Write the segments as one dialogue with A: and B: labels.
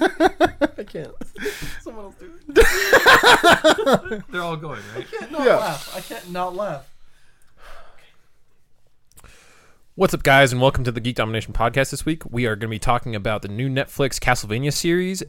A: I can't.
B: Someone else do it.
C: They're all going, right?
B: I can't not
A: Yeah.
B: laugh. I can't not laugh.
D: What's up, guys, and welcome to the Geek Domination Podcast this week. We are going to be talking about the new Netflix Castlevania series,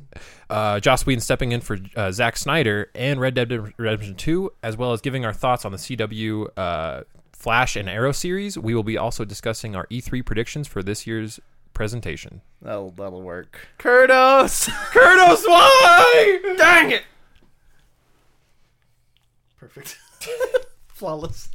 D: uh, Joss Whedon stepping in for uh, Zack Snyder, and Red Dead Redemption 2, as well as giving our thoughts on the CW uh, Flash and Arrow series. We will be also discussing our E3 predictions for this year's presentation.
A: That'll that'll work.
C: Kurdos! Kurdos, why? Dang it!
B: Perfect. Flawless.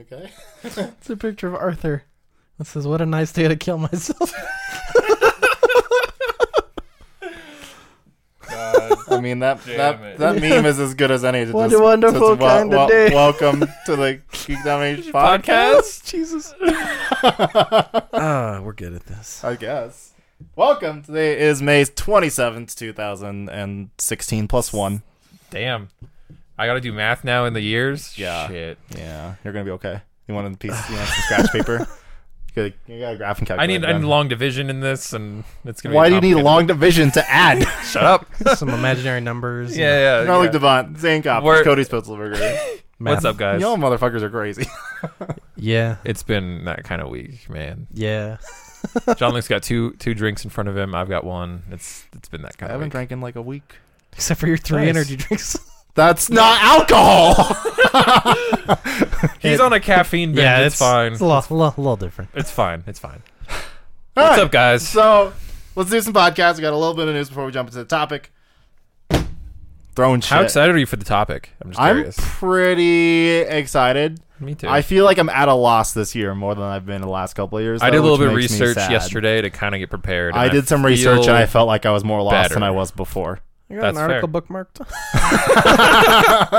A: Okay.
B: It's a picture of Arthur. This says, "What a nice day to kill myself."
A: I mean that
C: Damn
A: that,
C: it.
A: that meme is as good as any. To
B: What a
A: just,
B: wonderful
A: to- to wel-
B: kind of
A: wel-
B: day.
A: Welcome to the Geek Domination podcast.
D: Podcast?
B: Jesus.
A: I
B: Ah, we're good at this.
A: guess. Welcome. Today is May twenty seventh, two thousand and sixteen plus one.
D: Damn. I got to do math now in the years?
A: Yeah.
D: Shit.
A: Yeah, you're gonna be okay. You want a piece? You want some scratch paper? You got, you got a graphing calculator.
D: I need, I
A: done.
D: need long division in this, and it's going to be.
A: Why do you need
D: complicated.
A: long division to add?
D: Shut up.
B: Some imaginary numbers. and
D: Yeah, yeah.
A: Not like
D: yeah.
A: Devant, Zane Cop,
D: We're-
A: Cody Spitzelberger.
B: math.
D: What's up, guys?
A: Y'all motherfuckers are crazy.
B: Yeah.
D: It's been that kind of week, man.
B: Yeah.
D: John Luke's got two two drinks in front of him. I've got one. It's it's been that
A: I
D: kind of
A: haven't
D: week.
A: drank in like a week.
B: Except for your three
D: Nice.
B: energy drinks.
A: That's not alcohol.
D: He's on a caffeine binge.
B: yeah,
D: it's, fine.
B: It's
D: It's,
B: a lot, a lot, a lot different.
D: fine. It's fine.
A: All
D: What's
A: right,
D: up, guys?
A: So let's do some podcasts. We got a little bit of news before we jump into the topic. Throwing shit.
D: How excited are you for the topic? I'm just
A: I'm
D: curious.
A: pretty excited.
D: Me too.
A: I
D: I,
A: feel like I'm at a loss this year more than I've been the last couple of years.
D: did a
A: though,
D: little bit
A: which
D: of
A: makes me
D: research
A: sad.
D: yesterday to kind of get prepared. and
A: I did some research and I felt like I was more lost
D: better.
A: than I was before.
B: I got
D: That's
B: an article bookmarked.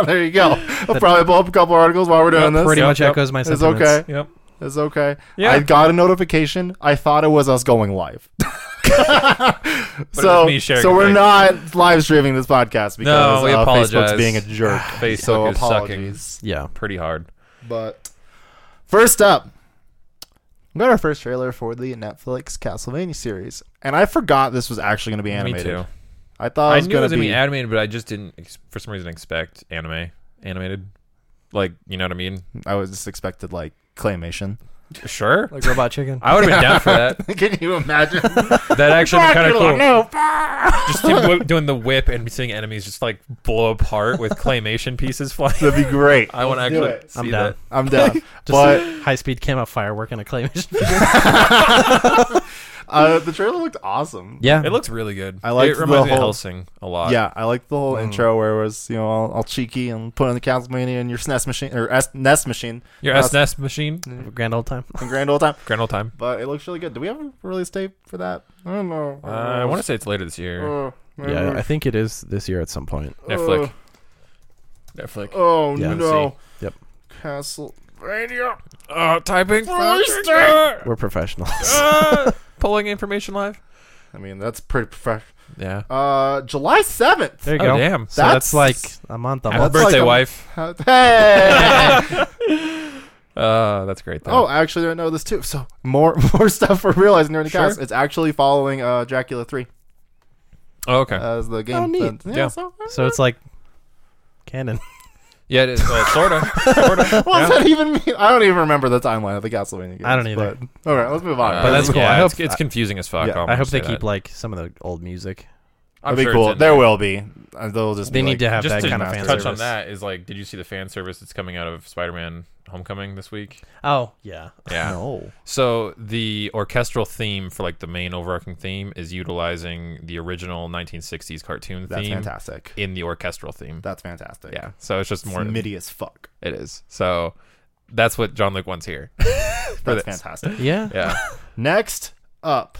A: there you go. I'll probably pull up a couple articles while we're doing this.
B: Pretty
D: Yep,
B: much
D: yep.
B: echoes my
A: It's
B: sentiments.
A: okay.
D: Yep.
A: It's okay.
D: Yeah.
A: I got a notification. I thought it was us going live. so
D: was me sharing
A: so
D: a
A: we're
D: thing.
A: not live streaming this podcast because
D: we
A: uh, Facebook's
D: apologize.
A: being a jerk.
D: Facebook
A: so
D: is
A: apologies.
B: Yeah.
D: pretty hard.
A: But first up, we got our first trailer for the Netflix Castlevania series, and I forgot this was actually going to be animated.
D: Me too.
A: I thought
D: I
A: it was
D: knew it
A: going
D: was
A: to
D: gonna
A: be.
D: be animated, but I just didn't ex- for some reason expect anime animated. Like you know what I mean?
A: I was just expected like claymation.
D: Sure.
B: Like Robot Chicken.
D: I would have been down for that.
A: Can you imagine?
D: That actually kind of
A: Dracula,
D: cool.
A: no.
D: just him wi- doing the whip and seeing enemies just like blow apart with claymation pieces flying.
A: That'd be great.
D: I want to
A: do
D: actually
A: it.
D: see
B: I'm down.
D: that.
A: I'm down.
B: Just
A: but
B: a high speed camo firework and a claymation.
A: uh, the trailer looked awesome.
B: yeah.
D: It looks really good.
A: I liked
D: it. Reminds
A: the
D: me of
A: whole-
D: Helsing a lot.
A: Yeah, I liked the whole intro where it was, you know, all, all cheeky and putting the Castlevania in your SNES machine or S- NES machine
D: your
A: That's-
D: SNES machine,
B: Grand old time.
A: in grand old time.
D: grand old time.
A: But it looks really good. Do we have a release date for that? I don't know.
D: Uh, I want to say it's later this year.
A: Uh,
E: Yeah, I think it is this year at some point.
D: Netflix.
A: uh,
D: Netflix.
A: Oh
E: Yeah.
A: no.
E: Yep.
A: Castlevania.
D: Uh, typing.
A: Release
D: Uh,
E: We're professionals.
D: uh, pulling information live.
A: I mean, that's pretty professional.
D: Yeah.
A: Uh, July seventh.
B: There you
D: oh
B: go.
D: damn.
B: So that's,
A: That's-
B: like a month.
D: Happy
B: almost.
A: like
D: birthday,
A: a-
D: wife.
A: Hey.
D: Uh, that's great. Though.
A: Oh, I actually didn't know this too. So more more stuff we're realizing during the
D: Sure.
A: cast. It's actually following uh, Dracula three
D: Oh, okay.
A: as the game.
B: Oh, neat.
A: then-
D: Yeah.
A: So,
B: So it's like canon.
D: yeah, it is. Well, sorta. sorta.
A: what does that even mean? I don't even remember the timeline of the Castlevania games.
B: I don't either.
A: But, all right, let's move on.
D: Uh,
B: But that's cool.
D: yeah,
B: I
D: it's-
B: hope-
D: it's, confusing as fuck.
A: Yeah.
D: I'm
B: I hope
D: gonna
B: they
D: say
B: keep
D: that.
B: like some of the old music.
D: I'm
A: That'd
D: sure
A: be
D: it's
A: cool.
D: in
A: There will be. Uh, They'll just
B: They
A: be
B: need
A: like,
B: to have
D: just
B: that
D: to
B: kind of fan
D: touch
B: service.
D: on that is like, did you see the fan service that's coming out of Spider-Man: Homecoming this week?
B: Oh yeah.
D: Yeah.
B: Oh.
A: No.
D: So the orchestral theme for like the main overarching theme is utilizing the original 1960s cartoon
A: That's
D: theme
A: fantastic.
D: in the orchestral theme.
A: That's fantastic.
D: yeah. So it's just
A: It's
D: more.
A: MIDI as fuck.
D: it is. So that's what John Luke wants here.
A: That's
D: this.
A: fantastic.
B: Yeah.
D: Yeah.
A: Next up,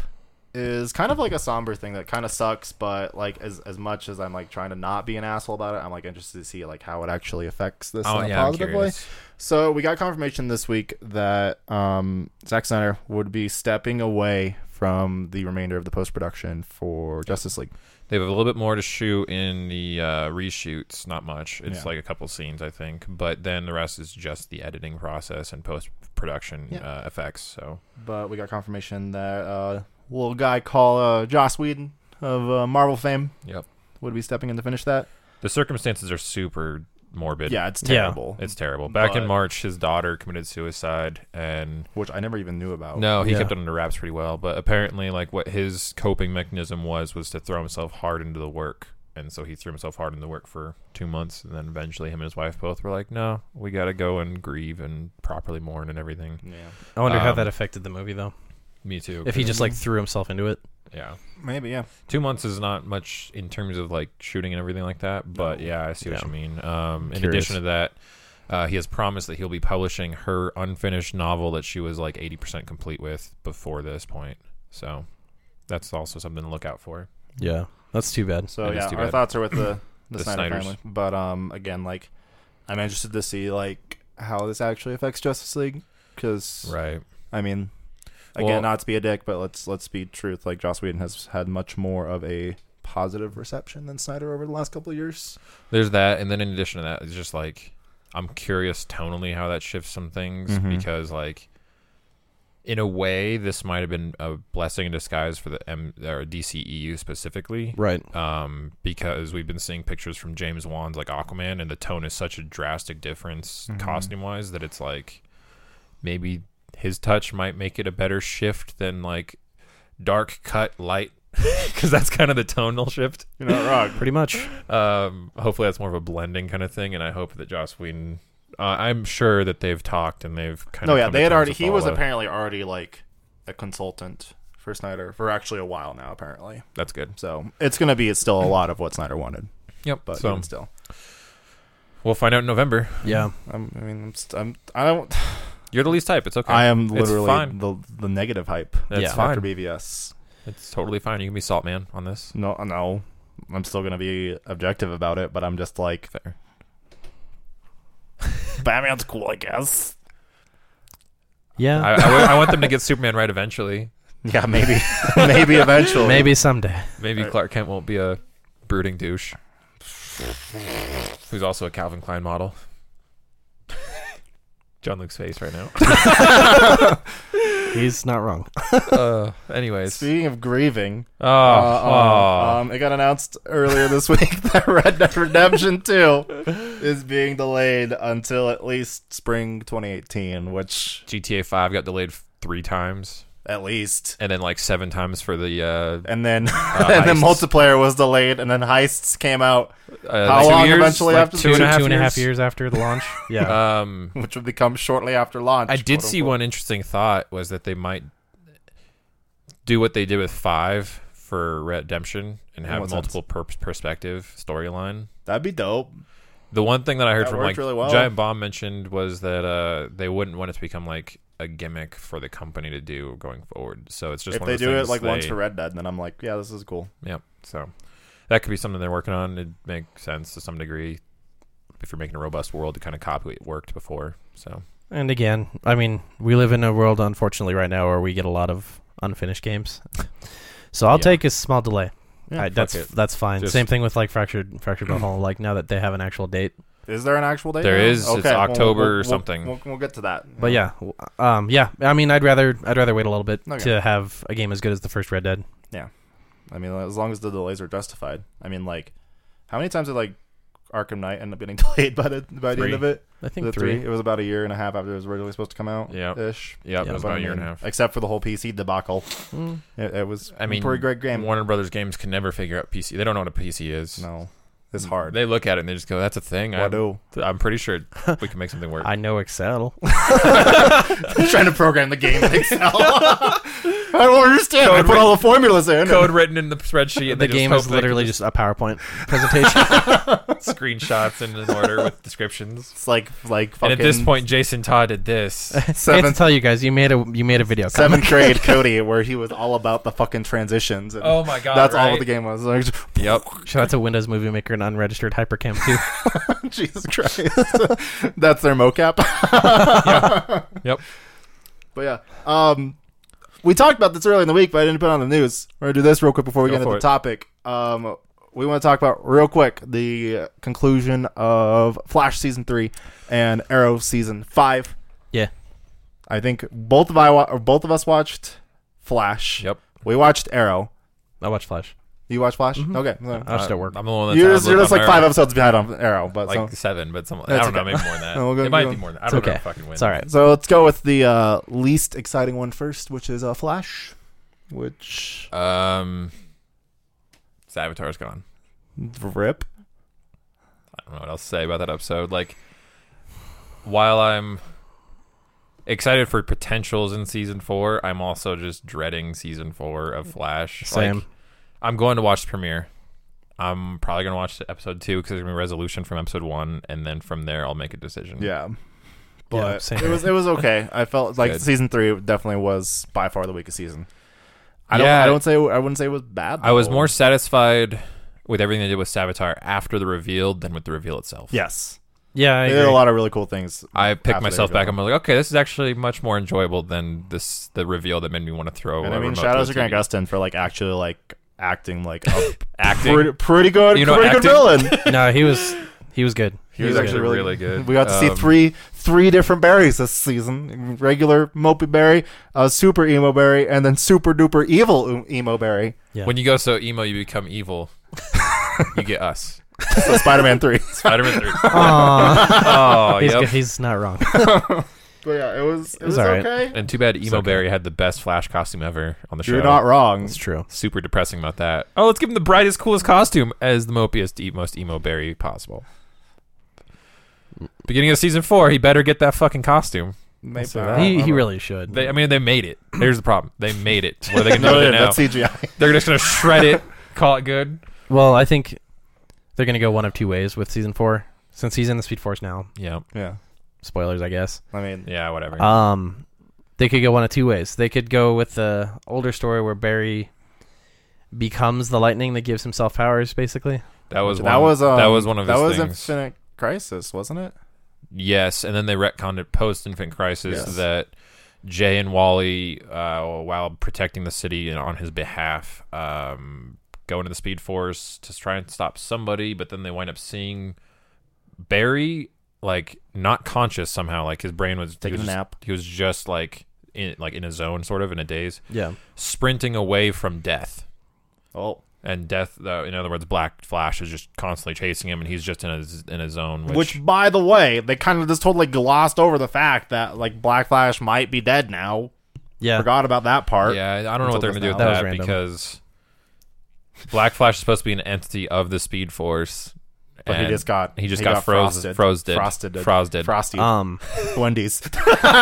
A: is kind of like a somber thing that kind of sucks, but like as as much as I'm like trying to not be an asshole about it, I'm like interested to see like how it actually affects this uh,
D: Oh
A: in a
D: yeah, I'm
A: positive way.
D: curious.
A: So we got confirmation this week that um, Zack Snyder would be stepping away from the remainder of the post production for Justice League.
D: They have a little bit more to shoot in the uh, reshoots. Not much. It's
A: Yeah.
D: like a couple scenes, I think. But then the rest is just the editing process and post production
A: Yeah.
D: uh, effects. So
A: But we got confirmation that uh, little guy called uh, Joss Whedon of uh, Marvel fame
D: Yep.
A: would be stepping in to finish that.
D: the circumstances are super morbid.
A: yeah, it's
E: Yeah.
A: terrible.
D: It's terrible. Back in
A: But-
D: March, his daughter committed suicide, and
A: which I never even knew about.
D: no, he
E: Yeah.
D: kept it under wraps pretty well. But apparently, like what his coping mechanism was was to throw himself hard into the work, and so he threw himself hard into the work for two months, and then eventually, him and his wife both were like, "No, we got to go and grieve and properly mourn and everything."
A: Yeah,
E: I wonder how
D: Um,
E: that affected the movie though.
D: Me too.
E: If he just like threw himself into it.
D: yeah,
A: maybe yeah.
D: two months is not much in terms of like shooting and everything like that. But yeah, I see what
E: Yeah.
D: you mean. Um, in
E: Curious.
D: addition to that. Uh, he has promised that he'll be publishing her unfinished novel that she was like 80% complete with before this point. So that's also something to look out for.
E: Yeah. That's too bad.
A: So
D: That is
A: yeah,
D: too
A: our
D: bad.
A: thoughts are with the the,
D: The
A: Snyder
D: Snyders.
A: family. But um, again, like I'm interested to see like how this actually affects Justice League because
D: Right.
A: I mean, again,
D: Well-
A: not to be a dick, but let's let's be truth. Like Joss Whedon has had much more of a positive reception than Snyder over the last couple of years.
D: There's that, and then in addition to that, it's just like I'm curious tonally how that shifts some things
E: Mm-hmm.
A: Mhm.
D: because like in a way this might have been a blessing in disguise for the M or DCEU specifically.
E: Right.
D: Um, because we've been seeing pictures from James Wan's like Aquaman, and the tone is such a drastic difference
A: Mhm.
D: costume wise that it's like maybe his touch might make it a better shift than like dark cut light, because that's kind of the tonal shift.
A: You're not wrong.
E: Pretty much.
D: Um, hopefully that's more of a blending kind of thing, and I hope that Joss Whedon. Uh, I'm sure that they've talked and they've kind
A: no,
D: of.
A: Oh, yeah,
D: come to
A: they had
D: terms
A: already.
D: with
A: He
D: all
A: was
D: of-
A: apparently already like a consultant for Snyder for actually a while now. Apparently,
D: That's good.
A: so it's gonna be still a lot of what Snyder wanted,
D: Yep.
A: but
D: so
A: even still,
D: we'll find out in November.
E: Yeah.
A: I'm, I mean, I'm, st- I'm I don't
D: You're the least type. It's okay.
A: I am
D: It's
A: literally
D: fine.
A: the the negative hype
D: That's
E: Yeah.
D: fine.
A: after BVS.
D: It's totally fine. You can be Salt Man on this.
A: No, no, I'm still gonna be objective about it, but I'm just like
D: Fair.
A: Batman's cool, I guess.
E: Yeah.
D: I, I wa- I want them to get Superman right eventually.
A: Yeah, maybe, maybe eventually.
E: Maybe someday.
D: Maybe
A: Right.
D: Clark Kent won't be a brooding douche. Who's also a Calvin Klein model. John Luke's face right now.
E: He's not wrong.
D: uh, anyways.
A: Speaking of grieving,
D: Oh,
A: uh,
D: oh.
A: um, it got announced earlier this week that Red Dead Redemption 2 is being delayed until at least spring 2018, which
D: GTA 5 got delayed f- three times
A: at least.
D: and then like seven times for the uh,
A: And then, and then
D: heists.
A: multiplayer was delayed, and then heists came out,
D: uh,
A: How
D: two
A: long
D: years,
A: eventually
D: like
A: after
D: two and a half
E: two and a half
D: years.
E: years after the launch. Uh, Yeah.
D: Um,
A: which would become shortly after launch.
D: I did
A: quote
D: see
A: unquote.
D: one interesting thought was that they might do what they did with 5 for Redemption and
A: In
D: have
A: what sense?
D: multiple per- perspective storyline.
A: That'd be dope.
D: The one thing that I heard
A: That
D: from
A: worked
D: like
A: really well.
D: Giant Bomb mentioned was that uh, they wouldn't want it to become like a gimmick for the company to do going forward. So it's just
A: if
D: one
A: they
D: of those
A: do it
D: things
A: like once
D: they-
A: for Red Dead, then I'm like, yeah, this is cool.
D: Yep. So that could be something they're working on. It'd make sense to some degree if you're making a robust world to kind of copy what worked before. So
E: And again, I mean, we live in a world, unfortunately, right now where we get a lot of unfinished games. So I'll
D: Yeah.
E: take a small delay.
A: Yeah,
E: I, that's
D: fuck it.
E: that's fine.
D: Just-
E: Same thing with like fractured fractured butthole. Like now that they have an actual date,
A: Is there an actual date?
D: There
A: now?
D: is. It's October or something.
A: We'll, we'll get to that.
E: but yeah, w- um, yeah. I mean, I'd rather I'd rather wait a little bit
A: Okay.
E: to have a game as good as the first Red Dead.
A: I mean, as long as the delays are justified. I mean, like, how many times did like Arkham Knight end up getting delayed by the by the
D: Three.
A: end of it?
E: I
A: Was
E: think
A: it
E: three.
A: It was about a year and a half after it was originally supposed to come out.
D: Yeah.
A: ish.
D: yeah,
E: Yeah,
D: it was
A: But
D: about
A: I
D: a year and a
A: mean,
D: half.
A: Except for the whole PC debacle,
E: Mm.
A: it, it was.
D: I mean,
A: pretty great game.
D: Warner Brothers games can never figure out PC. They don't know what a PC is.
A: No, is hard.
D: They look at it and they just go, "That's a thing."
A: What
D: I'm,
A: do?
D: I'm pretty sure we can make something work.
E: I know Excel.
A: trying to program the game in Excel. I don't understand. I
D: Code
A: put all the formulas in.
D: Code written in the spreadsheet. And they
E: the
D: just
E: game
D: hope
E: is
D: they
E: literally
D: can
E: just a PowerPoint presentation.
D: just screenshots in an order with descriptions.
A: It's like like
D: And
A: fucking
D: at this point, Jason Todd did this.
E: I have to
A: seventh
E: tell you guys, you made a you made a video. Seven.
A: seventh grade Cody, where he was all about the fucking transitions. And
D: Oh my god!
A: that's all
D: right?
A: the game was. Like,
D: Yep.
E: Shout out to Windows Movie Maker and unregistered Hypercam too.
A: Jesus Christ, that's their mocap.
D: Yep.
A: But yeah, um, we talked about this earlier in the week, but I didn't put it on the news. We're gonna do this real quick before we
D: Go
A: get into
D: for
A: the
D: it.
A: topic. Um, we want to talk about real quick the conclusion of Flash season three and Arrow season five.
E: Yeah.
A: I think both of I wa- or both of us watched Flash.
D: Yep.
A: we watched Arrow.
E: I watch Flash.
A: You watch Flash?
E: Mm-hmm.
A: Okay.
E: I watched it at work.
D: Uh, I'm the one that's
A: You're just, you're just like five episodes behind on Arrow, but
D: like
A: so.
D: seven, but some, I
A: That's
D: don't know,
A: okay.
D: maybe more than that.
A: No, we're gonna
D: it might
A: do
D: be
A: it.
D: more than that. I don't know.
E: okay.
D: Fucking win.
E: It's all right.
A: so let's go with the uh, least exciting one first, which is uh, Flash, which
D: Um, so Avatar's gone.
A: rip.
D: I don't know what else to say about that episode. Like, while I'm excited for potentials in season four, I'm also just dreading season four of Flash.
E: Same.
D: Like, I'm going to watch the premiere. I'm probably going to watch episode two because there's going to be resolution from episode one, and then from there I'll make a decision.
A: Yeah.
E: Yeah,
A: But
E: same
A: it was it was okay. I felt like
D: Good.
A: season three definitely was by far the weakest season. I don't.
D: Yeah.
A: I don't say. I wouldn't say it was bad.
D: I was
A: though.
D: more satisfied with everything they did with Savitar after the reveal than with the reveal itself.
A: Yes,
E: Yeah, I
A: they
E: agree.
A: did a lot of really cool things.
D: I picked
A: after the
D: myself back.
A: reveal.
D: I'm like, okay, this is actually much more enjoyable than this the reveal that made me want to throw.
A: And
D: a
A: I mean,
D: remote
A: shout out
D: to
A: to
D: the
A: Grant
D: TV.
A: Gustin for like actually like acting like a
D: Acting.
A: pretty, pretty good,
D: You know,
A: pretty good
D: acting-
A: villain.
E: no, he was he was good.
A: He
D: He was
A: was
D: actually
A: really-
D: really good.
A: We got to see
D: Um,
A: three three different berries this season: regular mopey berry, uh, super emo berry, and then super duper evil em- emo berry.
E: Yeah.
D: When you go so emo, you become evil. you get us.
A: So Spider-Man three.
D: Spider-Man 3.
E: Aw.
D: Oh,
E: he's,
D: yep.
E: good. he's not wrong.
A: But yeah, it was it, was,
E: was alright.
A: okay.
D: And too bad Emo
E: okay.
D: Barry had the best Flash costume ever on the show.
A: You're not wrong.
E: It's true.
D: Super depressing about that. Oh, let's give him the brightest, coolest costume as the mopiest, e- most emo Barry possible. Beginning of season four, he better get that fucking costume.
A: Maybe.
E: He, he really should.
D: They, I mean, they made it. Here's the problem. They made it. What are they gonna do
A: no,
D: with
A: no,
D: it
A: no,
D: now?
A: that's CGI.
D: They're just gonna shred it, call it good.
E: well, I think they're gonna go one of two ways with season four. Since he's in the Speed Force now,
D: Yeah,
A: yeah,
E: spoilers, I guess.
A: I mean,
D: yeah, whatever.
E: Um, they could go one of two ways. They could go with the older story where Barry becomes the lightning that gives himself powers, basically.
D: that was
A: that
D: one,
A: was um,
D: that was one of
A: that
D: his
A: was
D: things.
A: Infinite Crisis, wasn't it?
D: Yes, and then they retconned it post Infant Crisis
A: Yes.
D: that Jay and Wally, uh, while protecting the city and on his behalf, um, go into the Speed Force to try and stop somebody, but then they wind up seeing Barry like not conscious somehow, like his brain was he
A: Taking
D: was
A: a
D: just-
A: nap.
D: He was just like in like in a zone, sort of in a daze,
E: Yeah.
D: sprinting away from death.
A: Oh,
D: And death, uh, in other words, Black Flash is just constantly chasing him, and he's just in a z- in a zone.
A: which, by the way, they kind of just totally glossed over the fact that like Black Flash might be dead now.
E: Yeah.
A: Forgot about that part.
D: Yeah, I- I don't know
A: That's
D: what they're going
A: what
D: to do with
E: that was
D: that,
E: random.
D: because Black Flash is supposed to be an entity of the Speed Force.
A: But he
D: and
A: just got
D: he just got, froze,
A: frosted,
D: frosted,
A: frosted,
D: frosted.
A: frosty,
E: Um,
A: Wendy's.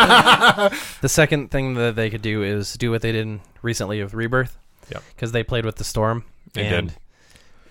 E: the second thing that they could do is do what they did recently with Rebirth.
D: Yep.
E: Because they played with the storm.
D: They did.
E: and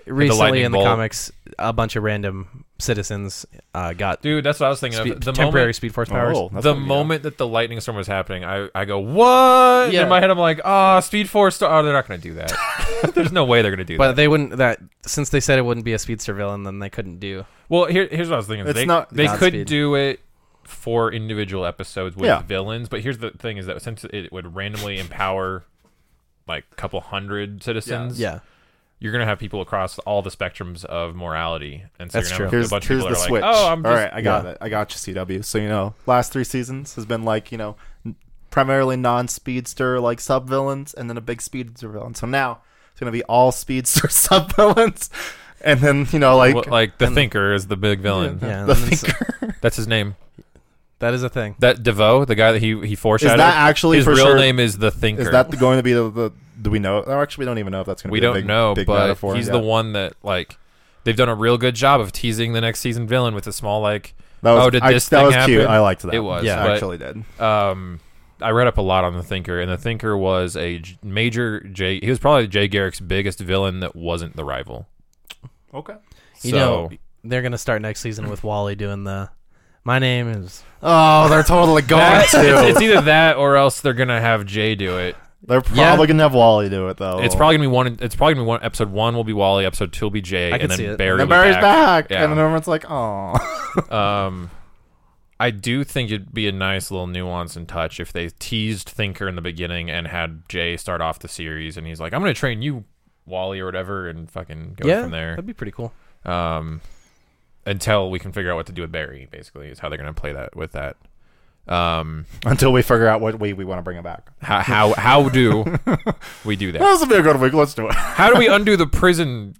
D: Hit
E: recently
D: lightning
E: in the
D: bolt.
E: comics, a bunch of random citizens uh, got
D: Dude, that's what I was thinking
E: spe-
D: of. The
E: temporary
D: moment,
E: Speed Force powers.
A: Oh, that's
D: the
A: what we got.
D: moment that the lightning storm was happening, I, I go, what?
E: Yeah.
D: In my head, I'm like, ah, Speed Force. sto- Oh, they're not going to do that. There's no way they're going to do
E: But
D: that.
E: they wouldn't that since they said it wouldn't be a speedster villain, then they couldn't do.
D: Well, here, here's what I was thinking.
A: It's
D: they
A: not-
D: they could
E: Godspeed.
D: do it for individual episodes with
A: Yeah.
D: villains, but here's the thing: is that since it would randomly empower like a couple hundred citizens,
E: Yeah.
D: you're gonna have people across all the spectrums of morality, and so
E: That's
D: you're gonna
E: true.
D: have
A: Here's,
D: a bunch
A: here's
D: of
A: the
D: people that are
A: switch.
D: like, "Oh, I'm
A: All
D: just
A: right, I got
E: yeah.
A: it. I got you, CW. So you know, last three seasons has been like you know, n- primarily non-speedster like sub villains, and then a big speedster villain. So now it's gonna be all speedster sub villains, and then you know like
D: like, like the thinker is the big villain.
E: Yeah.
A: the
E: and then so-
A: thinker.
D: That's his name.
E: That is a thing.
D: That Devoe, the guy that he he
A: Is
D: foreshadowed.
A: that actually
D: his
A: for
D: real
A: sure?
D: name is the thinker.
A: Is that the- going to be the, the? Do we know? Oh, actually, we don't even know if that's gonna.
D: we
A: be a
D: don't
A: big,
D: know,
A: big
D: but
A: metaphor
D: he's
A: yet.
D: the one that like They've done a real good job of teasing the next season villain with a small like.
A: That was,
D: Oh, did
A: I-
D: this
A: that
D: thing
A: was cute.
D: happen?
A: I liked that.
D: It was,
A: Yeah,
D: but-
A: actually did.
D: Um, I read up a lot on the Thinker, and the Thinker was a j- major Jay. He was probably Jay Garrick's biggest villain that wasn't the rival.
A: Okay.
E: You
D: so,
E: know, they're gonna start next season with Wally doing the. My name is.
A: Oh, they're totally going
D: That- it's,
A: to.
D: it's either that or else they're gonna have Jay do it.
A: They're probably gonna have Wally do it
E: Oh.
A: though.
D: It's probably gonna be one. It's probably gonna be one. Episode one will be Wally. Episode two will be Jay,
E: I can
D: and
E: see
D: then
E: it.
D: Barry.
A: and
D: will be
A: Barry's back,
D: Yeah.
A: and then everyone's like, "Oh,
D: Um, I do think it'd be a nice little nuance and touch if they teased Thinker in the beginning and had Jay start off the series, and he's like, "I'm gonna train you, Wally, or whatever," and fucking go
E: yeah,
D: from there.
E: that'd be pretty cool.
D: Um, until we can figure out what to do with Barry, basically, is how they're gonna play that with that. Um,
A: until we figure out what we, we want to bring him back."
D: how how how do we do that?
A: Well, this will be a good week. Let's do it.
D: How do we undo the prison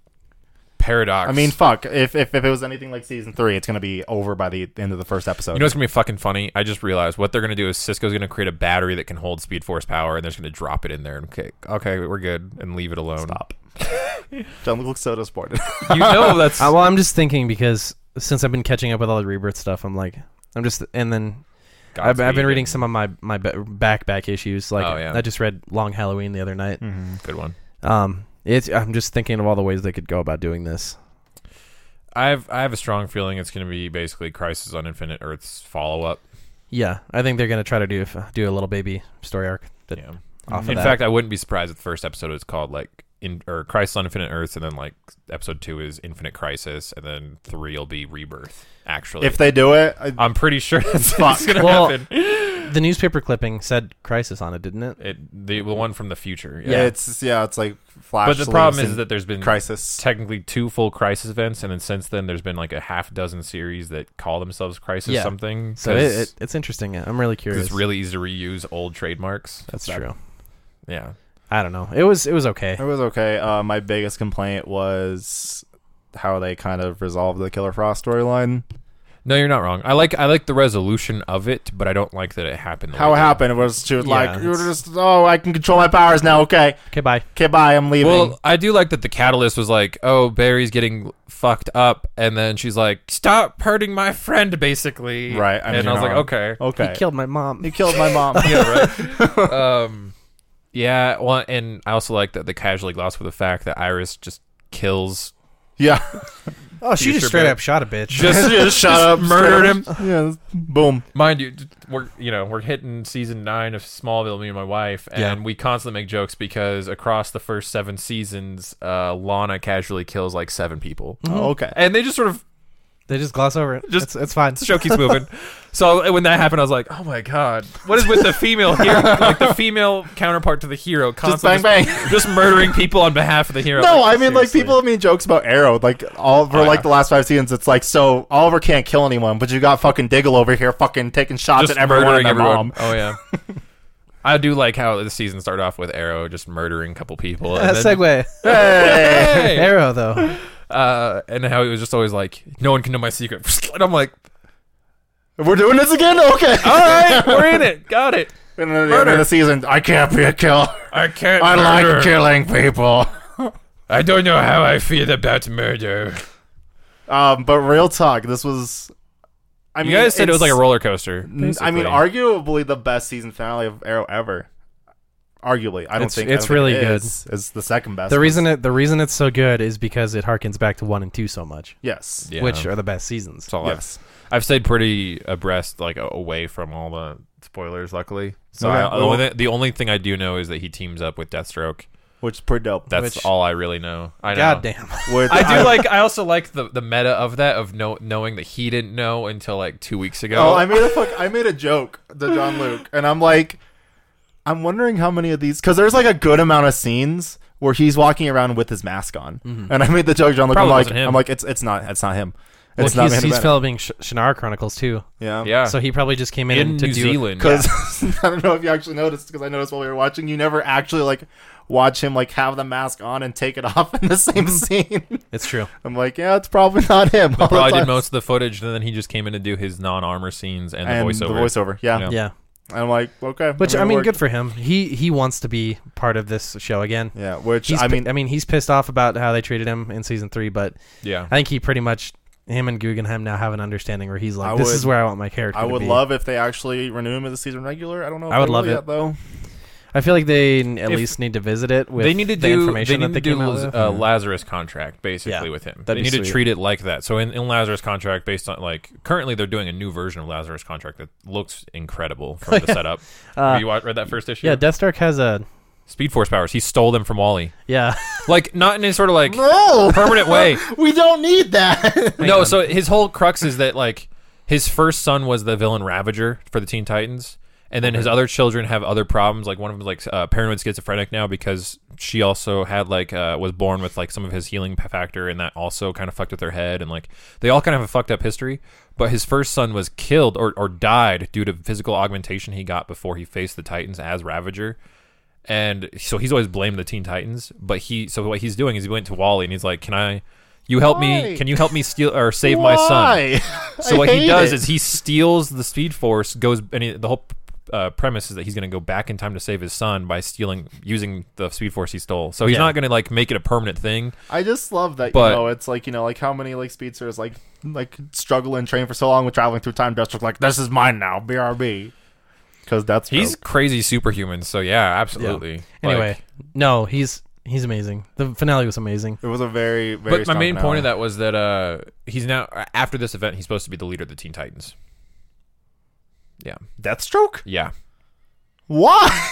D: paradox?
A: I mean, fuck. If, if if it was anything like season three, it's gonna be over by the end of the first episode.
D: You know what's gonna be fucking funny? I just realized what they're gonna do is Cisco's gonna create a battery that can hold Speed Force power, and they're just gonna drop it in there and okay, okay, we're good, and leave it alone.
A: Stop. John looks so disappointed.
D: You know that's
E: Uh, well, I'm just thinking because since I've been catching up with all the rebirth stuff, I'm like, I'm just, and then I've, I've been
D: Godspeed,
E: reading
D: and-
E: some of my my ba- back back issues. Like,
D: Oh, yeah. Hmm.
E: I just read Long Halloween the other night.
D: good one.
E: Um, it's I'm just thinking of all the ways they could go about doing this.
D: I've I have a strong feeling it's gonna be basically Crisis on Infinite Earth's follow up.
E: Yeah, I think they're gonna try to do do a little baby story arc. That
D: Yeah.
E: off of
D: In
E: that.
D: fact, I wouldn't be surprised if the first episode is called like in or Crisis on Infinite Earths, and then like episode two is Infinite Crisis, and then three will be Rebirth. Actually,
A: if they do it, I,
D: I'm pretty sure that's
A: Fuck.
D: what's gonna
E: Well-
D: happen.
E: the newspaper clipping said crisis on it, didn't it?
D: It, the, the one from the future, yeah.
A: yeah, it's yeah, it's like flash.
D: but the problem is that there's been
A: crisis.
D: technically two full crisis events, and then since then there's been like a half dozen series that call themselves crisis
E: Yeah.
D: something.
E: So it, it, it's interesting. I'm really
D: 'cause
E: curious.
D: it's really easy to reuse old trademarks.
E: That's
A: that-
E: true.
D: Yeah,
E: I don't know. It was it was okay.
A: It was okay. Uh, my biggest complaint was how they kind of resolved the Killer Frost storyline.
D: no, you're not wrong. I like I like the resolution of it, but I don't like that it happened. the
A: How
D: way
A: it
D: did.
A: happened was she was
E: Yeah,
A: like, you were
E: it's-
A: just, "Oh, I can control my powers now." Okay,
E: Okay, bye.
A: okay, bye. I'm leaving.
D: Well, I do like that the catalyst was like, "Oh, Barry's getting fucked up," and then she's like, "Stop hurting my friend," basically.
A: Right, I mean,
D: and I uh-huh. was
A: you're
D: like,
A: not-
D: "Okay."
A: okay,
E: He killed my mom.
A: He killed my mom.
D: yeah, right. um, yeah. Well, and I also like that they casually gloss over the fact that Iris just kills,
A: yeah,
E: Oh, she
D: Future
E: just straight
D: bitch.
E: up shot a bitch.
D: just,
A: Just shut up,
D: murdered him.
A: yeah. Boom.
D: Mind you, d- we're you know we're hitting season nine of Smallville, me and my wife, and
E: Yeah.
D: we constantly make jokes because across the first seven seasons, uh, Lana casually kills like seven people,
A: Oh, okay.
D: and they just sort of
E: They just gloss over it.
D: Just-
E: Mm-hmm. Just it's, it's fine.
D: the show keeps moving. so when that happened, I was like, oh my god, what is with the female hero, like the female counterpart to the hero,
A: Just
D: constantly
A: bang
D: just,
A: bang.
D: just murdering people on behalf of the hero?
A: No, I mean like
D: seriously.
A: people have made jokes about Arrow, like all for
D: Oh,
A: like
D: yeah.
A: the last five seasons. It's like so Oliver can't kill anyone, but you got fucking Diggle over here, fucking taking shots
D: just
A: at everyone
D: murdering
A: and their
D: everyone.
A: mom.
D: Oh yeah. I do like how the season started off with Arrow just murdering a couple people,
E: Uh,
D: and, then-
E: segue.
A: Hey,
D: Hey!
E: Arrow though.
D: Uh, and how he was just always like, "No one can know my secret," and I'm like,
A: we're doing this again. Okay,
D: "All right, we're in it, got it."
A: and then at the end of the season, I can't be a killer.
D: I can't.
A: I
D: murder.
A: like killing people.
D: I don't know how I feel about murder.
A: Um, but real talk, this was. I mean,
D: you guys said it was
A: it's-
D: like a roller coaster.
A: I mean,
D: basically.
A: arguably the best season finale of Arrow ever. Arguably, I don't
E: It's-
A: think
E: it's
A: I don't think
E: really
A: it
E: good.
A: is. It's the second best.
E: The reason it the reason it's so good is because it harkens back to one and two so much,
A: yes,
D: Yeah.
E: which are the best seasons.
D: That's all I've-
A: yes.
D: I've stayed pretty abreast, like a- away from all the spoilers, luckily. So
A: Okay.
D: I, the, only, the only thing I do know is that he teams up with Deathstroke.
A: Which is pretty dope.
D: That's
E: Which-
D: all I really know. I know.
E: God damn.
A: Which
D: I do like. I also like the, the meta of that of no, knowing that he didn't know until like two weeks ago.
A: Oh, I made a fuck. I made a joke to John Luke, and I'm like, I'm wondering how many of these because there's like a good amount of scenes where he's walking around with his mask on,
E: Mm-hmm.
A: and I made the joke. John Luke, I'm
D: Probably
A: like,
D: wasn't him.
A: I'm like, it's it's not it's not him.
E: Well,
A: It's not
E: he's,
A: Manny
E: he's
A: Bennett.
E: filming Sh- Shannara Chronicles too,
A: Yeah,
D: yeah,
E: so he probably just came Ah. in,
D: in
E: to
D: New
E: do.
D: Zealand.
A: Because I don't know if you actually noticed because I noticed while we were watching, you never actually like watch him like have the mask on and take it off in the same scene.
E: It's true.
A: I'm like, yeah, it's probably not him. all the
D: probably did
A: time.
D: most of the footage, and then he just came in to do his non armor scenes and,
A: and
D: the voiceover.
A: The voiceover, yeah.
D: Yeah.
E: Yeah.
A: And I'm like, okay.
E: Which
A: I'm
E: I
A: gonna
E: mean,
A: work.
E: good for him. He he wants to be part of this show again.
A: Yeah, which
E: He's
A: I
E: pi-
A: mean,
E: I mean, he's pissed off about how they treated him in season three, but
D: Yeah.
E: I think he pretty much him and Guggenheim now have an understanding where he's like,
A: I
E: this
A: would-
E: is where I want my character.
A: I
E: to
A: would
E: be.
A: love if they actually renew him as a season regular. I don't know. If
E: I would
A: they
E: love
A: will
E: it.
A: yet, though.
E: I feel like they n- at
D: If-
E: least need to visit it with
D: they need to
E: the
D: do
E: information
D: they
E: that
D: need
E: they
D: to do uh,
E: came out
D: Laz-
E: with.
D: a Lazarus contract basically
E: Yeah,
D: with him.
E: that'd
D: they
E: be
D: need to
E: sweet.
D: treat it like that. So in, in Lazarus contract, based on like currently they're doing a new version of Lazarus contract that looks incredible from the setup.
E: Uh,
D: Have you wa- read that first issue?
E: yeah, Deathstroke has a
D: Speed Force powers. He stole them from Wally.
E: yeah.
D: Like not in any sort of like
A: No,
D: permanent way.
A: we don't need that.
D: no, so his whole crux is that like his first son was the villain Ravager for the Teen Titans, and then his other children have other problems. Like one of them like uh, paranoid schizophrenic now because she also had like uh, was born with like some of his healing p- factor, and that also kind of fucked with their head. And like they all kind of have a fucked up history. But his first son was killed or or died due to physical augmentation he got before he faced the Titans as Ravager. And so he's always blamed the Teen Titans, but he so what he's doing is he went to Wally and he's like, "Can I? You help
A: Why?
D: me? Can you help me steal or save my son?"
A: Why?
D: So
A: I
D: what
A: hate
D: he does
A: it.
D: is he steals the Speed Force, goes and he, the whole uh, premise is that he's going to go back in time to save his son by stealing using the Speed Force he stole. So he's
E: Yeah.
D: not going to like make it a permanent thing.
A: I just love that
D: But-
A: you know it's like you know like how many like speedsters like like struggle and train for so long with traveling through time. Deathstroke like this is mine now, BRB, because that's
D: He's crazy superhuman. So yeah, absolutely. Like-
E: Anyway, no, he's he's amazing. The finale was amazing.
A: it was a very
D: but
A: very.
D: my
A: strong
D: main point
A: finale.
D: of that was that uh, he's now after this event he's supposed to be the leader of the Teen Titans. Yeah,
A: Deathstroke.
D: yeah.
A: Why?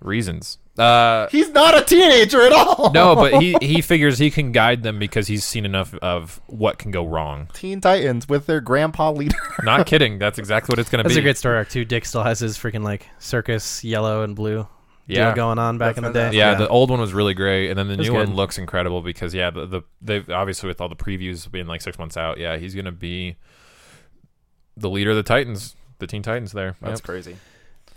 D: Reasons. Uh,
A: He's not a teenager at all.
D: no, but he he figures he can guide them because he's seen enough of what can go wrong.
A: Teen Titans with their grandpa leader.
D: Not kidding. That's exactly what it's going to be.
E: That's a great story arc too. Dick still has his freaking like circus yellow and blue
D: yeah.
E: deal going on back
A: That's
E: in the
A: fantastic.
E: day.
D: yeah, the old one was really great, and then the
E: was
D: new one
E: good.
D: looks incredible because yeah, the, the they've obviously with all the previews being like six months out, yeah, he's gonna be the leader of the Titans, the Teen Titans. There,
A: That's
D: Yep.
A: crazy.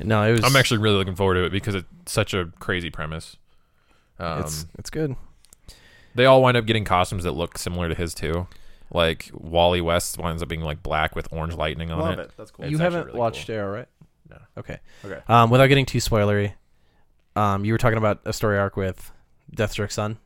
E: no, it was.
D: I'm actually really looking forward to it because it's such a crazy premise. Um,
E: it's it's good.
D: they all wind up getting costumes that look similar to his too. Like Wally West winds up being like black with orange lightning on
A: Love it. That's cool.
D: it's
E: you
D: actually
E: haven't
D: really
E: watched Arrow, right?
D: No.
E: Okay.
A: Okay.
E: Um, without getting too spoilery, um, you were talking about a story arc with Deathstroke's son.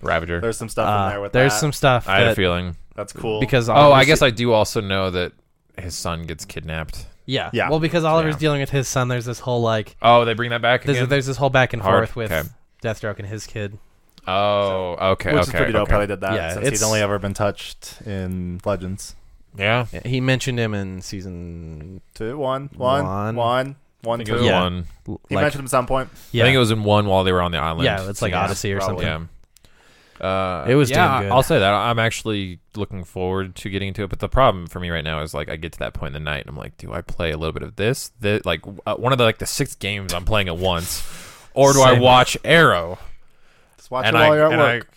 D: Ravager.
A: There's some stuff
E: Uh,
A: in there with
E: there's
A: that.
E: some stuff.
D: I had a
E: that-
D: feeling.
A: That's cool.
E: because
D: Oh, I
E: Oliver's-
D: guess I do also know that his son gets kidnapped.
E: yeah
A: Yeah.
E: Well, because Oliver's
D: Yeah.
E: dealing with his son, there's this whole like
D: Oh, they bring that back
E: there's,
D: again.
E: there's this whole back and
D: Hard,
E: forth with
D: okay.
E: Deathstroke and his kid.
D: oh, okay,
A: which
D: okay,
A: is pretty dope
D: okay.
A: how they did that.
E: Yeah,
A: since
E: it's-
A: he's only ever been touched in Legends.
D: Yeah,
E: Yeah, He mentioned him in season
A: Two, one, one,
E: One.
A: one, one,
D: I think it
A: two.
D: was
E: Yeah.
D: one.
E: l-
A: He
E: like
A: mentioned him at some point.
E: yeah
D: I think it was in one while they were on the island.
E: yeah it's like
A: Yeah,
E: Odyssey or
A: probably.
E: something.
D: Yeah. Uh,
E: It was
D: yeah,
E: damn good.
D: I'll say that I'm actually looking forward to getting to it. But the problem for me right now is like I get to that point in the night and I'm like, do I play a little bit of this? That like uh, one of the like the six games I'm playing at once, or do I
E: Same.
D: watch Arrow?
A: Just watch
D: and
A: it while
D: I,
A: you're at
D: and
A: work.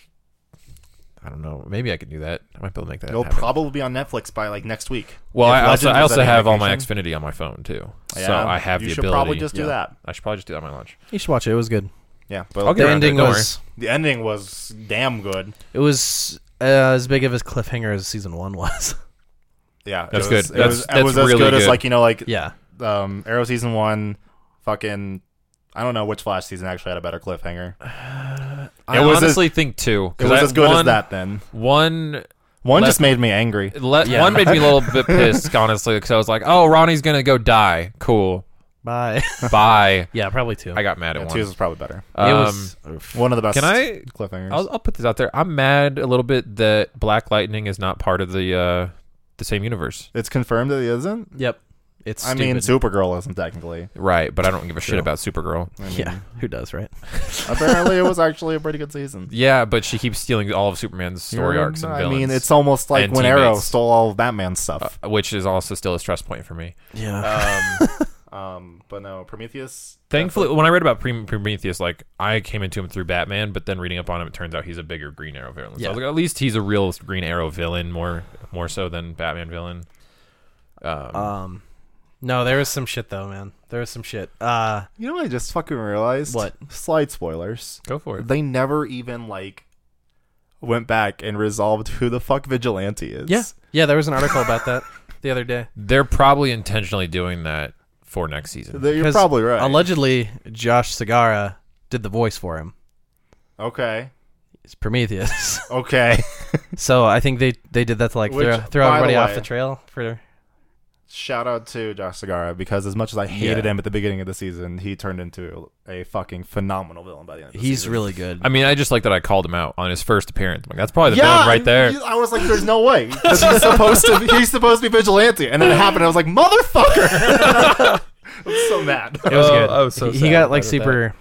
D: I, I don't know. Maybe I could do that. I might be able to make that.
A: It'll
D: happen.
A: probably be on Netflix by like next week.
D: well,
A: if
D: I also,
A: Legends
D: I
A: is
D: also
A: an
D: have all my
A: application.
D: Xfinity on my phone too, so
A: Yeah,
D: I have
A: you
D: the
A: should
D: ability.
A: probably just do
D: Yeah.
A: that.
D: I should probably just do that on my lunch.
E: You should watch it. It was good.
A: Yeah, but
D: I'll
E: The
D: get around to it,
E: ending
D: don't
E: was
A: the ending was damn good.
E: it was uh, as big of a cliffhanger as season one was.
A: Yeah,
D: That's
A: it was,
D: good.
A: It was,
D: That's-
A: it was
D: that's
A: as
D: really
A: good, as
D: good.
A: like you know like
E: yeah.
A: um, Arrow season one, fucking. I don't know which Flash season actually had a better cliffhanger.
D: I
A: It was as-
D: honestly think too.
A: It
D: 'cause
A: was
D: I-
A: as good as
D: one-
A: that. Then
D: One
A: one
D: Left-
A: just made me angry.
D: Let,
E: Yeah.
D: One made me a little bit pissed, honestly, because I was like, "Oh, Ronnie's gonna go die. Cool,
E: Bye.
D: bye."
E: yeah, probably two.
D: I got mad at
A: Yeah,
D: one.
A: Two's was probably better.
D: Um,
E: it was
A: One of the best.
D: can I?
A: Cliffhangers.
D: I'll, I'll put this out there. I'm mad a little bit that Black Lightning is not part of the uh, the same universe,
A: it's confirmed that he isn't.
E: yep. It's
A: I mean,
E: stupid.
A: Supergirl isn't technically.
D: right? But I don't give a shit
E: True.
D: about Supergirl.
A: I mean,
E: yeah, who does right?
A: apparently, it was actually a pretty good season.
D: Yeah, but she keeps stealing all of Superman's story
A: You're-
D: arcs and
A: I
D: villains.
A: mean, it's almost like
D: And
A: when Arrow
D: teammates.
A: stole all of Batman's stuff.
D: uh, which is also still a stress point for me.
E: Yeah.
A: Um, um, but no, Prometheus.
D: Uh, Thankfully, when I read about Pre- Prometheus, like I came into him through Batman, but then reading up on him, it turns out he's a bigger Green Arrow villain. So I was
E: Yeah.
D: like, at least he's a real Green Arrow villain, more more so than Batman villain. Um,
E: Um, no, there was some shit though, man. There was some shit. Uh,
A: You know, what I just fucking realized.
E: What?
A: slide spoilers?
D: go for it.
A: They never even like went back and resolved who the fuck Vigilante is.
E: yeah, yeah, there was an article about that the other day.
D: They're probably intentionally doing that for next season.
A: Th- You're
E: Because
A: probably right.
E: Allegedly, Josh Segara did the voice for him.
A: okay.
E: It's Prometheus.
A: Okay.
E: so I think they they did that to like
A: Which,
E: throw, throw
A: by the
E: everybody off
A: way-
E: the trail for.
A: Shout out to Josh Segara because as much as I hated him at the beginning of the season, he turned into a fucking phenomenal villain by the end. Of the
E: He's
A: season.
E: really good.
D: I mean, I just like that I called him out on his first appearance. I'm like, that's probably the villain right there.
A: I was like, "There's no way this is supposed to. He's supposed to be vigilante." And then it happened. I was like, "Motherfucker!" I'm so mad.
E: It
D: Oh,
E: was good.
D: I was so
E: he,
D: sad
E: he got like
D: about that.
E: super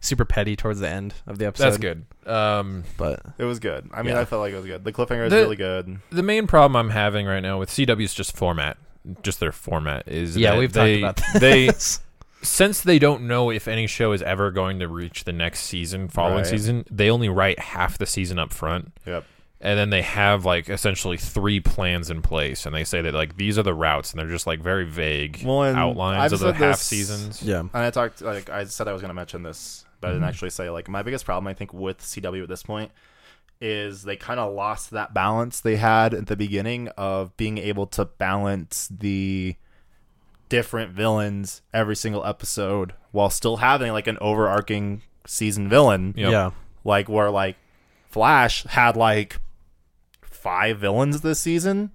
E: super petty towards the end of the episode.
D: That's good. Um,
E: But
A: It was good. I mean,
E: Yeah.
A: I felt like it was good. The cliffhanger is
D: The-
A: really good.
D: the main problem I'm having right now with CW's just format, just their format is
E: Yeah,
D: that
E: we've talked
D: they,
E: about
D: they
E: this.
D: since they don't know if any show is ever going to reach the next season, following
A: Right.
D: season, they only write half the season up front.
A: Yep.
D: And then they have like essentially three plans in place, and they say that like these are the routes, and they're just like very vague
A: Well, and
D: outlines
A: I've
D: of the
A: said
D: half
A: this-
D: seasons.
E: yeah.
A: And I talked like I said I was gonna mention this, but I didn't actually say like my biggest problem I think with CW at this point is they kind of lost that balance they had at the beginning of being able to balance the different villains every single episode while still having like an overarching season villain
D: Yep.
E: Yeah.
A: like where like Flash had like five villains this season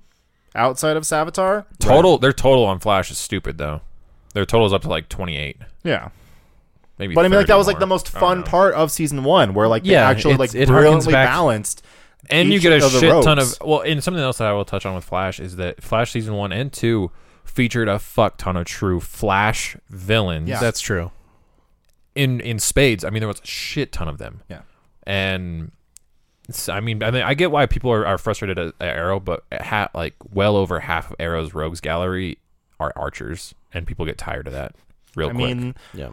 A: outside of Savitar.
D: Total, their total on Flash is stupid though. Their total's up to like 28,
A: Yeah.
D: maybe.
A: But I mean, like
D: 30
A: that was
D: more. Oh,
A: like the most
D: I don't
A: fun
D: know.
A: part of season one, where like
E: Yeah,
A: they actually
E: it's-
A: like
E: it harkens
A: brilliantly
E: back-
A: balanced.
D: and you
A: each
D: get a
A: of the
D: shit ton of
A: roads.
D: well and something else that i will touch on with flash is that flash season one and two featured a fuck ton of true flash villains
A: Yeah.
E: That's true.
D: in in spades i mean there was a shit ton of them
A: Yeah.
D: and it's- i mean i mean i get why people are, are frustrated at, at arrow but ha- like well over half of arrow's rogues gallery are archers and people get tired of that real
A: I
D: quick
A: mean,
E: Yeah.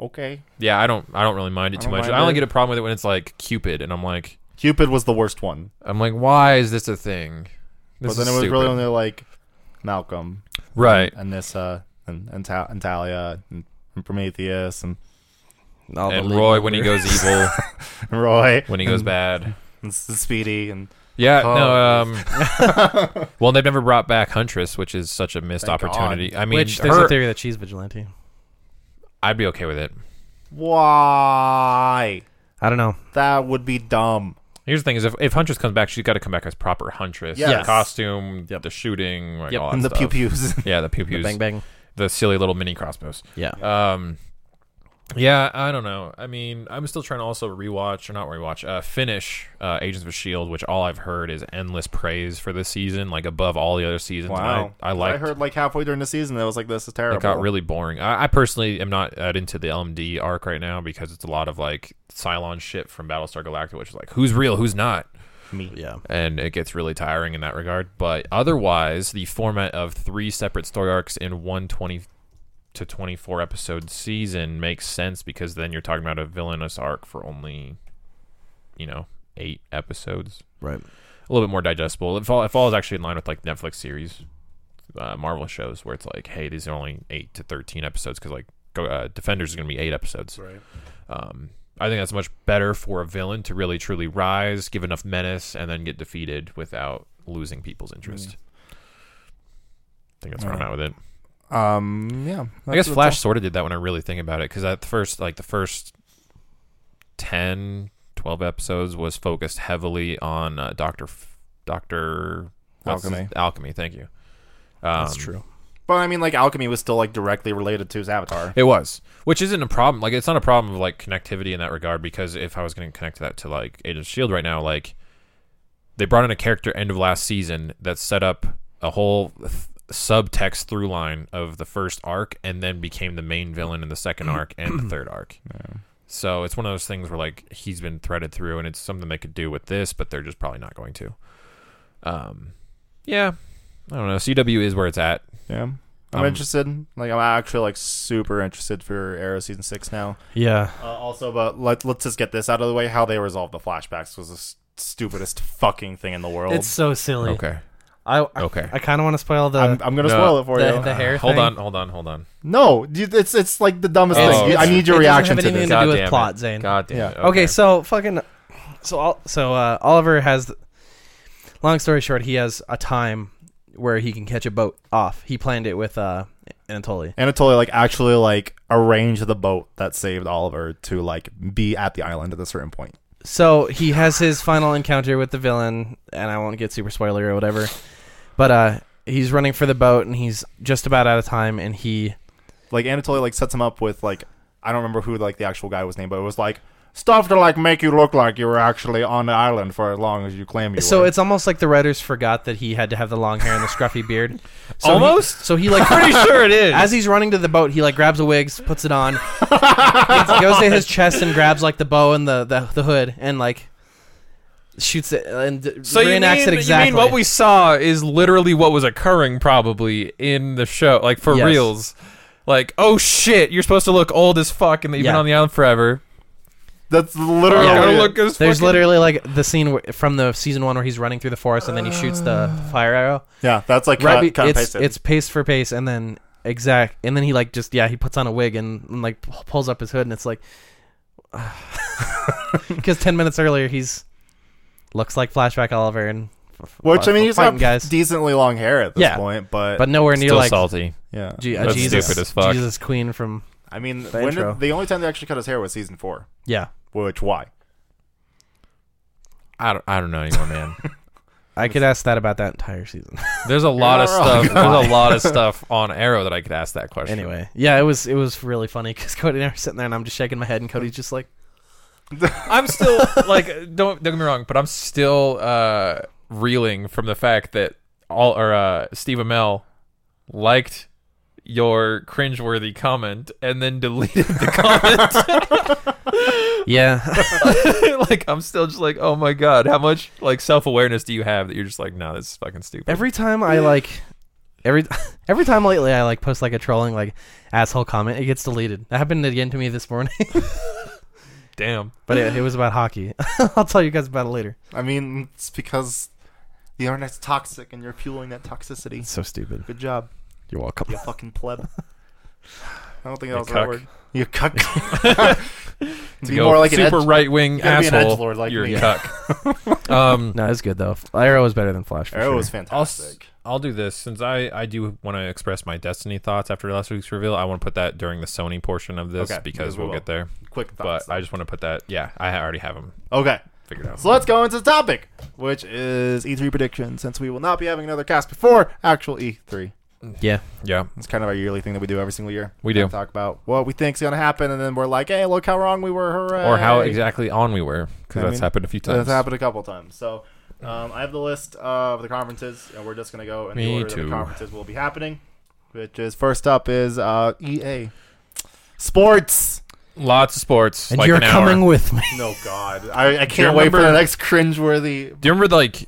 A: okay,
D: yeah i don't i don't really mind it
A: I
D: too
A: don't
D: much
A: mind
D: i only
A: it.
D: get a problem with it when it's like cupid and i'm like
A: Cupid was the worst one,
D: i'm like why is this a thing
A: but
D: This is
A: then it was really
D: stupid.
A: only like Malcolm,
D: right
A: and Nissa, and and, Ta- and Talia, and, and Prometheus, and,
E: All the
D: and
E: league
D: Roy when he
E: members.
D: goes evil,
A: and Roy,
D: when he goes bad.
A: and, S- Speedy, and
D: Yeah,
A: Oh.
D: no. Um, well, they've never brought back Huntress, which is such a missed
A: Thank
D: opportunity. I mean,
E: which there's
D: her,
E: a theory that she's vigilante.
D: I'd be okay with it.
A: why?
E: I don't know.
A: That would be dumb.
D: Here's the thing: is if, if Huntress comes back, she's got to come back as proper Huntress.
A: Yes.
D: The costume,
E: Yep.
D: the shooting, like
E: Yep.
D: all that
A: And the
D: stuff.
A: pew pews.
D: Yeah, the pew pews,
E: Bang
D: the,
E: bang.
D: silly little mini crossbows.
E: Yeah.
D: Um, yeah, I don't know. I mean, I'm still trying to also rewatch or not rewatch, uh, finish uh, Agents of Shield, which all I've heard is endless praise for this season, like above all the other seasons. and
A: Wow,
D: I, I like.
A: I heard like halfway during the season, I was like, "This is terrible."
D: It got really boring. I, I personally am not uh, into the LMD arc right now because it's a lot of like Cylon shit from Battlestar Galactica, which is like who's real, who's not,
E: Yeah.
D: and it gets really tiring in that regard. But otherwise, the format of three separate story arcs in one twenty to twenty four episode season makes sense because then you're talking about a villainous arc for only, you know, eight episodes.
E: Right.
D: A little bit more digestible. It, fall, it falls actually in line with like Netflix series uh, Marvel shows where it's like, hey, these are only eight to thirteen episodes because like go- uh, Defenders is going to be eight episodes.
A: Right.
D: Um, I think that's much better for a villain to really truly rise, give enough menace, and then get defeated without losing people's interest. I think that's where I'm
A: Yeah.
D: at with it.
A: Um, yeah.
D: I guess Flash sort of did that when I really think about it because at the first, like the first 10, 12 episodes was focused heavily on uh, Doctor F- Doctor what's his-
A: Alchemy.
D: Alchemy, thank you. Um,
E: That's true.
A: But I mean, like alchemy was still like directly related to his avatar.
D: It was, which isn't a problem. Like it's not a problem of like connectivity in that regard because if I was going to connect that to like Agent of Shield E right now, like they brought in a character end of last season that set up a whole th- subtext through line of the first arc and then became the main villain in the second arc and the third arc. So it's one of those things where like he's been threaded through and it's something they could do with this, but they're just probably not going to. Um, yeah, I don't know. CW is where it's at.
A: Yeah. I'm
D: Um,
A: interested. Like I'm actually like super interested for Arrow season six now.
E: Yeah.
A: Uh, also, but let let's just get this out of the way. How they resolved the flashbacks was the s- stupidest fucking thing in the world.
B: It's so silly.
D: Okay.
E: I I,
D: Okay.
E: I kind of want to spoil the
A: I'm, I'm
D: No.
A: gonna spoil it for
E: the,
A: you.
E: the hair.
D: Hold
E: thing.
D: on, hold on, hold on.
A: no, you- it's it's like the dumbest
D: Oh,
A: thing. You- I
D: okay.
A: need your
E: It doesn't
A: reaction
E: have
A: to
E: anything
A: this.
E: to do with
D: damn
E: plot,
D: it.
E: Zane.
D: God damn
A: Yeah.
D: it.
E: Okay. so fucking, so Ol- so uh, Oliver has. Long story short, he has a time where he can catch a boat off. He planned it with uh, Anatoly.
A: Anatoly like actually like arranged the boat that saved Oliver to like be at the island at a certain point.
E: So he has his final encounter with the villain, and I won't get super spoiler or whatever. But uh, he's running for the boat, and he's just about out of time, and he
A: Like Anatoly like sets him up with like I don't remember who like the actual guy was named, but it was like stuff to like make you look like you were actually on the island for as long as you claim you
E: So
A: were.
E: it's almost like the writers forgot that he had to have the long hair and the scruffy beard. So he-
D: Almost?
E: so he like
D: Pretty sure it is.
E: as he's running to the boat, he like grabs a wig, puts it on, it goes to his chest and grabs like the bow and the the, the hood and like shoots it and
D: so you mean,
E: reenacts it exactly.
D: you mean what we saw is literally what was occurring probably in the show, like for
E: Yes.
D: reals. Like, oh shit, you're supposed to look old as fuck and that you've been
E: Yeah.
D: on the island forever.
A: that's literally
D: You're gonna
A: it.
D: look as
E: There's
D: fucking-
E: literally like the scene wh- from the season one where he's running through the forest and then he shoots the fire arrow.
A: yeah, that's like cut,
E: Right, be-
A: cut and
E: it's
A: pasted.
E: it's pace for pace and then exact and then he like just yeah he puts on a wig and, and like p- pulls up his hood and it's like because ten minutes earlier he's looks like flashback Oliver and f-
A: which I
E: f-
A: mean he's
E: fighting
A: got
E: guys
A: decently long hair at this
E: Yeah.
A: point, but,
E: but nowhere near
D: still
E: like
D: salty.
A: yeah,
E: G- uh,
D: That's
E: Jesus
D: stupid as fuck.
E: Jesus Queen from
A: I mean when
E: intro.
A: did, the only time they actually cut his hair was season four,
E: yeah
A: which why
D: I don't, I don't know anymore, man.
E: I could ask that about that entire season
D: There's a lot of
A: not wrong.
D: stuff. There's a lot of stuff on Arrow that I could ask that question.
E: anyway yeah it was it was really funny because Cody and I were sitting there and I'm just shaking my head and Cody's just like
D: I'm still like don't don't get me wrong, but I'm still uh, reeling from the fact that all or uh, Steve Amell liked your cringeworthy comment and then deleted the comment.
E: yeah
D: like I'm still just like, oh my god, how much like self awareness do you have that you're just like, no, this is fucking stupid.
E: every time I like every every time lately I like post like a trolling like asshole comment it gets deleted that happened again to me this morning
D: Damn.
E: but it, it was about hockey I'll tell you guys about it later
A: I mean it's because the internet's toxic and you're fueling that toxicity.
E: so stupid
A: Good job.
E: you're welcome
A: You fucking pleb. I don't think that
D: You
A: was the right
D: cuck.
A: word. You cuck.
D: To
A: Be
D: go
A: more like an
D: super
A: edge-
D: right wing
A: gotta be an
D: asshole.
A: edgelord like
D: you're
A: me.
D: a cuck. um,
E: no it's good though Arrow was better than Flash for
A: Arrow
E: sure.
A: was fantastic.
D: I'll do this since I, I do want to express my Destiny thoughts after last week's reveal. I want to put that during the Sony portion of this
A: Okay,
D: because
A: because
D: we'll
A: we'll-
D: get there.
A: Quick
D: But
A: thoughts.
D: I just want to put that. Yeah, I already have them
A: okay,
D: figured out.
A: so let's go into the topic, which is E3 predictions. Since we will not be having another cast before actual E3,
E: yeah
D: Yeah,
A: it's kind of our yearly thing that we do every single year.
D: we do.
A: Talk about what we think's gonna happen, and then we're like, "Hey, look how wrong we were!" Hooray!
D: Or how exactly on we were because
A: I
D: that's
A: mean,
D: happened a few times.
A: That's happened a couple times. So um, I have the list of the conferences, and we're just gonna go in
D: Me
A: the order that
D: too.
A: the conferences will be happening. Which is first up is uh, EA Sports.
D: Lots of sports.
E: and
D: like
E: you're
D: an hour.
E: coming with me
A: No God, I, I
D: you
A: can't wait for
D: remember-
A: the next cringeworthy
D: Do you remember like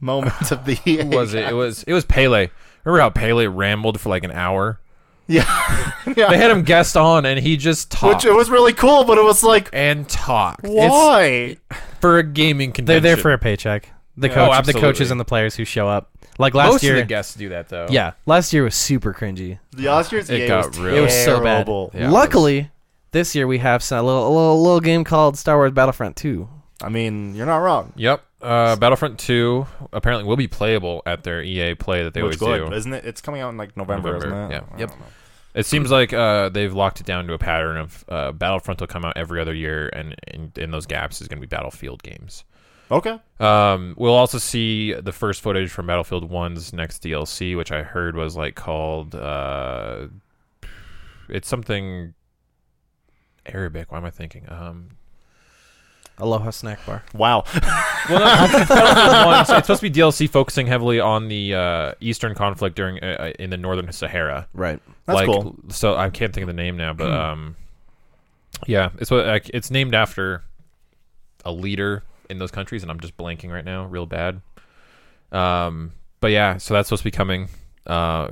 A: moment of the E EA.
D: who was it?
A: guy.
D: It was it was Pele. Remember how Pele rambled for like an hour?
A: yeah,
D: They
A: yeah.
D: had him guest on and he just talked
A: Which it was really cool, but it was like,
D: and talked. It's
A: why?
D: for a gaming
E: they're
D: convention.
E: there for a paycheck the
D: Yeah.
E: coach
D: Oh,
E: the
D: absolutely.
E: coaches and the players who show up like last
D: Most
E: year
D: of the guests do that though.
E: yeah last year was super cringy
A: The Oscars
D: It
A: EA
D: got
A: was
D: real-
E: It was so bad.
A: terrible.
D: Yeah, it
E: Luckily, this year we have some, a, little, a little little game called Star Wars Battlefront 2.
A: I mean, you're not wrong.
D: Yep. Uh, Battlefront 2 apparently will be playable at their EA play that they
A: Which
D: always
A: good,
D: do.
A: isn't it? It's coming out in like November,
D: November,
A: isn't it?
D: yeah.
A: I
D: Yep.
A: don't know.
D: It seems like uh, they've locked it down to a pattern of uh, Battlefront will come out every other year, and in, in those gaps is going to be Battlefield games.
A: Okay.
D: Um, we'll also see the first footage from Battlefield 1's next DLC, which I heard was like called. Uh, it's something Arabic. Why am I thinking? Um,
E: Aloha Snack Bar.
A: Wow.
D: Well, no, it's Battlefield 1, so it's supposed to be DLC focusing heavily on the uh, Eastern conflict during uh, in the northern Sahara.
E: Right.
A: That's
D: like,
A: cool.
D: So I can't think of the name now, but um, yeah, it's what like, it's named after a leader in those countries, and I'm just blanking right now, real bad. Um, but yeah, so that's supposed to be coming. Uh,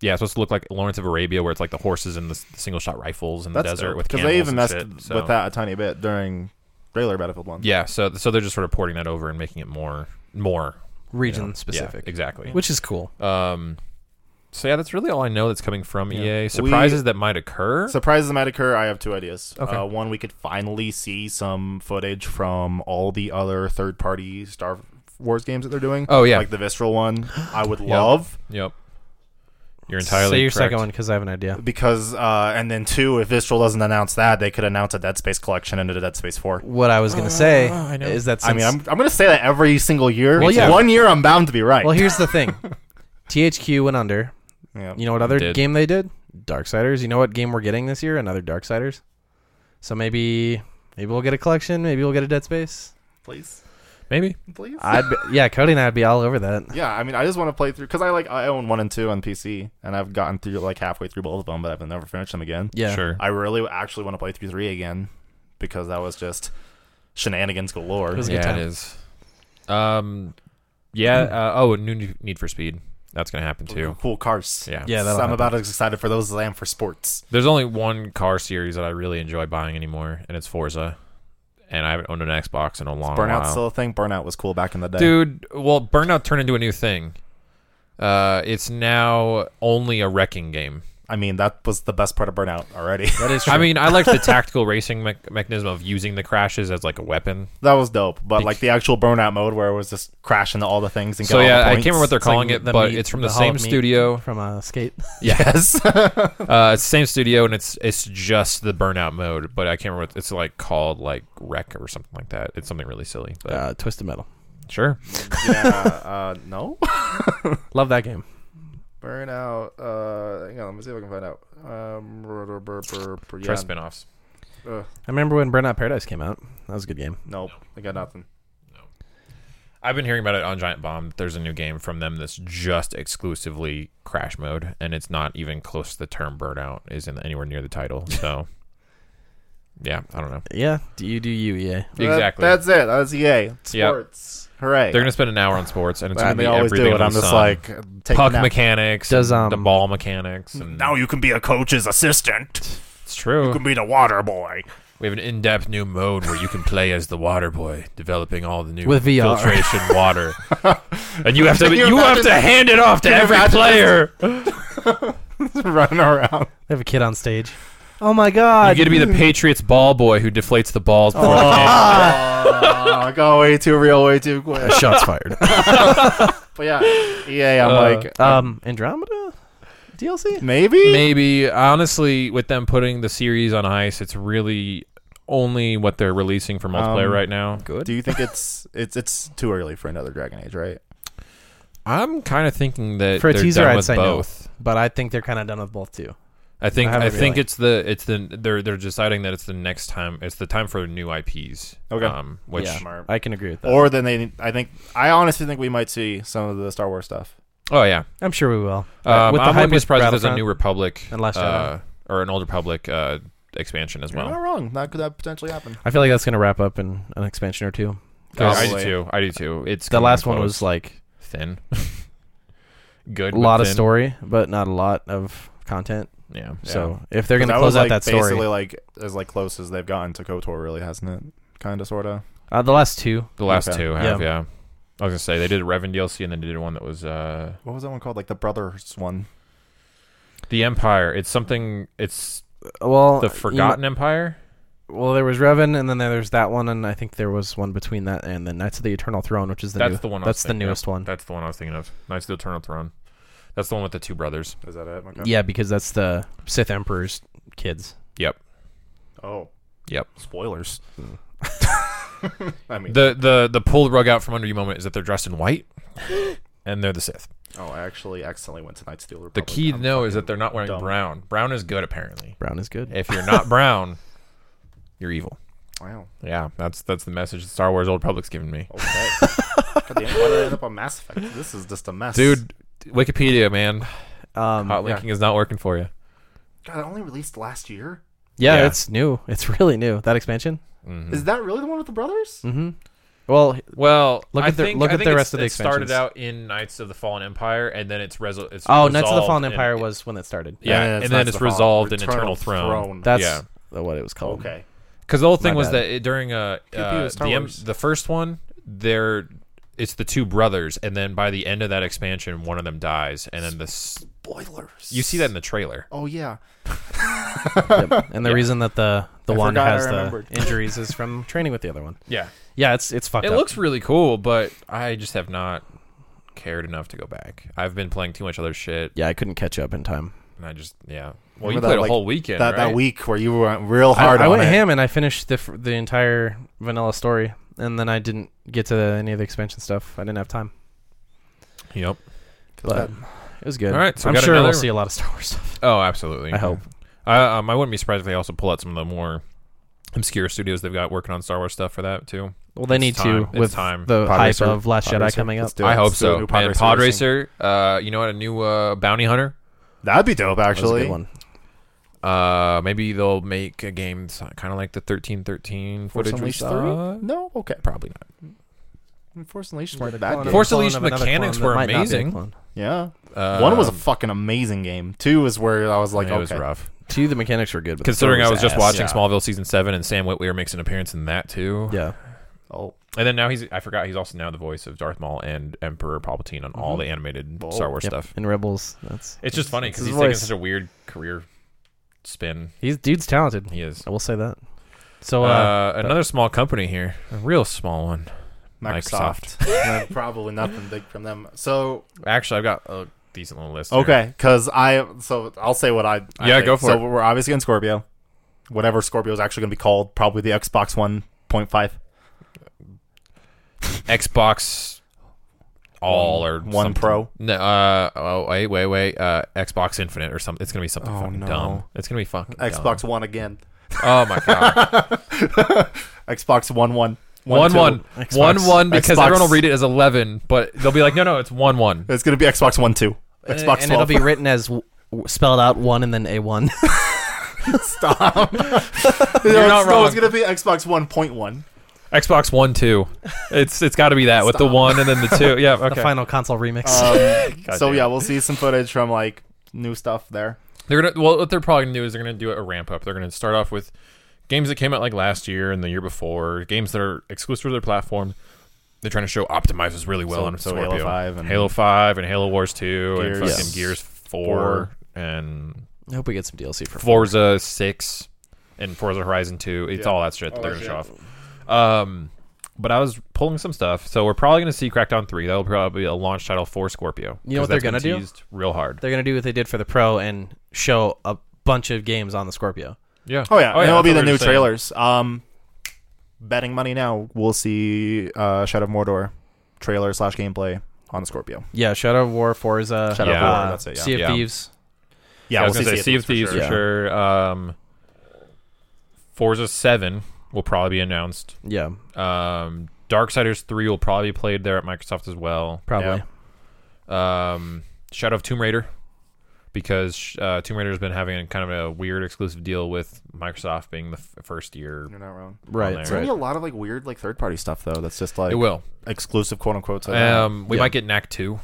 D: yeah, it's supposed to look like Lawrence of Arabia, where it's like the horses and the, single shot rifles in the
A: That's
D: desert
A: dope.
D: with camels
A: they even
D: and
A: messed
D: shit, so-
A: with that a tiny bit during regular Battlefield One.
D: Yeah, so so they're just sort of porting that over and making it more more you
E: Region
D: know, yeah,
E: specific.
D: exactly.
E: Which is cool.
D: Um, so yeah, that's really all I know that's coming from
A: Yeah.
D: EA.
A: We-
D: Surprises that might occur.
A: Surprises might occur. I have two ideas.
D: Okay.
A: Uh, one, we could finally see some footage from all the other third-party Star Wars games that they're doing.
D: Oh, yeah.
A: like the Visceral one. I would
D: Yep.
A: love.
D: yep. You're entirely
E: Say your
D: correct.
E: second one because I have an idea.
A: because uh, and then two, if Visceral doesn't announce that, they could announce a Dead Space collection and a Dead Space Four.
E: What I was gonna say
D: Uh, I know.
E: is that since,
A: I mean, I'm, I'm gonna say that every single year.
E: Well, yeah.
A: One year I'm bound to be right.
E: well, here's the thing. THQ went under.
A: yeah.
E: You know what other
D: Did.
E: game they did? Darksiders. You know what game we're getting this year? Another Darksiders. So maybe maybe we'll get a collection. Maybe we'll get a Dead Space.
A: Please,
D: Maybe.
A: please.
E: I'd be, yeah, Cody and I'd be all over that.
A: yeah, I mean, I just want to play through because I like I own one and two on PC, and I've gotten through like halfway through both of them, but I've never finished them again.
E: Yeah,
D: Sure.
A: I really actually want to play through three again because that was just shenanigans galore.
E: It was a
D: yeah,
E: good time.
D: it is. Um, yeah. Uh, oh, new Need- Need for Speed. That's gonna happen too.
A: Cool cars.
D: Yeah.
E: Yeah,
A: So
E: that'll
A: I'm
E: happen.
A: about as excited for those as I am for sports.
D: There's only one car series that I really enjoy buying anymore, and it's Forza. And I haven't owned an Xbox in a long
A: Burnout's
D: while.
A: still a thing. Burnout was cool back in the day.
D: Oh, Dude, well, Burnout turned into a new thing. Uh, it's now only a wrecking game.
A: I mean, that was the best part of Burnout already.
E: that is
D: I mean, I like the tactical racing me- mechanism of using the crashes as like a weapon.
A: that was dope. But like the actual Burnout mode where it was just crashing into all the things and
D: So
A: get all
D: yeah,
A: the
D: I
A: points.
D: can't remember what they're calling it, but it's from the, same studio.
E: from uh, Skate.
A: Yes.
D: Uh, it's the same studio, and it's it's just the Burnout mode. But I can't remember. What, it's like called like Wreck or something like that. It's something really silly. But
E: Uh, Twisted Metal.
D: sure,
A: yeah. Uh, no.
E: Love that game.
A: Burnout. Uh, hang on. Let me see if I can find out. Um, bur- bur- bur- bur- bur-
D: try
A: yeah,
D: spin-offs.
E: I remember when Burnout Paradise came out. That was a good game.
A: nope. I got nothing.
D: I've been hearing about it on Giant Bomb. There's a new game from them that's just exclusively crash mode, and it's not even close to the term burnout is in anywhere near the title. So, yeah, I don't know.
E: Yeah, do you do you E EA?
A: That-
D: Exactly.
A: that's it. That's EA.
D: Yep.
A: Sports. Hooray.
D: They're gonna spend an hour on sports, and it's
A: and
D: gonna
A: they
D: be
A: always
D: everything
A: do it.
D: under
A: I'm
D: the
A: just
D: sun.
A: like take
D: puck
A: a nap.
D: mechanics,
E: Does,
D: and the
E: um,
D: ball mechanics. And
A: Now you can be a coach's assistant.
D: it's true.
A: You can be the water boy.
D: We have an in-depth new mode where you can play as the water boy, developing all the new
E: With VR.
D: filtration water, and you have to
A: Can you
D: you, have
A: imagine-
D: to hand it off to
A: Can you
D: every
A: imagine
D: player.
A: Running around.
E: They have a kid on stage. Oh my god!
D: You get to be the Patriots ball boy who deflates the balls. Before the game.
A: Oh, I got way too real, way too quick.
E: shots fired.
A: But yeah, EA. I'm
D: Uh,
A: like
E: um, Andromeda DLC.
A: maybe.
D: Maybe honestly, with them putting the series on ice, it's really only what they're releasing for multiplayer
A: Um,
D: right now.
A: Do you think it's it's it's too early for another Dragon Age, right?
D: I'm kind of thinking that
E: For a
D: they're
E: teaser,
D: done
E: I'd
D: with
E: say no.
D: both.
E: But I think they're kind of done with both too.
D: I think
E: I
D: I,
E: have a
D: think
E: feeling.
D: it's the it's the they're they're deciding that it's the next time it's the time for new IPs.
A: Okay.
D: Um, which
E: Yeah.
A: Smart.
E: I can agree with that.
A: Or then they, I think, I honestly think we might see some of the Star Wars stuff.
D: oh yeah.
E: I'm sure we will.
D: Um,
E: With the
D: I'm
E: hype
D: wouldn't be
E: with
D: surprised if there's a
E: Battlefront
D: new Republic
E: and Last
D: uh, or an old Republic uh, expansion as
A: You're
D: well.
A: not wrong. That could that potentially happen.
E: I feel like that's gonna wrap up in an expansion or two.
D: Yeah, I do
A: Probably.
D: too. I do too. It's
E: The
D: coming
E: last one
D: close.
E: was like
D: thin. Good.
E: a
D: but
E: lot of
D: thin.
E: story, but not a lot of content.
D: Yeah.
E: So if they're gonna
A: That
E: close
A: was,
E: out
A: like,
E: that
A: Basically,
E: story,
A: like as like close as they've gotten to Kotor, really, hasn't it? Kind of, sort of.
E: uh, the last two.
D: The last
A: Okay.
D: two have yeah. I was gonna say they did a Revan DLC and then they did one that was uh,
A: What was that one called? Like the Brothers one.
D: the Empire. It's something. It's
E: uh, Well,
D: the
E: you
D: Forgotten Empire.
E: mi- well, there was Revan, and then there's that one, and I think there was one between that and then Knights of the Eternal Throne, which is the
D: that's
E: new-
D: the one. I was
E: that's the
D: thinking of.
E: newest one.
D: That's the one I was thinking of. Knights of the Eternal Throne. That's the one with the two brothers.
A: Is that it? Okay.
E: Yeah, because that's the Sith Emperor's kids.
A: Oh.
D: Yep.
A: Spoilers. I mean.
D: The the the pull the rug out from under you moment is that they're dressed in white, and they're the Sith.
A: oh, I actually accidentally went to Knights of the Old
D: The
A: Republic.
D: key to
A: I'm
D: know is that
A: fucking
D: they're not wearing
A: dumb.
D: brown. Brown is good apparently.
E: Brown is good.
D: If you're not brown, you're evil.
A: Wow.
D: Yeah, that's that's the message that Star Wars Old Republic's giving me.
E: Oh,
A: Okay. God damn, why did I end up on Mass Effect? This is just a mess,
D: Dude, Wikipedia man, hot
E: Um, yeah,
D: linking is not working for you.
A: God, it only released last year.
E: Yeah,
D: Yeah.
E: it's new. It's really new. That expansion.
D: Mhm.
A: Is that really the one with the brothers?
E: Mm-hmm. Well,
D: Well,
E: Look
D: I
E: at the-
D: think,
E: look
D: I
E: at
D: think
E: the
D: it's-
E: rest of the
D: it started
E: expansions.
D: out in Knights of the Fallen Empire, and then it's resolved.
E: oh, Knights of the Fallen Empire was when it started.
D: Yeah,
A: And then it's
D: and then
A: Knights
D: it's
A: of the Fallen-
D: resolved in
A: Eternal
D: Eternal Throne.
A: Throne.
E: That's
D: Yeah.
E: the- what it was called.
A: Okay.
D: Because the whole thing
E: My
D: was
E: bad.
D: that it, during uh,
A: Pew,
D: uh,
A: pew, Star
D: the, em-
A: Wars.
D: the first one, they're it's the two brothers, and then by the end of that expansion, one of them dies, and then the s-
A: Spoilers.
D: you see that in the trailer.
A: Oh yeah.
E: Yep. And
D: Yeah.
E: the reason that the the
A: I
E: one
A: forgot I
E: has the
A: remembered.
E: injuries is from training with the other one.
D: Yeah,
E: Yeah, it's it's fucked
D: it
E: up.
D: looks really cool, but I just have not cared enough to go back. I've been playing too much other shit,
E: Yeah, I couldn't catch up in time.
D: and I just yeah. Well,
A: Remember
D: you
A: that,
D: played a
A: like,
D: whole weekend,
A: that
D: right?
A: that week where you went real hard.
E: I, I
A: on
E: went
A: it.
E: ham and I finished the f- the entire vanilla story, and then I didn't get to any of the expansion stuff. I didn't have time,
D: Yep.
E: but it was good.
D: All right, so we
E: I'm
D: got
E: sure we'll
D: another-
E: see a lot of Star Wars stuff.
D: Oh, absolutely.
E: I hope.
D: I, um, I wouldn't be surprised if they also pull out some of the more obscure studios they've got working on Star Wars stuff for that too.
E: Well, they
D: It's
E: need
D: time. It's
E: to with
D: time.
E: the
A: Pod
E: hype
A: Racer.
E: of Last
A: Pod
E: Jedi
A: Racer.
E: coming up.
A: Let's do it.
D: I hope
A: Let's do a
D: so.
A: new
D: Pod and Pod
A: racing.
D: Racer, uh, you know what? A new uh, bounty hunter.
A: That'd be dope,
E: That was a
A: actually.
E: good one.
D: Uh, maybe they'll make a game kind of like the thirteen thirteen
A: Force
D: footage we
A: Unleashed
D: saw.
A: three? No, okay.
D: Probably not.
A: Force Unleashed
B: Like
A: weren't that
B: Clone
A: good.
B: of-
D: Force
B: Clone
D: Unleashed
B: of another
D: mechanics
B: clone
D: were
B: that
E: Might not be a
D: amazing.
E: clone.
A: yeah,
D: Uh,
A: one was a fucking amazing game. Two is where Um, I was like,
D: yeah, it was
A: okay,
D: rough.
E: Two, the mechanics were good. but the
D: Considering
E: story
D: I was just
E: ass.
D: watching
A: Yeah.
D: Smallville season seven, and Sam Witwer makes an appearance in that too.
E: Yeah.
A: oh,
D: And then now he's—I forgot—he's also now the voice of Darth Maul and Emperor Palpatine on
A: Mm-hmm.
D: all the animated
A: Whoa.
D: Star Wars
E: Yep.
D: stuff.
E: in Rebels. That's
D: It's just funny
E: it's
D: because
E: his
D: he's taking
E: voice.
D: such a weird career spin.
E: he's dude's talented.
D: He is.
E: I will say that. So
D: Uh,
A: Oh,
E: uh,
D: another small company here, a real small one.
A: Microsoft. Uh, Probably nothing big from them. So
D: Actually, I've got a decent little list. here.
A: okay, because I so I'll say what I, I
D: Yeah,
A: think.
D: go for
A: so
D: it.
A: we're obviously in Scorpio, whatever Scorpio is actually going to be called. Probably the Xbox One point five.
D: Xbox All
A: One-
D: or
A: One
D: something.
A: Pro?
D: No, uh, oh wait, wait, wait. Uh, Xbox Infinite or something. It's gonna be something
A: Oh,
D: fucking
A: no.
D: dumb. It's gonna be fucking
A: Xbox
D: dumb.
A: One again.
D: Oh my god.
A: Xbox One One.
D: one
A: two.
D: one
E: Xbox-
D: one one because
A: Xbox-
D: everyone will read it as eleven, but they'll be like, no, no, it's one one.
A: It's going to be Xbox One Two.
D: Eh,
E: and,
A: Xbox
E: and it'll
A: 12.
E: be written as w- w- spelled out one and then a one.
A: Stop.
D: You're
A: No,
D: not
A: it's- No,
D: wrong.
A: it's going to be Xbox One Point One.
D: Xbox One two. It's it's got to be that with the
A: Stop.
D: one and then the two. Yeah. Okay.
E: The final console remix.
A: Um,
D: God
A: so
D: damn.
A: yeah, we'll see some footage from like new stuff there.
D: They're gonna well, what they're probably gonna do is they're gonna do a ramp up. They're gonna start off with games that came out like last year and the year before, games that are exclusive to their platform. They're trying to show optimizes really well
A: So-
D: on
A: so
D: Scorpio.
A: Halo 5 and-
D: Halo Five and Halo Wars Two
A: Gears.
D: and fucking
E: Yes.
D: Gears
A: Four.
D: Four and
E: I hope we get some DLC for
D: Forza Six and Forza Horizon Two. It's
A: Yeah.
D: all that shit that
A: All
D: they're
A: that
D: gonna show off. Um, but I was pulling some stuff, so we're probably gonna see Crackdown Three. That'll probably be a launch title for Scorpio.
E: You know what
D: 'cause that's
E: they're
D: been
E: gonna do?
D: teased Real hard.
E: They're gonna do what they did for the Pro and show a bunch of games on the Scorpio.
D: Yeah.
A: Oh yeah, and it'll
D: that's
A: be
D: what
A: the
D: we were
A: new
D: saying.
A: trailers. Um, betting money now. We'll see uh, Shadow of Mordor trailer slash gameplay on the Scorpio.
E: Yeah, Shadow of War, Forza,
A: Shadow
D: of War,
E: uh,
A: that's it, yeah.
E: Sea of
D: Yeah.
E: Thieves.
A: Yeah,
D: I
A: we'll
D: was gonna
A: see
D: say Sea of Thieves for
E: sure.
D: sure. Um, Forza Seven will probably be announced.
E: Yeah,
D: Um, Darksiders Three will probably be played there at Microsoft as well.
E: probably.
D: Um, Shadow of Tomb Raider, because uh, Tomb Raider has been having a, kind of a weird exclusive deal with Microsoft being the f- first year.
A: You're not wrong.
E: Right,
D: It's
A: There's
D: gonna
A: gonna
E: right.
A: be a lot of like weird like third party stuff though. That's just like
D: it will.
A: exclusive quote unquote. To that.
D: Um, we
E: Yeah.
D: might get Knack Two.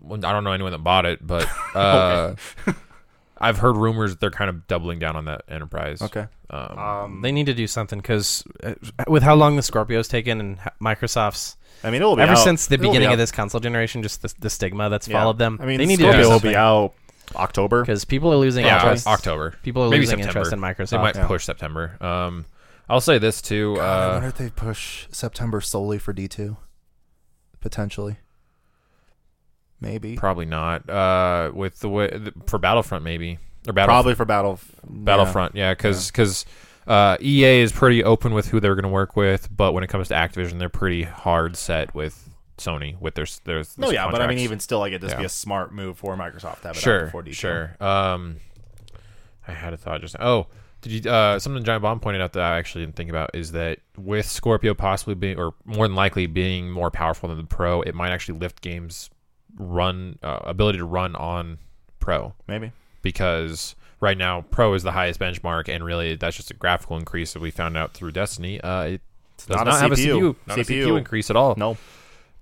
D: Well, I don't know anyone that bought it, but uh, I've heard rumors that they're kind of doubling down on that enterprise.
A: okay.
D: Um,
A: Um,
E: They need to do something because with how long the Scorpio's taken and ho- Microsoft's
A: I mean, it'll be
E: ever
A: out.
E: since the
A: It'll be
E: beginning
A: out.
E: of this console generation, just the, the stigma that's
A: Yeah.
E: followed them.
A: I mean,
E: they need
A: Scorpio
E: to do
A: will be out October.
E: because people are losing
D: yeah,
E: interest.
D: October.
E: People are
D: Maybe
E: losing
D: September.
E: interest in
D: They
E: Microsoft.
D: might
A: Yeah.
D: push September. Um, I'll say this too.
A: I wonder
D: Uh,
A: if they push September solely for D two, potentially. Maybe.
D: probably not. Uh, with the way th- for Battlefront maybe or Battle
A: Probably for Battle
D: Battlefront, yeah, because uh, EA is pretty open with who they're going to work with, but when it comes to Activision, they're pretty hard set with Sony with their s- their. s-
A: No, yeah, but I mean,
D: contracts.
A: even still, like it'd just be
D: Yeah.
A: a smart move for Microsoft to have it out
D: sure,
A: before D2.
D: sure. Um, I had a thought just. Oh, did you? Uh, something Giant Bomb pointed out that I actually didn't think about is that with Scorpio possibly being, or more than likely being more powerful than the Pro, it might actually lift games run uh, ability to run on Pro
A: Maybe.
D: because right now Pro is the highest benchmark, and really that's just a graphical increase that we found out through Destiny. Uh, it does
A: not
D: not,
A: a
D: have
A: CPU.
D: a CPU, not a
A: CPU.
D: CPU increase at all,
A: No.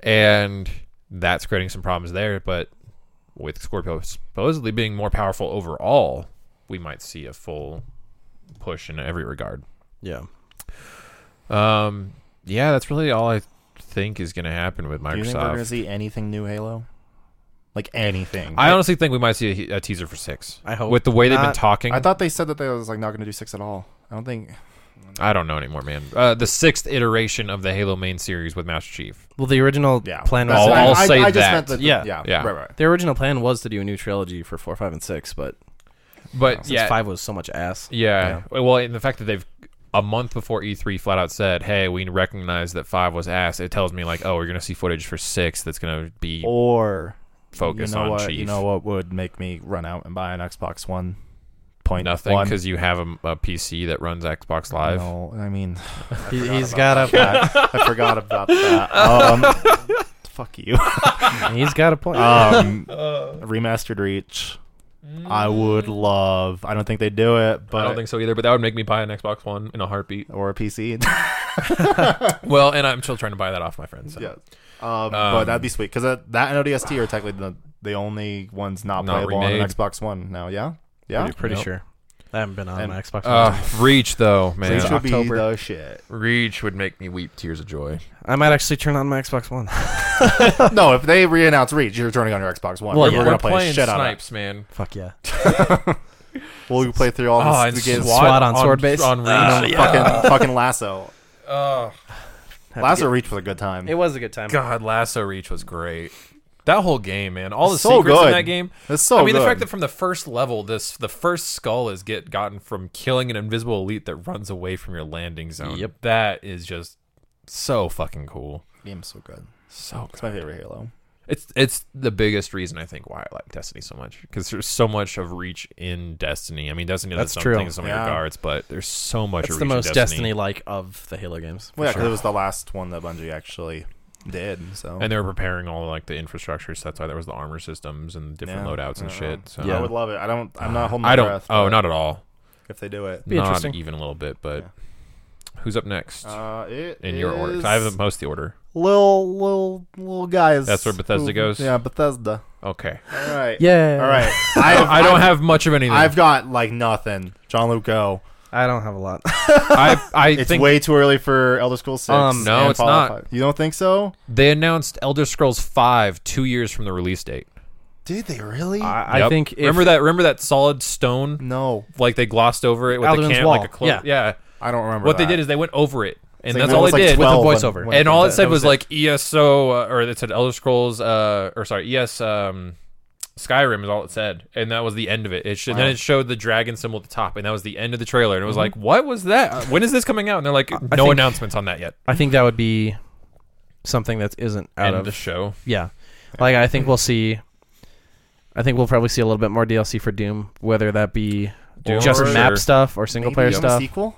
D: and that's creating some problems there. But with Scorpio supposedly being more powerful overall, we might see a full push in every regard.
E: yeah.
D: Um, yeah, that's really all I think is going to happen with
A: Do you think we're going to
D: Microsoft.
A: see anything new Halo? Like anything?
D: I honestly think we might see a, a teaser for six.
E: I hope
D: with the way they've been
E: not.
D: talking.
A: I thought they said that they was like not going to do six at all. I don't think.
D: I don't know anymore, man. Uh, the sixth iteration of the Halo main series with Master Chief.
E: Well, the original
A: Yeah.
E: plan was
A: that's-
D: I'll-
A: I-
E: to do-
D: I'll
A: I-
D: say
A: I just
D: that.
A: meant the-
E: Yeah.
A: yeah.
D: Yeah.
A: Right. Right.
E: the original plan was to do a new trilogy for four, five, and six, but
D: But
E: since
D: yeah,
E: five was so much ass.
D: yeah, Well, and the fact that they've a month before E3 flat out said, "Hey, we recognize that five was ass." It tells me like, oh, we're gonna see footage for six that's gonna be
A: Or
D: focused
A: you Oh, know
D: on
A: what?
D: Chief.
A: You know what would make me run out and buy an Xbox One? Point
D: Nothing
A: one.
D: because you have a, a PC that runs Xbox Live.
A: No, I mean,
E: He,
A: forgot
E: he's
A: about
E: got a
A: that. I forgot about that. Um, fuck you.
E: he's got a point.
A: Um,
D: Uh.
A: remastered Reach. I would love. I don't think they do it, but
D: Mm. I don't think so either. But that would make me buy an Xbox One in a heartbeat.
A: or a Um, PC.
D: Well, and I'm still trying to buy that off my friends. So.
A: yeah. Um, but that'd be sweet because that, that and ODST are technically the, the only ones not,
D: Not
A: playable on an
D: remade.
A: Xbox One now. Yeah, yeah.
E: pretty pretty
D: Nope.
E: sure. I haven't been on
A: And-
E: my Xbox.
D: Uh,
E: One.
D: Reach though, man.
A: Reach
E: Reach
A: would
E: would
A: be
E: October.
A: the shit.
D: Reach would make me weep tears of joy.
E: I might actually turn on my Xbox One.
A: no, if they re-announce Reach, you're turning on your Xbox One.
E: Well,
A: We're-
E: yeah.
A: we're gonna
E: We're
A: play the shit out of it.
D: snipes, man.
E: Fuck yeah.
A: Well, we play through all
D: Oh,
A: the
D: and
A: the games.
E: SWAT on sword base.
D: On Reach.
A: You know, fucking, fucking lasso.
D: oh
E: Have to
A: Lasso Reach was a good time.
E: get- It was a good time.
D: God, Lasso Reach was great. That whole game, man. All the
A: So
D: secrets in
A: good.
D: that game.
A: It's so
D: I mean,
A: good.
D: the fact that from the first level, this the first skull is get gotten from killing an invisible elite that runs away from your landing zone.
E: Yep.
D: That is just so fucking cool.
A: game's so good.
D: So
A: It's my favorite Halo.
D: It's it's the biggest reason I think why I like Destiny so much because there's so much of Reach in Destiny. I mean, Destiny does
E: That's
D: some
E: true.
D: things in some
A: Yeah.
D: regards, but there's so much.
E: It's
D: of
E: the
D: Reach in
E: most
D: Destiny,
E: Destiny like of the Halo games. for
A: Well, yeah, 'cause
E: sure.
A: it was the last one that Bungie actually did. So
D: and they were preparing all like the infrastructure, so that's why there was the armor systems and different
A: Yeah.
D: loadouts and
A: I
D: shit.
A: don't
D: So
A: know. I would love it. Ah, I don't. I'm not holding.
D: I
A: my
D: don't.
A: Breath,
D: oh,
A: but
D: not at all.
A: if they do it.
E: Be
D: not
E: interesting.
D: even a little bit. But who's up next
A: Uh, it
D: in your order? 'Cause I have the most of the order.
A: little little little guys.
D: That's where Bethesda goes?
A: Yeah, Bethesda.
D: Okay.
A: All right.
E: Yeah.
A: All right. I have,
D: I don't have much of anything.
A: I've
D: I've,
A: got like nothing. John Luke Go.
E: I don't have a lot.
D: I,
A: It's
D: think
A: way too early for Elder Scrolls Six.
E: Um,
D: No,
A: and
D: it's
A: Fallout
D: not.
A: 5. You don't think so?
D: they announced Elder Scrolls Five two years from the release date.
A: Did they really?
E: I, I
D: Yep.
E: think. If,
D: remember that. Remember that solid stone
A: no,
D: like they glossed over it with
E: Alderman's
D: the cam,
E: Wall.
D: like a close.
E: Yeah.
D: Yeah.
A: I don't remember.
D: What they
A: that.
D: did is they went over it, and
A: It's like
D: that's
A: when
D: all
A: it was,
D: they
A: like,
D: did.
A: 12 when-
E: voiceover.
A: when it
D: and all
A: came
D: it
A: out.
D: said
A: That
D: was
A: it.
D: like ESO, uh, or it said Elder Scrolls, uh, or sorry, ES um, Skyrim is all it said, and that was the end of it. It should, then it showed the dragon symbol at the top, and that was the end of the trailer. And it was like, what was that? Uh, When is this coming out? And they're like, no
E: think-
D: announcements on that yet.
E: I think that would be something that isn't out
D: End
E: of
D: of the show.
E: Yeah. Like I think we'll see I think we'll probably see a little bit more DLC for Doom, whether that be
D: Doom
E: just
D: or-
E: map stuff or single
A: Maybe
E: player
A: a
E: stuff.
A: sequel.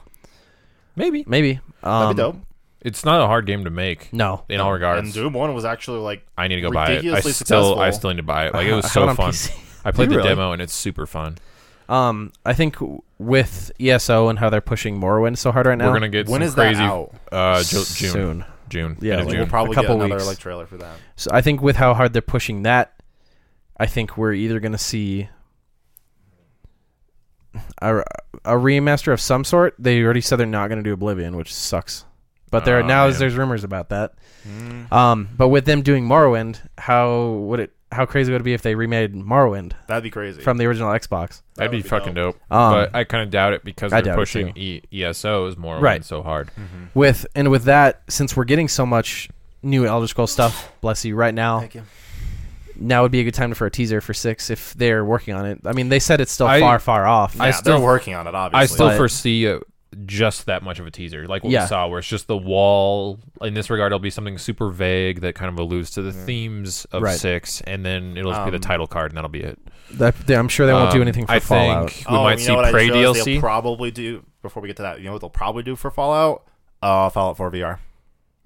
D: Maybe
E: Maybe.
A: That'd
E: Um,
A: be dope.
D: it's not a hard game to make
E: No.
D: in all
A: And
D: regards.
A: Doom One was actually like
D: I need to go buy it. I
A: ridiculously
D: still, I
A: successful.
D: still need to buy it. Like it
E: I
D: was
E: have
D: so
E: it on
D: fun.
E: PC.
D: I played
A: You
D: the
A: really?
D: demo and it's super fun.
E: Um I think w- with ESO and how they're pushing Morrowind so hard right now.
D: We're gonna get
A: when
D: some
A: is
D: crazy
A: that out?
D: Uh, Ju- June,
E: soon.
D: June,
E: Yeah,
D: end of
E: like,
D: June.
A: We'll probably
E: a couple
A: get another
E: weeks.
A: like trailer for that.
E: So I think with how hard they're pushing that, I think we're either going to see a, a remaster of some sort. They already said they're not going to do Oblivion, which sucks. But there
D: Oh,
E: now
D: man. Mm.
E: there's rumors about that. Um, but with them doing Morrowind, how would it? How crazy would it be if they remade Morrowind
A: That'd be crazy.
E: from the original Xbox?
D: That'd be,
A: would be
D: fucking dope.
E: Um,
D: but I kind of doubt it because
E: I
D: they're
E: doubt it,
D: pushing e- ESOs more
E: Right.
D: so hard.
A: Mm-hmm.
E: With and with that, since we're getting so much new Elder Scroll stuff, bless you, right now.
A: you.
E: Now would be a good time for a teaser for six if they're working on it. I mean, they said it's still
D: I-
E: far, far off.
A: Yeah,
D: I still,
A: they're working on it. Obviously,
D: I still
E: But-
D: foresee uh just that much of a teaser, like what
E: Yeah.
D: we saw, where it's just the wall. In this regard, it'll be something super vague that kind of alludes to the themes of
E: Right.
D: six, and then it'll just be
A: Mm-hmm. Um,
D: the title card, and that'll be it.
E: That, they- I'm sure they won't do
D: Um,
E: anything for
D: I
E: Fallout.
D: think we
A: Oh,
D: might
A: you know
D: see
A: what I
D: Prey
A: realized
D: DLC.
A: They'll probably do before we get to that. You know what they'll probably do for Fallout? Uh, Fallout 4 VR.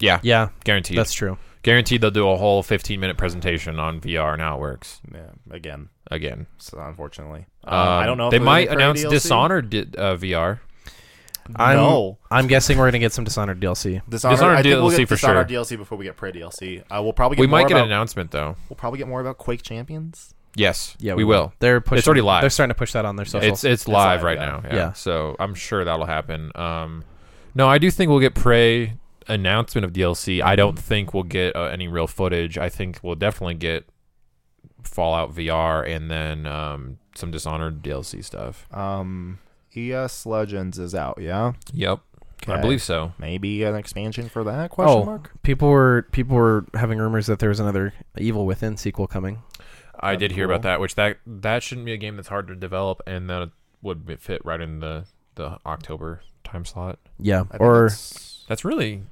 D: yeah,
E: yeah,
D: guaranteed.
E: that's true.
D: guaranteed. They'll do a whole fifteen-minute presentation on VR and how it works
A: Yeah, again,
D: again.
A: so unfortunately, uh,
D: Um,
A: I don't know. if
D: They
A: they'll do
D: might
A: Prey
D: announce
A: DLC.
D: Dishonored di- uh, VR.
E: I'm,
A: no,
E: I'm guessing we're gonna get some Dishonored DLC.
A: Dishonored,
D: Dishonored
A: I think we'll
D: DLC
A: get
D: for
A: Dishonored
D: sure.
A: DLC before we get Prey DLC. Uh, we'll probably get
D: We
A: more
D: might get
A: about,
D: an announcement though.
A: We'll probably get more about Quake Champions.
D: Yes,
E: Yeah,
D: we will.
E: They're pushing.
D: already live.
E: They're starting to push that on their
D: It's
E: socials.
D: it's live
A: live,
D: right
A: yeah.
D: now. Yeah.
E: Yeah.
D: So I'm sure that'll happen. Um, no, I do think we'll get Prey announcement of DLC. I don't think we'll get uh, any real footage. I think we'll definitely get Fallout VR and then um, some Dishonored DLC stuff.
A: Um, ES Legends E is out. Yeah,
D: Yep. I believe so.
A: Maybe an expansion for that question
E: Oh.
A: mark.
E: People were people were having rumors that there was another Evil Within sequel coming.
D: I
A: That'd
D: did
A: be
D: hear
A: cool.
D: about that, which that that shouldn't be a game that's hard to develop, and that would be- fit right in the the October time slot.
E: Yeah,
A: I think
E: or
A: it's-
D: That's really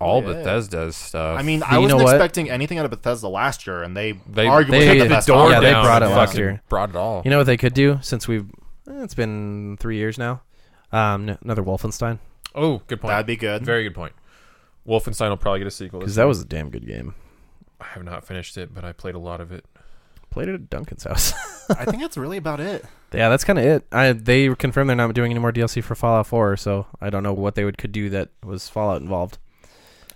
D: all
A: Yeah.
D: Bethesda's stuff.
A: I mean,
E: you
A: I
E: know
A: wasn't
E: what?
A: expecting anything out of Bethesda last year, and they,
D: they
A: arguably
D: they
A: had
D: kicked
A: the
D: the
A: best
D: door
E: Yeah,
A: offense.
E: they
D: down
E: brought it
D: and
E: last
D: fucking
E: year.
D: Brought it all.
E: you know what they could do since we've eh, it's been three years now. Um, n- another Wolfenstein
D: oh, good point.
A: That'd be good.
D: Very good point. Wolfenstein will probably get a sequel.
E: because
D: this
E: that
D: year.
E: was a damn good game.
D: I have not finished it, but I played a lot of it.
E: Played it at Duncan's house.
A: I think that's really about it.
E: yeah, that's kind of it. I they confirmed they're not doing any more DLC for Fallout 4, so I don't know what they would could do that was Fallout involved.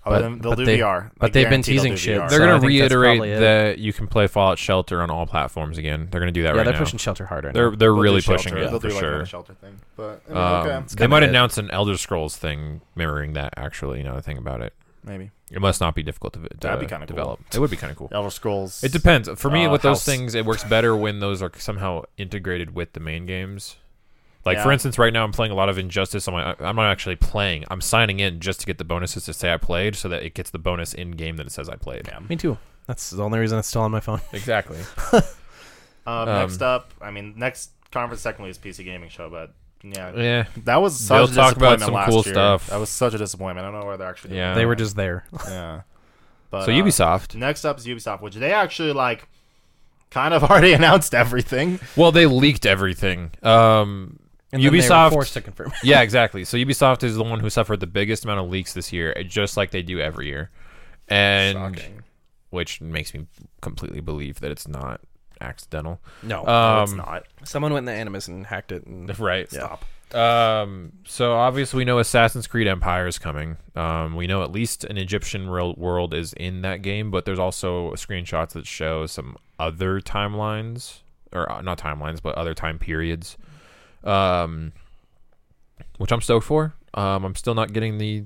A: Oh,
E: But-
A: then they'll
E: but
A: do
E: they-
A: VR. I
E: but they've been
A: guarantee they'll
E: teasing
A: do
E: shit.
A: VR.
D: They're
E: So I
D: gonna
E: think that's
D: reiterate
E: probably it.
D: that you can play Fallout Shelter on all platforms again. They're gonna do that
E: yeah,
D: right
E: they're
D: now.
E: pushing Shelter harder. now.
D: they're they're
A: They'll do
D: really
A: shelter.
D: pushing it
A: They'll
D: for
A: do like
D: sure.
A: another shelter thing, but I mean,
D: Um,
A: okay, it's
D: they
A: kinda
D: might
A: it.
D: announce an Elder Scrolls thing mirroring that. Actually, you know, the thing about it,
A: maybe
D: it must not be difficult to, to
A: That'd be kinda cool.
D: develop. It would be kind of cool.
A: Elder Scrolls.
D: It depends. For me,
A: Uh,
D: with those
A: house.
D: things, it works better when those are somehow integrated with the main games. Like for
A: Yeah.
D: instance, right now I'm playing a lot of Injustice. On my, uh, I'm not actually playing. I'm signing in just to get the bonuses to say I played, so that it gets the bonus in game that it says I played.
A: Yeah.
E: Me too. That's the only reason it's still on my phone.
D: Exactly.
A: Um,
D: Um,
A: next up, I mean, next conference technically is PC gaming show, but yeah,
D: yeah.
A: that was such
D: They'll
A: a
D: talk about
A: disappointment
D: some
A: last
D: cool
A: year.
D: stuff.
A: That was such a disappointment. I don't know where they're actually. doing
D: Yeah.
A: it.
E: they were just there.
A: yeah. But,
D: so
A: uh,
D: Ubisoft.
A: Next up is Ubisoft, which they actually like kind of already announced everything.
D: Well, they leaked everything. Um,
E: And then they were
D: Ubisoft
E: forced to confirm.
D: yeah, exactly. So Ubisoft is the one who suffered the biggest amount of leaks this year, just like they do every year, and which makes me completely believe that it's not accidental.
E: No,
D: Um,
A: it's not.
E: someone went in the Animus and hacked it. And
D: Right.
A: Stop.
D: Um, so obviously we know Assassin's Creed Empire is coming. Um, we know at least an Egyptian real world is in that game, but there's also screenshots that show some other timelines, or uh, not timelines, but other time periods. Um, which I'm stoked for. Um, I'm still not getting the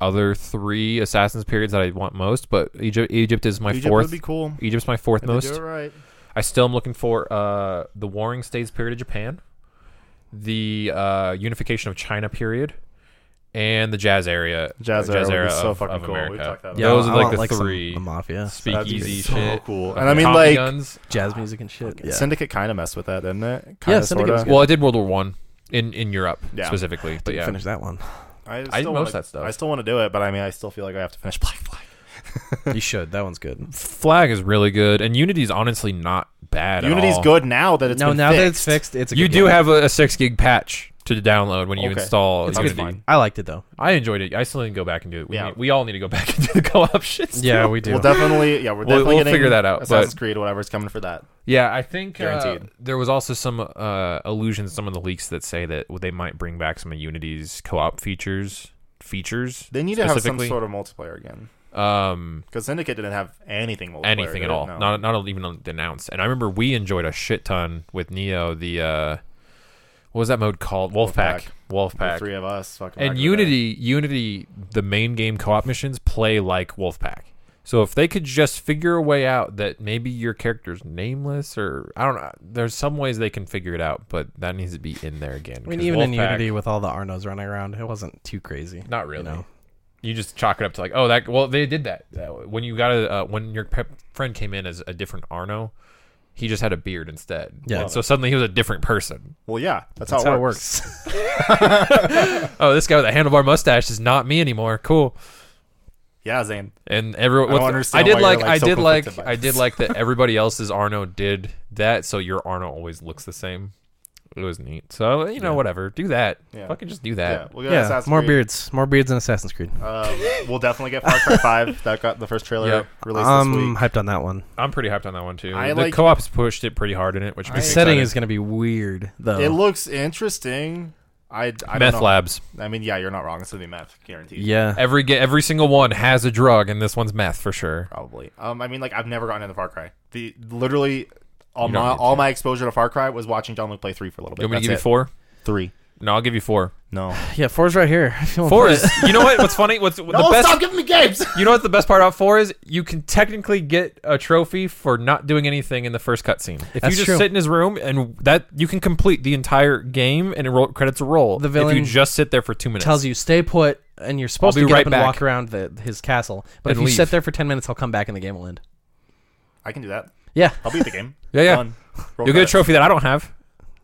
D: other three Assassin's periods that I want most, but Egypt, Egypt is my
A: Egypt
D: fourth.
A: would be cool.
D: Egypt's my fourth
A: If they
D: most.
A: do it right.
D: I still am looking for uh, the Warring States period of Japan, the uh, unification of China period, and the jazz area.
A: Jazz
D: or
A: era would be so
D: of,
A: fucking
D: of
A: cool. We
D: America.
A: talked that
D: Yeah,
A: about.
D: those
E: I
D: are like
E: want,
D: the
E: some-
D: three
E: the mafia,
A: That'd be
D: speakeasy
A: so
D: shit.
A: cool.
D: of
A: And I mean,
D: Tommy
A: like,
D: guns.
E: jazz music and shit. Yeah.
A: Syndicate kind of messed with that, didn't it? Kinda,
E: Yeah, Syndicate was
A: sorta.
E: good.
D: well, I did World War One in in Europe
A: Yeah.
D: specifically, but
E: Didn't
D: yeah,
E: finish that one.
A: I, still
D: I did
A: wanna,
D: most of that stuff.
A: I still want to do it, but I mean, I still feel like I have to finish Black Flag.
E: you should. That one's good.
D: Flag is really good, and Unity's honestly not bad. at
A: Unity's
D: all.
A: good now that it's
E: no,
A: been
E: now
A: fixed.
E: that it's fixed, it's a
D: You
E: good
D: do
E: game.
D: have a, a six gig patch to download when you
A: Okay.
D: install
A: It's
D: Unity.
A: fine.
E: I liked it though.
D: I enjoyed it. I still need to go back and do it. We,
A: Yeah.
D: need- we all need to go back and do the co-op shit. still.
E: Yeah, we do.
A: We'll definitely, yeah, we're
D: We'll-
A: definitely
D: we'll
A: getting
D: figure that out,
A: Assassin's
D: but-
A: Creed, whatever's coming for that.
D: Yeah, I think uh,
A: Guaranteed.
D: there was also some uh, allusions, some of the leaks that say that they might bring back some of Unity's co-op features. Features
A: They need to have some
D: specifically.
A: sort of multiplayer again
D: um,
A: because Syndicate didn't have anything multiplayer.
D: anything
A: did
D: at
A: it?
D: all,
A: No.
D: not not even announced. And I remember we enjoyed a shit ton with Neo. The uh, what was that mode called? Wolfpack. Wolfpack.
A: the three of us. Fucking back in
D: and
A: the day.
D: Unity, Unity, the main game co-op missions play like Wolfpack. So if they could just figure a way out that maybe your character's nameless, or I don't know, there's some ways they can figure it out, but that needs to be in there again.
E: I mean,
D: 'cause
E: even in
D: Wolfpack-
E: Unity with all the Arnos running around, it wasn't too crazy.
D: not really.
E: know.
D: You just chalk it up to like, oh, that. Well, they did that Uh, when you got a uh, when your pep friend came in as a different Arno. He just had a beard instead.
E: Yeah.
D: And so suddenly he was a different person.
A: Well, yeah, that's,
E: That's
A: how, it, works.
E: works.
D: Oh, this guy with a handlebar mustache is not me anymore. Cool.
A: Yeah, Zane.
D: and everyone.
A: I
D: what's- I,
A: don't understand
D: did
A: why you're,
D: like,
A: like,
D: I
A: so
D: did like,
A: conflicted by
D: I did
A: this.
D: like that. Everybody else's Arno did that, so your Arno always looks the same. It was neat. So you know, whatever. Do that.
A: Yeah.
D: Fucking just do
A: Yeah,
D: that.
A: we'll get
E: yeah,
A: Assassin's
E: more
A: Creed.
E: beards, more beards in Assassin's Creed.
A: Um, we'll definitely get Far Cry Five. That got the first trailer
D: Yep.
A: released this
E: I'm
A: week.
E: hyped on that one.
D: I'm pretty hyped on that one too.
A: I
D: the
A: like-
D: co-op's pushed it pretty hard in it, which
E: The
D: makes me
E: setting is
D: excited.
E: going to be weird though.
A: It looks interesting. I, I
D: meth
A: don't know.
D: labs.
A: I mean, yeah, you're not wrong. It's gonna be meth, guaranteed.
E: yeah,
D: Every ga- every single one has a drug, and this one's meth for sure.
A: probably. Um, I mean, like I've never gotten into Far Cry. The literally all
D: You don't
A: my
D: need
A: all
D: to.
A: my exposure to Far Cry was watching John Luke play three for a little bit.
D: You want me to
A: That's
D: give you
A: it.
D: four?
A: Three.
D: No, I'll give you four.
A: No.
E: Yeah, four's right here. If you wanna
D: Four
E: play
D: is.
E: it.
D: You know what? What's funny? What's the
A: no,
D: best?
A: Oh, stop giving me games.
D: You know what the best part about four is? You can technically get a trophy for not doing anything in the first cutscene. If
E: That's
D: you just
E: true.
D: sit in his room and that you can complete the entire game and roll, credits roll.
E: The
D: if you
E: villain
D: just sit there for two minutes.
E: tells you stay put, and you're supposed
D: I'll
E: to
D: be
E: get
D: right
E: up and
D: back.
E: walk around the, his castle. But
D: And
E: if you
D: leave.
E: sit there for ten minutes, I'll come back and the game will end.
A: I can do that.
E: Yeah.
A: I'll beat the game.
D: yeah, yeah.
A: Done.
D: You'll
A: Roll
D: get a
A: credits.
D: trophy that I don't have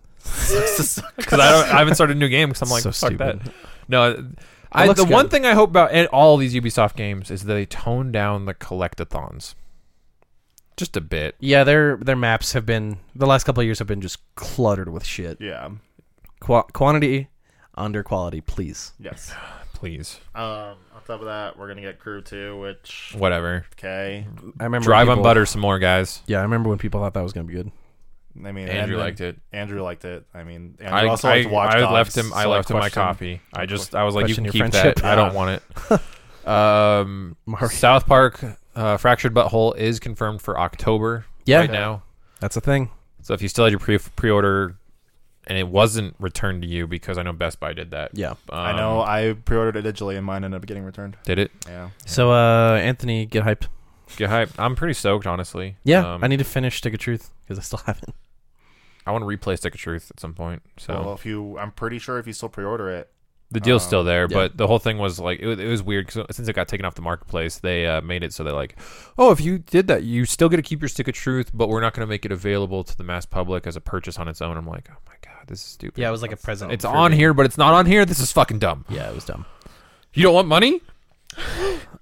D: because I, don't- I haven't started a new game because I'm like
E: So
D: fuck
E: stupid.
D: that. No, I, the
E: looks good.
D: one thing I hope about in all these Ubisoft games is they tone down the collectathons just a bit.
E: Yeah, their their maps have been the last couple of years have been just cluttered with shit.
A: yeah.
E: Qua- quantity under quality, please.
A: Yes.
D: Please,
A: Um, on top of that, we're gonna get crew two, which
D: whatever.
A: okay.
E: I remember
D: Drive on
E: people-
D: butter some more, guys.
E: Yeah, I remember when people thought that was gonna be good.
A: I mean,
D: Andrew liked it.
A: Andrew liked it. I mean, Andrew
D: I,
A: also
D: I-
A: liked Watch
D: I
A: Dogs,
D: left him. I
A: so
D: left him my
A: question-
D: copy. I just. I was like, you can
E: Question your
D: keep
E: friendship.
D: that. I don't
A: Yeah.
D: want it. Um,
E: Mario.
D: South Park uh, Fractured Butthole is confirmed for October
E: Yeah,
D: right now.
E: that's a thing.
D: So if you still had your pre pre order, and it wasn't returned to you because I know Best Buy did that.
E: Yeah.
D: Um,
A: I know. I pre-ordered it digitally, and mine ended up getting returned.
D: Did it?
A: Yeah.
E: So, uh, Anthony, get hyped.
D: Get hyped. I'm pretty stoked, honestly.
E: Yeah,
D: Um,
E: I need to finish Stick of Truth because I still haven't.
D: I want to replay Stick of Truth at some point. So
A: Well, if you, I'm pretty sure if you still pre-order it,
D: the deal's
A: Um,
D: still there,
E: yeah.
D: but the whole thing was like it was, it was weird 'cause since it got taken off the marketplace, they uh, made it so that like, oh, if you did that, you still get to keep your stick of truth, but we're not going to make it available to the mass public as a purchase on its own. I'm like, oh my god, this is stupid.
E: Yeah, it was like a present.
D: it's
E: for
D: on
E: the-
D: here, but it's not on here. This is fucking dumb.
E: Yeah, it was dumb.
D: You don't want money?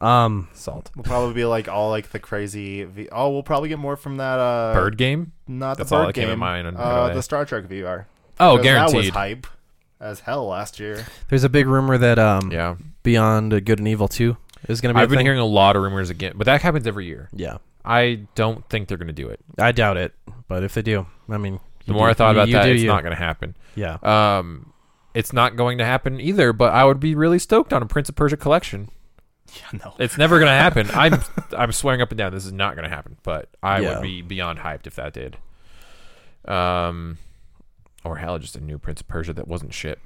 E: Um,
D: Salt.
A: we'll probably be like all like the crazy. V- oh, we'll probably get more from that uh,
D: Bird game?
A: Not the
D: That's all
A: bird
D: that came
A: game.
D: to mind on
A: uh,
D: today.
A: the Star Trek VR.
D: Oh,
A: 'Cause That was
D: guaranteed.
A: hype as hell last year.
E: there's a big rumor that um,
D: Yeah,
E: Beyond Good and Evil Two is gonna be.
D: I've
E: a
D: been
E: thing.
D: hearing a lot of rumors again, but that happens every year.
E: Yeah,
D: I don't think they're going to do it.
E: I doubt it, but if they do, I mean,
D: The
E: you
D: more
E: do-
D: I thought
E: you-
D: about
E: you
D: that,
E: do
D: it's
E: you.
D: not going to happen.
E: Yeah,
D: Um, it's not going to happen either. But I would be really stoked on a Prince of Persia collection.
A: Yeah, no.
D: It's never going to happen. I'm I'm swearing up and down this is not going to happen. But I
E: Yeah.
D: would be beyond hyped if that did. Um, or hell, just a new Prince of Persia that wasn't shit.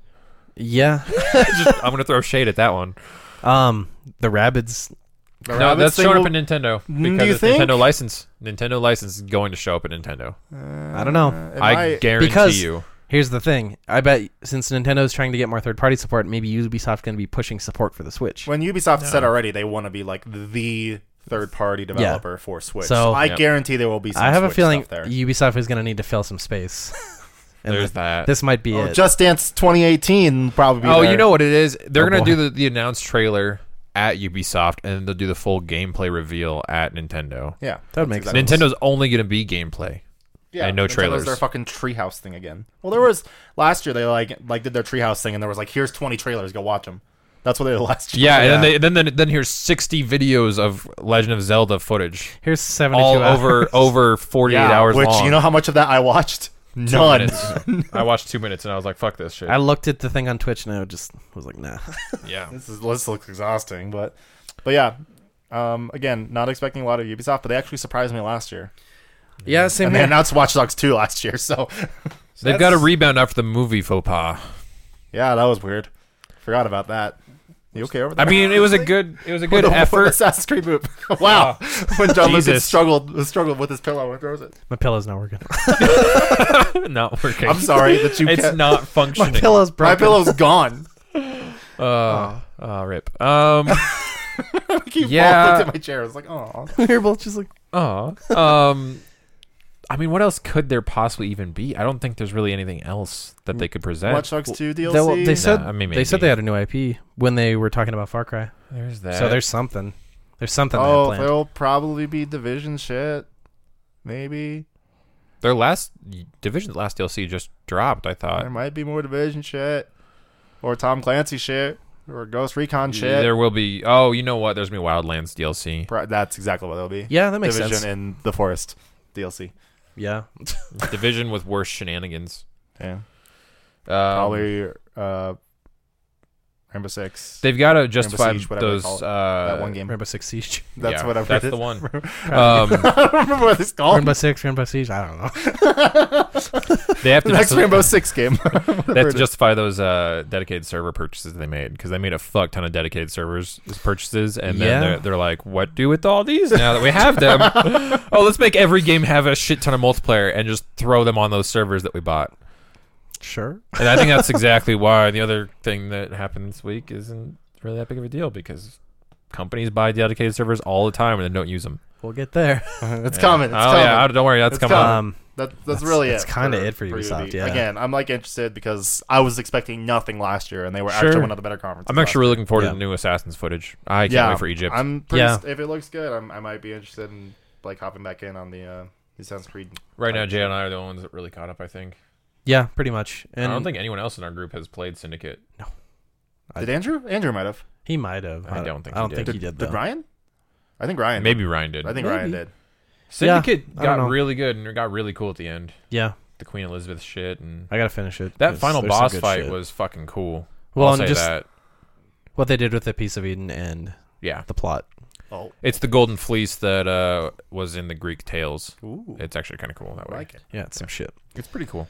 E: yeah.
D: Just- I'm going to throw shade at that one.
E: Um, the Rabbids.
A: The
D: no,
A: Rabbids
D: that's
A: thing
D: showing
A: will-
D: up in Nintendo
A: Mm,
D: because
A: do you
D: it's
A: think?
D: Nintendo license. Nintendo license is going to show up at Nintendo.
E: I don't know.
A: Uh, it
D: I
A: might-
D: guarantee
E: because-
D: you.
E: Here's the thing. I bet since Nintendo's trying to get more third-party support, maybe Ubisoft's going to be pushing support for the Switch.
A: when Ubisoft said already they want to be like the third party developer for Switch.
E: So-
A: So I
D: Yep.
A: guarantee there will be some
E: I have a
A: Switch
E: feeling
A: stuff there.
E: Ubisoft is going to need to fill some space. and
D: There's
E: th-
D: that.
E: this might be
A: Oh,
E: it.
A: Just Dance 2018 will probably be
D: Oh,
A: there.
D: you know what it is? They're
E: Oh,
D: gonna
E: boy.
D: do the, the announced trailer at Ubisoft, and then they'll do the full gameplay reveal at Nintendo.
A: Yeah.
E: That would
A: that's
E: make sense.
D: Nintendo's only gonna be gameplay.
A: Yeah,
D: and no
A: Nintendo's
D: trailers.
A: Their fucking treehouse thing again. Well, there was last year. They like like did their treehouse thing, and there was like, here's 20 trailers. Go watch them. That's what they did last year.
D: Yeah, and then they, then then then here's 60 videos of Legend of Zelda footage,
E: Here's 72
D: all
E: hours.
D: over over 48 hours
A: which
D: long.
A: you know how much of that I watched?
D: Two
A: None.
D: minutes. I watched two minutes and I was like, "Fuck this shit."
E: I looked at the thing on Twitch and I just was like, nah.
D: yeah,
A: this is this looks exhausting, but but yeah. Um, again, not expecting a lot of Ubisoft, but they actually surprised me last year.
E: Yeah, same
A: And they announced Watch Dogs 2 last year, so
D: they've got a rebound after the movie faux pas.
A: yeah, that was weird. Forgot about that. You okay over
D: I
A: there?
D: mean, it was a good it was a good
A: The-
D: effort. Uh,
A: Assassin's Creed move. wow, when John Lucas
D: Jesus.
A: struggled struggled with his pillow and throws it.
E: My pillow's not working.
D: not working.
A: I'm sorry that you
D: it's
A: can't.
D: not functioning.
E: pillow's
A: My
E: broken.
A: pillow's gone.
D: Uh, uh, rip. Um, Yeah.
A: Keep yeah. looked at my chair. I was like, oh,
E: we were both just like,
D: Oh. Um I mean, what else could there possibly even be? I don't think there's really anything else that they could present.
A: Watch Dogs 2 DLC.
E: They- well, they
D: Nah,
E: said
D: I mean,
E: they said
D: maybe.
E: they had a new IP when they were talking about Far Cry.
D: There's that.
E: So there's something. There's something they had
A: oh,
E: planned.
A: there'll probably be division shit. Maybe
D: their last division last DLC just dropped. I
A: there
D: thought
A: might be more division shit, or Tom Clancy shit, or Ghost Recon shit.
D: there will be. Oh, you know what? There's gonna be Wildlands DLC.
A: Pro- That's exactly what they'll be.
E: Yeah, that makes
A: division
E: sense.
A: in the forest DLC.
E: Yeah.
D: division with Um, worse shenanigans.
A: Yeah,
D: Um,
A: probably. Uh, Rainbow Six.
D: They've got to justify
A: Siege, whatever they
D: those.
A: call it.
D: Uh,
A: that one game.
E: Rainbow Six Siege.
A: That's
D: yeah,
A: whatever.
D: That's
A: it is.
D: the one. Um,
A: I don't remember what it's called.
E: Rainbow Six, Rainbow Siege. I don't know.
D: They have to
A: the next
D: justify-
A: Rainbow Six game.
D: They have to justify those uh, dedicated server purchases they made because they made a fuck ton of dedicated servers as purchases, and then
E: Yeah.
D: they're, they're like, "What do with all these now that we have them? oh, let's make every game have a shit ton of multiplayer and just throw them on those servers that we bought."
E: Sure.
D: And I think that's exactly why. The other thing that happened this week isn't really that big of a deal because companies buy dedicated servers all the time and then don't use them.
E: We'll get there.
A: it's
D: Yeah.
A: coming. It's
D: oh
A: coming.
D: yeah, don't worry, that's
A: It's
D: coming.
A: coming.
D: up.
E: Um,
A: That, that's, really it.
E: that's kinda it for Ubisoft, yeah.
A: Again, I'm like interested because I was expecting nothing last year, and they were
D: Sure.
A: actually one of the better conferences.
D: I'm actually really looking forward
E: Yeah.
D: to the new Assassin's footage. I
A: last
D: can't
A: year. yeah.
D: wait for Egypt.
A: I'm pretty
E: Yeah.
A: st- if it looks good, I'm, I might be interested in like hopping back in on the uh, Assassin's Creed.
D: right now, Jay and I are the only ones that really caught up. I think.
E: yeah, pretty much. And
D: I don't think anyone else in our group has played Syndicate.
A: Did Andrew? Andrew might have.
E: he might have.
D: I don't think
E: I
D: he
E: don't
D: did.
E: think
A: Did,
E: he did. Though.
A: did Ryan? I think Ryan.
D: Maybe Ryan did.
A: I think
E: Maybe.
A: Ryan did.
D: Syndicate
E: I don't
D: got
E: know.
D: really good and it got really cool at the end.
E: Yeah,
D: The Queen Elizabeth shit and
E: I gotta finish it.
D: that
E: 'cause
D: final
E: there's some
D: boss
E: good
D: fight
E: shit.
D: was fucking cool.
E: well,
D: I'll
E: and
D: say
E: just
D: that.
E: what they did with the piece of Eden and
D: Yeah,
E: the plot.
A: Oh,
D: it's the golden fleece that uh, was in the Greek tales.
A: ooh,
D: It's actually kind of cool that
A: I
D: way.
A: like it.
E: Yeah, it's some shit.
D: It's pretty cool.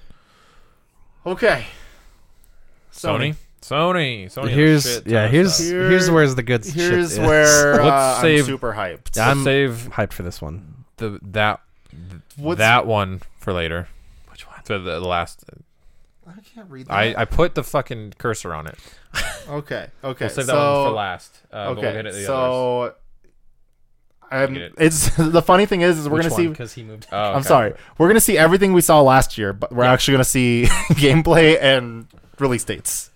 A: Okay.
D: Sony, Sony, Sony. has a
E: here's
D: shit ton
E: yeah.
D: of
E: Here's
D: stuff.
A: Here-
E: here's where's the good
A: Here's
E: shit. is.
A: where uh,
D: Let's
A: I'm
D: save-
A: super hyped.
E: Yeah, I'm-
D: Let's save
E: hyped for this one.
D: the that
A: What's-
D: that one for later. Which one? The, the last.
A: I can't read. That.
D: I, I put the fucking cursor on it.
A: okay. Okay.
D: We'll save
A: so
D: that one for last. Uh, but we'll
A: okay.
D: get it the others.
A: so. Um,
D: Get it.
A: it's the funny thing is, is we're gonna see.
E: because he moved.
D: Oh,
A: I'm
D: okay.
A: sorry, we're gonna see everything we saw last year, but we're actually gonna see gameplay and release dates.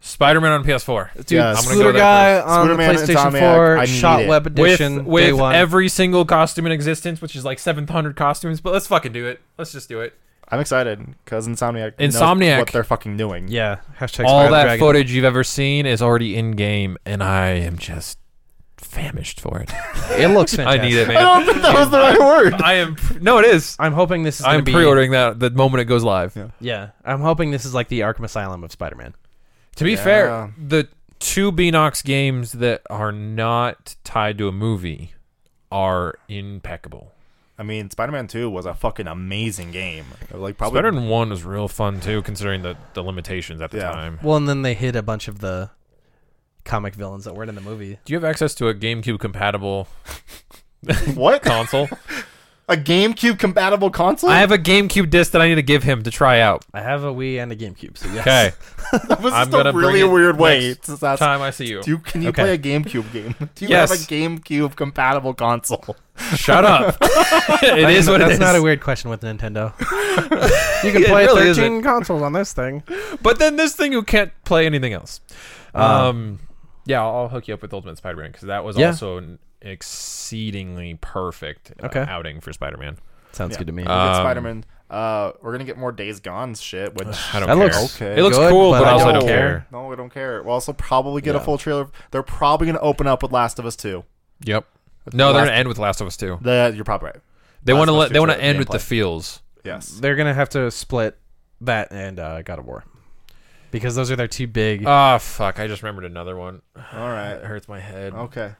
D: Spider-Man on PS4.
E: Dude,
A: Yeah, I'm gonna
E: Scooter
D: go there
E: Guy
A: first.
E: on
A: Scooterman,
E: the PlayStation
A: Insomniac,
E: 4
A: I need
E: Shot
A: it.
E: Web
D: with,
E: Edition day
D: with
E: one.
D: every single costume in existence, which is like 700 costumes. But let's fucking do it. Let's just do it.
A: I'm excited because Insomniac. knows
D: Insomniac.
A: what they're fucking doing.
E: yeah, hashtag
D: All
E: Spyro
D: that
E: Dragon.
D: footage you've ever seen is already in game, and I am just famished for it.
E: It looks
D: I
E: fantastic.
D: need it,
A: I
D: man.
A: don't think that was the right word.
D: I am. No, it is.
E: I'm hoping this is. gonna
D: I'm
E: be-
D: pre-ordering that the moment it goes live.
A: Yeah.
E: Yeah, I'm hoping this is like the Arkham Asylum of Spider-Man.
D: To be
A: Yeah.
D: fair, the two Beanox games that are not tied to a movie are impeccable.
A: I mean, Spider-Man Two was a fucking amazing game. Like probably
D: Spider-Man One was real fun too, considering the, the limitations at the
A: Yeah.
D: time.
E: Well, and then they hid a bunch of the comic villains that weren't in the movie.
D: Do you have access to a GameCube compatible
A: what
D: console?
A: a GameCube compatible console.
D: I have a GameCube disc that I need to give him to try out.
E: I have a Wii and a GameCube. So yes.
D: Okay.
A: that was
D: I'm
A: just
D: gonna
A: a
D: bring
A: really
D: it
A: weird way
D: next
A: to ask
D: Time I see you.
A: Do you, can you
E: Okay.
A: play a GameCube game? Do you
D: Yes.
A: have a GameCube compatible console?
D: Shut up. it is what it
E: that's
D: is.
E: not a weird question with Nintendo. you can
D: It
E: play
D: really
E: 13
D: isn't.
E: consoles on this thing.
D: But then this thing, you can't play anything else.
A: Ah.
E: Uh,
D: Um, yeah, I'll, I'll hook you up with Ultimate Spider-Man because that was
E: Yeah.
D: also an exceedingly perfect uh,
E: Okay.
D: outing for Spider-Man.
E: Sounds
A: Yeah.
E: good to me.
D: Uh,
A: We'll get
D: Um,
A: Spider-Man. Uh, we're gonna get more Days Gone shit, which
D: I don't care.
E: That looks
A: Okay.
D: It looks
E: good,
D: cool,
E: but
D: but,
E: I
D: also
A: don't
D: don't care.
A: no, I don't care. We'll also probably get
E: Yeah.
A: a full trailer. They're probably gonna open up with Last of Us Two.
D: Yep. No, they're
A: Last-
D: gonna end with Last of Us Two.
A: That you're probably right.
D: They
A: Last
D: want to
A: of Us
D: let.
A: two
D: They want to
A: trailer
D: end with
A: gameplay.
D: the feels.
A: Yes.
E: They're gonna have to split that and uh, God of War because those are their two big.
D: Ah, fuck! I just remembered another one.
A: All
D: It
A: right.
D: hurts my head.
A: Okay.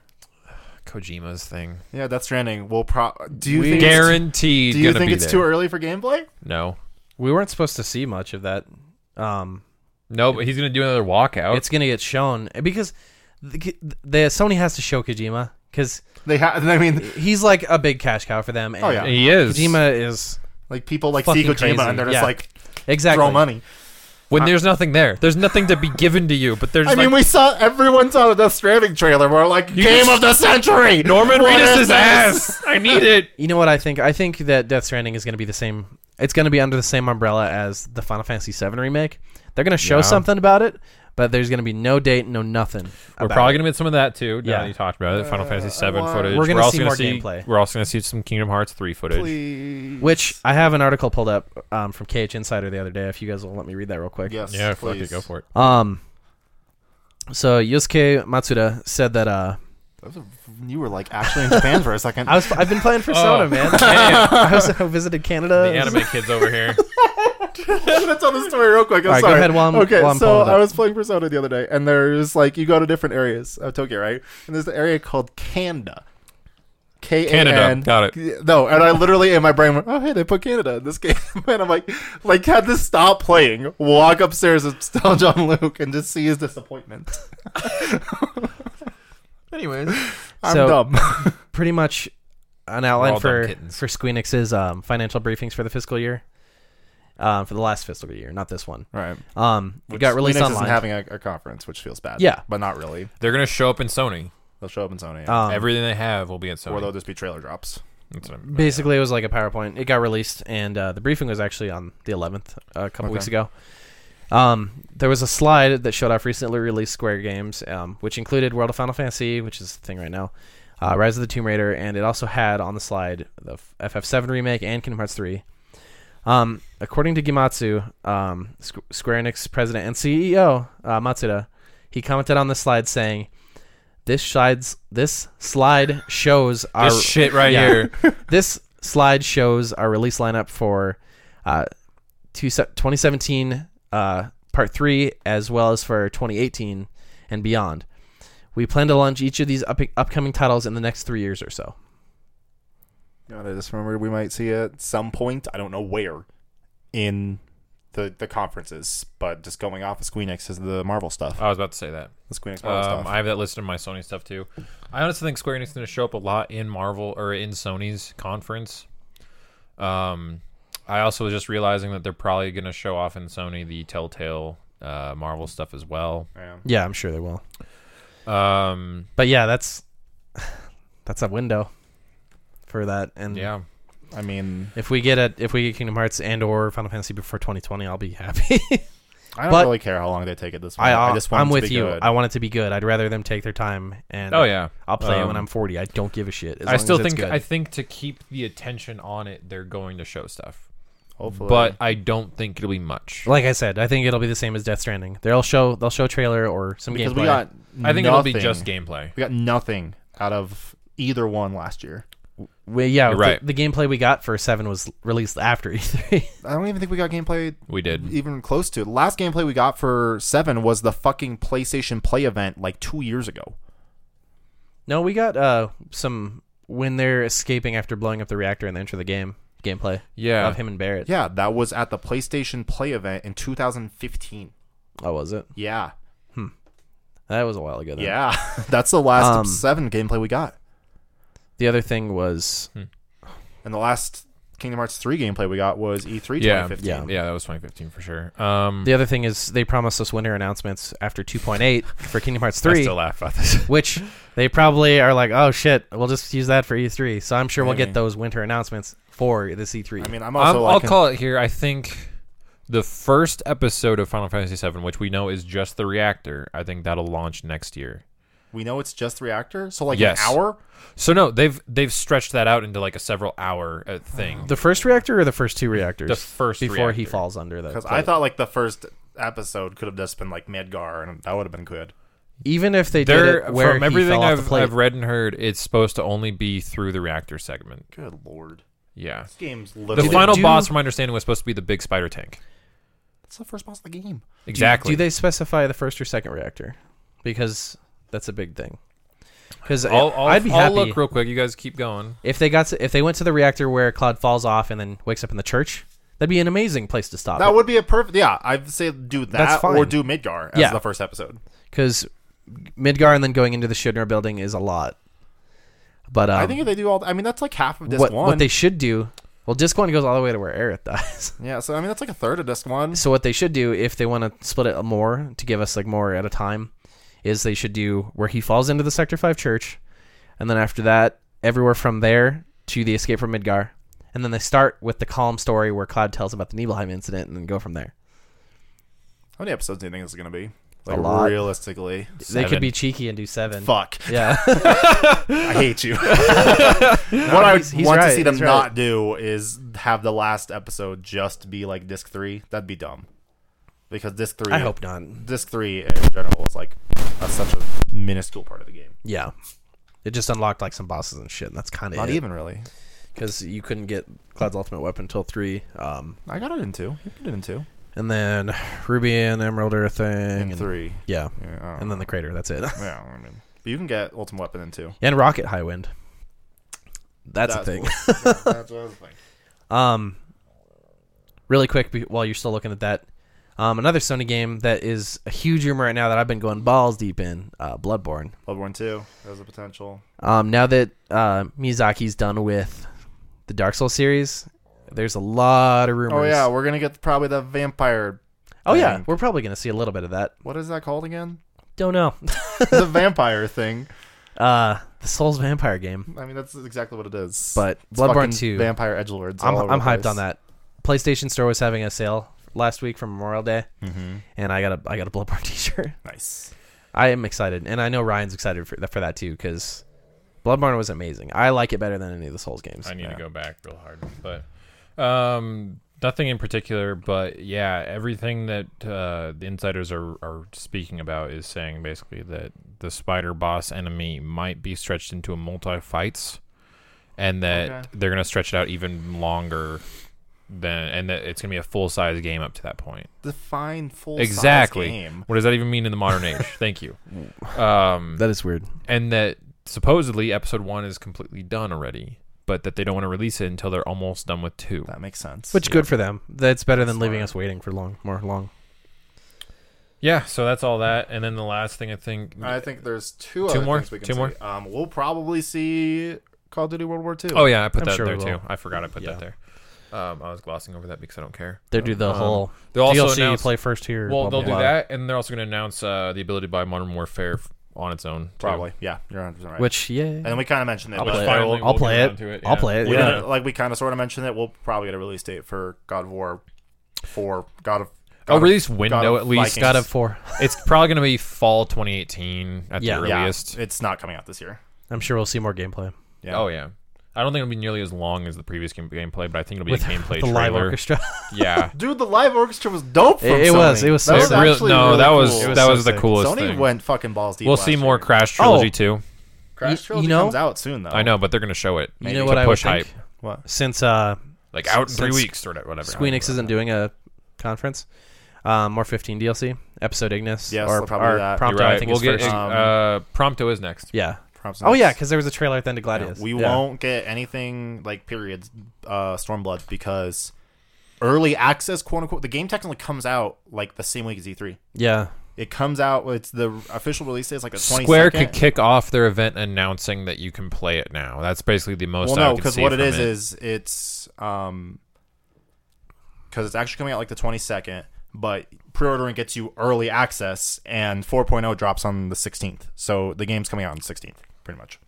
D: Kojima's thing.
A: Yeah, that's Stranding. We'll pro. Do you
E: We-
A: think? it's-
D: Guaranteed.
A: do you
D: gonna
A: think
D: be
A: it's
D: there.
A: too early for gameplay?
D: No.
E: we weren't supposed to see much of that. Um,
D: No, but he's gonna do another walkout.
E: It's gonna get shown because the, the Sony has to show Kojima because
A: They have. I mean,
E: he's like a big cash cow for them. And
A: Oh, yeah.
D: he is.
E: Kojima is
A: like people like
E: Fucking
A: see Kojima
E: crazy.
A: and they're just
E: Yeah.
A: like
E: exactly
A: throw money.
D: When there's nothing there, there's nothing to be given to you. But there's.
A: I mean,
D: like,
A: we saw everyone saw the Death Stranding trailer. We're like,
D: You
A: game
D: just-
A: of the century.
D: Norman
A: What
D: Reedus'
A: is
D: his
A: this?
D: ass. I need it.
E: You know what I think? I think that Death Stranding is gonna be the same. It's gonna be under the same umbrella as the Final Fantasy VII remake. They're gonna show
D: Yeah.
E: something about it, but there's gonna be no date, no nothing.
D: We're
E: about
D: probably
E: it.
D: gonna get some of that too. Yeah,
E: Yeah.
D: you talked about it. Final Fantasy
A: Uh, I
D: VII
A: want-
D: footage.
E: We're gonna
D: also
E: see
D: gonna
E: more
D: see-
E: gameplay.
D: We're also gonna see some Kingdom Hearts three footage.
A: Please.
E: Which I have an article pulled up um, from KH Insider the other day. If you guys will let me read that real quick.
A: Yes.
D: Yeah, fuck it,
A: please.
D: go for it.
E: Um. So Yusuke Matsuda said that uh,
A: That was a- you were like actually in Japan for a second.
E: I was I've been playing Persona,
D: Oh, man.
E: man. I, was, I visited Canada.
D: The anime kids over here.
A: I'm gonna tell this story real quick. I'm
E: All right, go
A: sorry.
E: ahead while I'm-
A: okay,
E: while I'm
A: so
E: pulling it
A: I
E: up.
A: was playing Persona the other day, and there's like you go to different areas of Tokyo, right? And there's the area called Kanda. K A N-
D: Canada. Got
A: No, and I literally in my brain went, "Oh, hey, they put Canada in this game," and I'm like, like had to stop playing, walk upstairs and tell John Luke, and just see his disappointment.
C: Anyways,
A: I'm
E: So-
A: dumb.
E: Pretty much an
D: We're
E: outline
D: all dumb
E: for
D: kittens.
E: for Squeenix's um, financial briefings for the fiscal year, um, for the last fiscal year, not this one.
A: right.
E: Um, it got released
A: Linux
E: online.
A: isn't having a, a conference, which feels bad.
E: Yeah.
A: but not really.
D: They're gonna show up in Sony.
A: They'll show up in Sony,
E: um,
D: Everything they have will be at Sony.
A: or they'll just be trailer drops.
D: That's what I'm-
E: Basically, it was like a PowerPoint. It got released, and uh, the briefing was actually on the 11th, a couple
A: Okay.
E: weeks ago. Um, there was a slide that showed off recently released Square games, um, which included World of Final Fantasy, which is the thing right now, uh, Rise of the Tomb Raider, and it also had on the slide the FF7 remake and Kingdom Hearts 3. Um, according to Gimatsu, um, Squ- Square Enix president and CEO uh, Matsuda, he commented on the slide saying, "This slides this slide shows our
D: This shit right
E: yeah.
D: here.
E: this slide shows our release lineup for uh, two se- 2017 uh, part three as well as for 2018 and beyond we plan to launch each of these up- upcoming titles in the next three years or so
A: You know, what I just remembered we might see it at some point. I don't know where in the the conferences, but just going off of Squeenix is the Marvel
E: Uh,
A: stuff.
D: I was about to say that.
A: The Squeenix Marvel
D: Um,
A: stuff.
D: I have that listed in my Sony stuff too. I honestly think Square Enix is going to show up a lot in Marvel or in Sony's conference. Um, I also was just realizing that they're probably going to show off in Sony the Telltale uh, Marvel stuff as well.
A: yeah.
E: yeah i'm sure they will
D: Um,
E: but yeah that's that's a window for that and
D: yeah,
A: I mean,
E: if we get a if we get kingdom hearts and or final fantasy before 2020 i'll be happy
A: I don't
E: But-
A: really care how long they take it this one.
E: I,
A: I,
E: I
A: just want
E: i'm
A: it to
E: with
A: be
E: you
A: good.
E: i want it to be good i'd rather them take their time and
D: oh yeah.
E: I'll play it
D: Um,
E: when I'm 40. I don't give a shit. As
D: I
E: long
D: still
E: as it's
D: think
E: good.
D: I think to keep the attention on it, they're going to show stuff,
A: Hopefully,
D: but I don't think it'll be much.
E: like I said, I think it'll be the same as Death Stranding. They'll show they'll show trailer or some
A: because
E: gameplay.
A: we got
D: I think
A: nothing.
D: it'll be just gameplay.
A: we got nothing out of either one last year.
E: We- yeah,
D: You're
E: the-
D: right.
E: The, gameplay we got for Seven was released after E E3.
A: I don't even think we got gameplay
D: We did.
A: even close to. Last gameplay we got for Seven was the fucking PlayStation Play event like two years ago.
E: no, we got uh some when they're escaping after blowing up the reactor and they enter the game gameplay
D: Yeah,
E: of him and Barrett.
A: Yeah, that was at the PlayStation Play event in 2015.
E: Oh, was it?
A: Yeah.
E: That was a while ago. Then.
A: Yeah, that's the last
E: Um,
A: seven gameplay we got,
E: The other thing was
D: Hmm.
A: and the last Kingdom Hearts three gameplay we got was E three
D: Yeah,
A: 2015.
E: yeah.
D: yeah, that was 2015 for sure. Um,
E: the other thing is they promised us winter announcements after 2.8 for Kingdom Hearts
D: I
E: 3,
D: still laugh about this.
E: which they probably are like, oh shit, we'll just use that for E3. So I'm sure we'll
A: Maybe.
E: get those winter announcements for this E E3.
A: I mean, I'm also
D: Um,
A: like,
D: I'll call it here. I think the first episode of Final Fantasy VII, which we know is just the reactor, I think that'll launch next year.
A: we know it's just reactor, so like
D: Yes.
A: an hour.
D: So no, they've they've stretched that out into like a several hour uh, thing.
E: The first reactor or the first two reactors?
D: The first
E: before he
D: reactor.
E: falls under the.
A: Because
E: the-
A: I thought like the first episode could have just been like Midgar, and that would have been good.
E: even if they
D: They're-
E: did it where
D: from
E: he
D: everything
E: fell off the
D: I've,
E: plate,
D: I've read and heard, it's supposed to only be through the reactor segment.
A: Good lord,
D: Yeah.
A: this game's
D: The
A: literally
D: final
E: do-
D: boss, from my understanding, was supposed to be the big spider tank.
A: It's the first boss of the game.
E: do-
D: Exactly.
E: Do, they specify the first or second reactor? Because that's a big thing. Because
D: I'll, I'll,
E: I'd be
D: I'll
E: happy
D: look real quick. You guys keep going.
E: if they got to, if they went to the reactor where Cloud falls off and then wakes up in the church. That'd be an amazing place to stop.
A: That would be a perfect. Yeah, I'd say do that
E: That's
A: or
E: fine.
A: do Midgar as
E: Yeah.
A: the first episode.
E: because Midgar and then going into the Shudner building is a lot. But um,
A: I think if they do all, I mean that's like half of disc
E: what
A: one.
E: what they should do. Well, Disc One goes all the way to where Aerith dies.
A: yeah, so I mean that's like a third of disc one.
E: So what they should do, if they want to split it more to give us like more at a time, is they should do where he falls into the Sector Five church, and then after that, everywhere from there to the escape from Midgar, and then they start with the calm story where Cloud tells about the Nibelheim incident, and then go from there.
A: How many episodes do you think it's gonna be?
E: A
A: Like
E: lot.
A: realistically,
E: They could be cheeky and do seven.
A: fuck.
E: Yeah,
A: I hate you. what I
E: he's- he's
A: want to
E: right,
A: see them
E: he's right.
A: not do is have the last episode just be like disc three. That'd be dumb. Because disc three,
E: I hope not.
A: disc three in general is like that's such a minuscule part of the game.
E: Yeah, it just unlocked like some bosses and shit, and that's kind of
A: Not even really.
E: because you couldn't get Cloud's Ultimate Weapon until three. Um,
A: I got it in two. You did it in two.
E: and then Ruby and Emerald are a thing.
A: In
E: and-
A: three.
E: Yeah,
A: Yeah,
E: and then the crater. That's it.
A: Yeah, I mean, but you can get Ultimate Weapon in two.
E: and Rocket Highwind. That's a
A: That's
E: thing.
A: That's what I was thinking.
E: Um, really quick be- while you're still looking at that, um, another Sony game that is a huge rumor right now that I've been going balls deep in, uh, Bloodborne.
A: Bloodborne two has a potential.
E: Um, now that uh, Miyazaki's done with the Dark Souls series, there's a lot of rumors.
A: Oh yeah, we're gonna get probably the vampire.
E: Oh yeah,
A: thing.
E: we're probably gonna see a little bit of that.
A: What is that called again?
E: Don't know.
A: the vampire thing.
E: Uh, the Souls Vampire game,
A: I mean, that's exactly what it is.
E: but
A: It's fucking
E: Bloodborne Two.
A: Vampire edge lords.
E: I'm I'm hyped on that. PlayStation Store was having a sale last week for Memorial Day,
A: Mm-hmm.
E: and I got a I got a Bloodborne T-shirt.
A: Nice.
E: I am excited, and I know Ryan's excited for, for that too because Bloodborne was amazing. I like it better than any of the Souls games.
D: I need
A: Yeah.
D: to go back real hard, but um, nothing in particular. But yeah, everything that uh, the insiders are are speaking about is saying basically that the spider boss enemy might be stretched into a multi fights, and that
A: Okay.
D: they're gonna stretch it out even longer. Than, and that it's gonna be a full size game up to that point.
A: Define full
D: exactly.
A: game.
D: What does that even mean in the modern age? Thank you. Um,
E: That is weird.
D: and that supposedly episode one is completely done already, but that they don't want to release it until they're almost done with two.
A: That makes sense.
E: Which good for them. That's better than
A: That's
E: leaving
A: fine.
E: us waiting for long, more long.
D: Yeah, so that's all that. And then the last thing I think,
A: I think there's
D: Two
A: two, other
D: more?
A: things we can
D: Two
A: see.
D: more?
A: Um, we'll probably see Call of Duty World War Two.
D: oh yeah, I put
E: I'm
D: that
E: sure
D: there
E: we
D: too.
E: will.
D: I forgot I put
E: Yeah.
D: that there. Um, I was glossing over that because I don't care.
E: They do the
D: Um,
E: whole
D: They'll also
E: DLC you
D: announce-
E: play first here.
D: well,
E: blah,
D: they'll
E: blah,
D: do
E: blah.
D: that, and they're also going to announce uh, the ability to buy Modern Warfare f- on its own. too.
A: probably. Yeah, you're 100 right.
E: Which yeah,
A: and then we kind of mentioned it.
E: I'll
A: but
E: play it.
A: finally,
E: I'll play
D: get
E: it.
D: around to
E: I'll play it.
A: We're
E: Yeah.
A: gonna, like we kind of sort of mentioned it. We'll probably get a release date for God of War, for God of.
E: Oh,
A: God
D: A
A: of-
D: release
A: God
D: window
A: of
D: at least.
A: Vikings.
E: God of Four.
D: it's probably going to be fall 2018 at
E: Yeah.
D: the
A: Yeah,
D: earliest.
A: it's not coming out this year.
E: I'm sure we'll see more gameplay
A: Yeah.
D: Oh yeah. I don't think it'll be nearly as long as the previous game gameplay, but I think it'll be
E: with
D: a gameplay
E: the live
D: trailer.
E: orchestra.
D: yeah.
A: Dude, the live orchestra was dope. From
E: It- it was,
A: Sony.
E: it was
A: That
E: so
A: was
E: sick.
D: Real-
A: actually
D: no,
A: really
D: that was
A: cool.
E: It was
D: that
E: so
D: was the
E: sick.
D: coolest
A: Sony
D: thing.
A: went fucking balls deep.
D: we'll
A: last
D: see more
A: year.
D: Crash Trilogy
E: Oh.
D: too.
A: Crash
E: You-
A: Trilogy
E: you know-
A: comes out soon though.
D: I know, but they're gonna show it.
A: Maybe.
E: you know
A: To
E: what I would
D: push
E: think?
D: hype.
A: What?
E: Since uh,
D: Like out in three
E: Since
D: weeks or whatever.
E: Squeenix isn't doing a conference, um, more 15 DLC episode Ignis.
A: Yes,
E: or,
A: they'll probably
E: or
A: do that.
E: Prompto.
D: You're right.
E: I think
D: we'll
E: is
D: get
E: first.
A: Um,
D: uh, Prompto is next.
E: yeah.
A: Prompt's
E: Oh yeah,
A: next.
E: because there was a trailer at the end of Gladius.
A: Yeah, we
E: Yeah.
A: won't get anything like periods uh, Stormblood because early access, quote unquote, the game technically comes out like the same week as E3.
E: Yeah.
A: It comes out. It's the official release day is like the twenty
D: Square could kick off their event announcing that you can play it now. That's basically the most.
A: well,
D: I
A: no,
D: because
A: because what it
D: it
A: is is it's um because it's actually coming out like the twenty second, but pre-ordering gets you early access, and 4.0 drops on the sixteenth. So the game's coming out on the sixteenth, pretty much.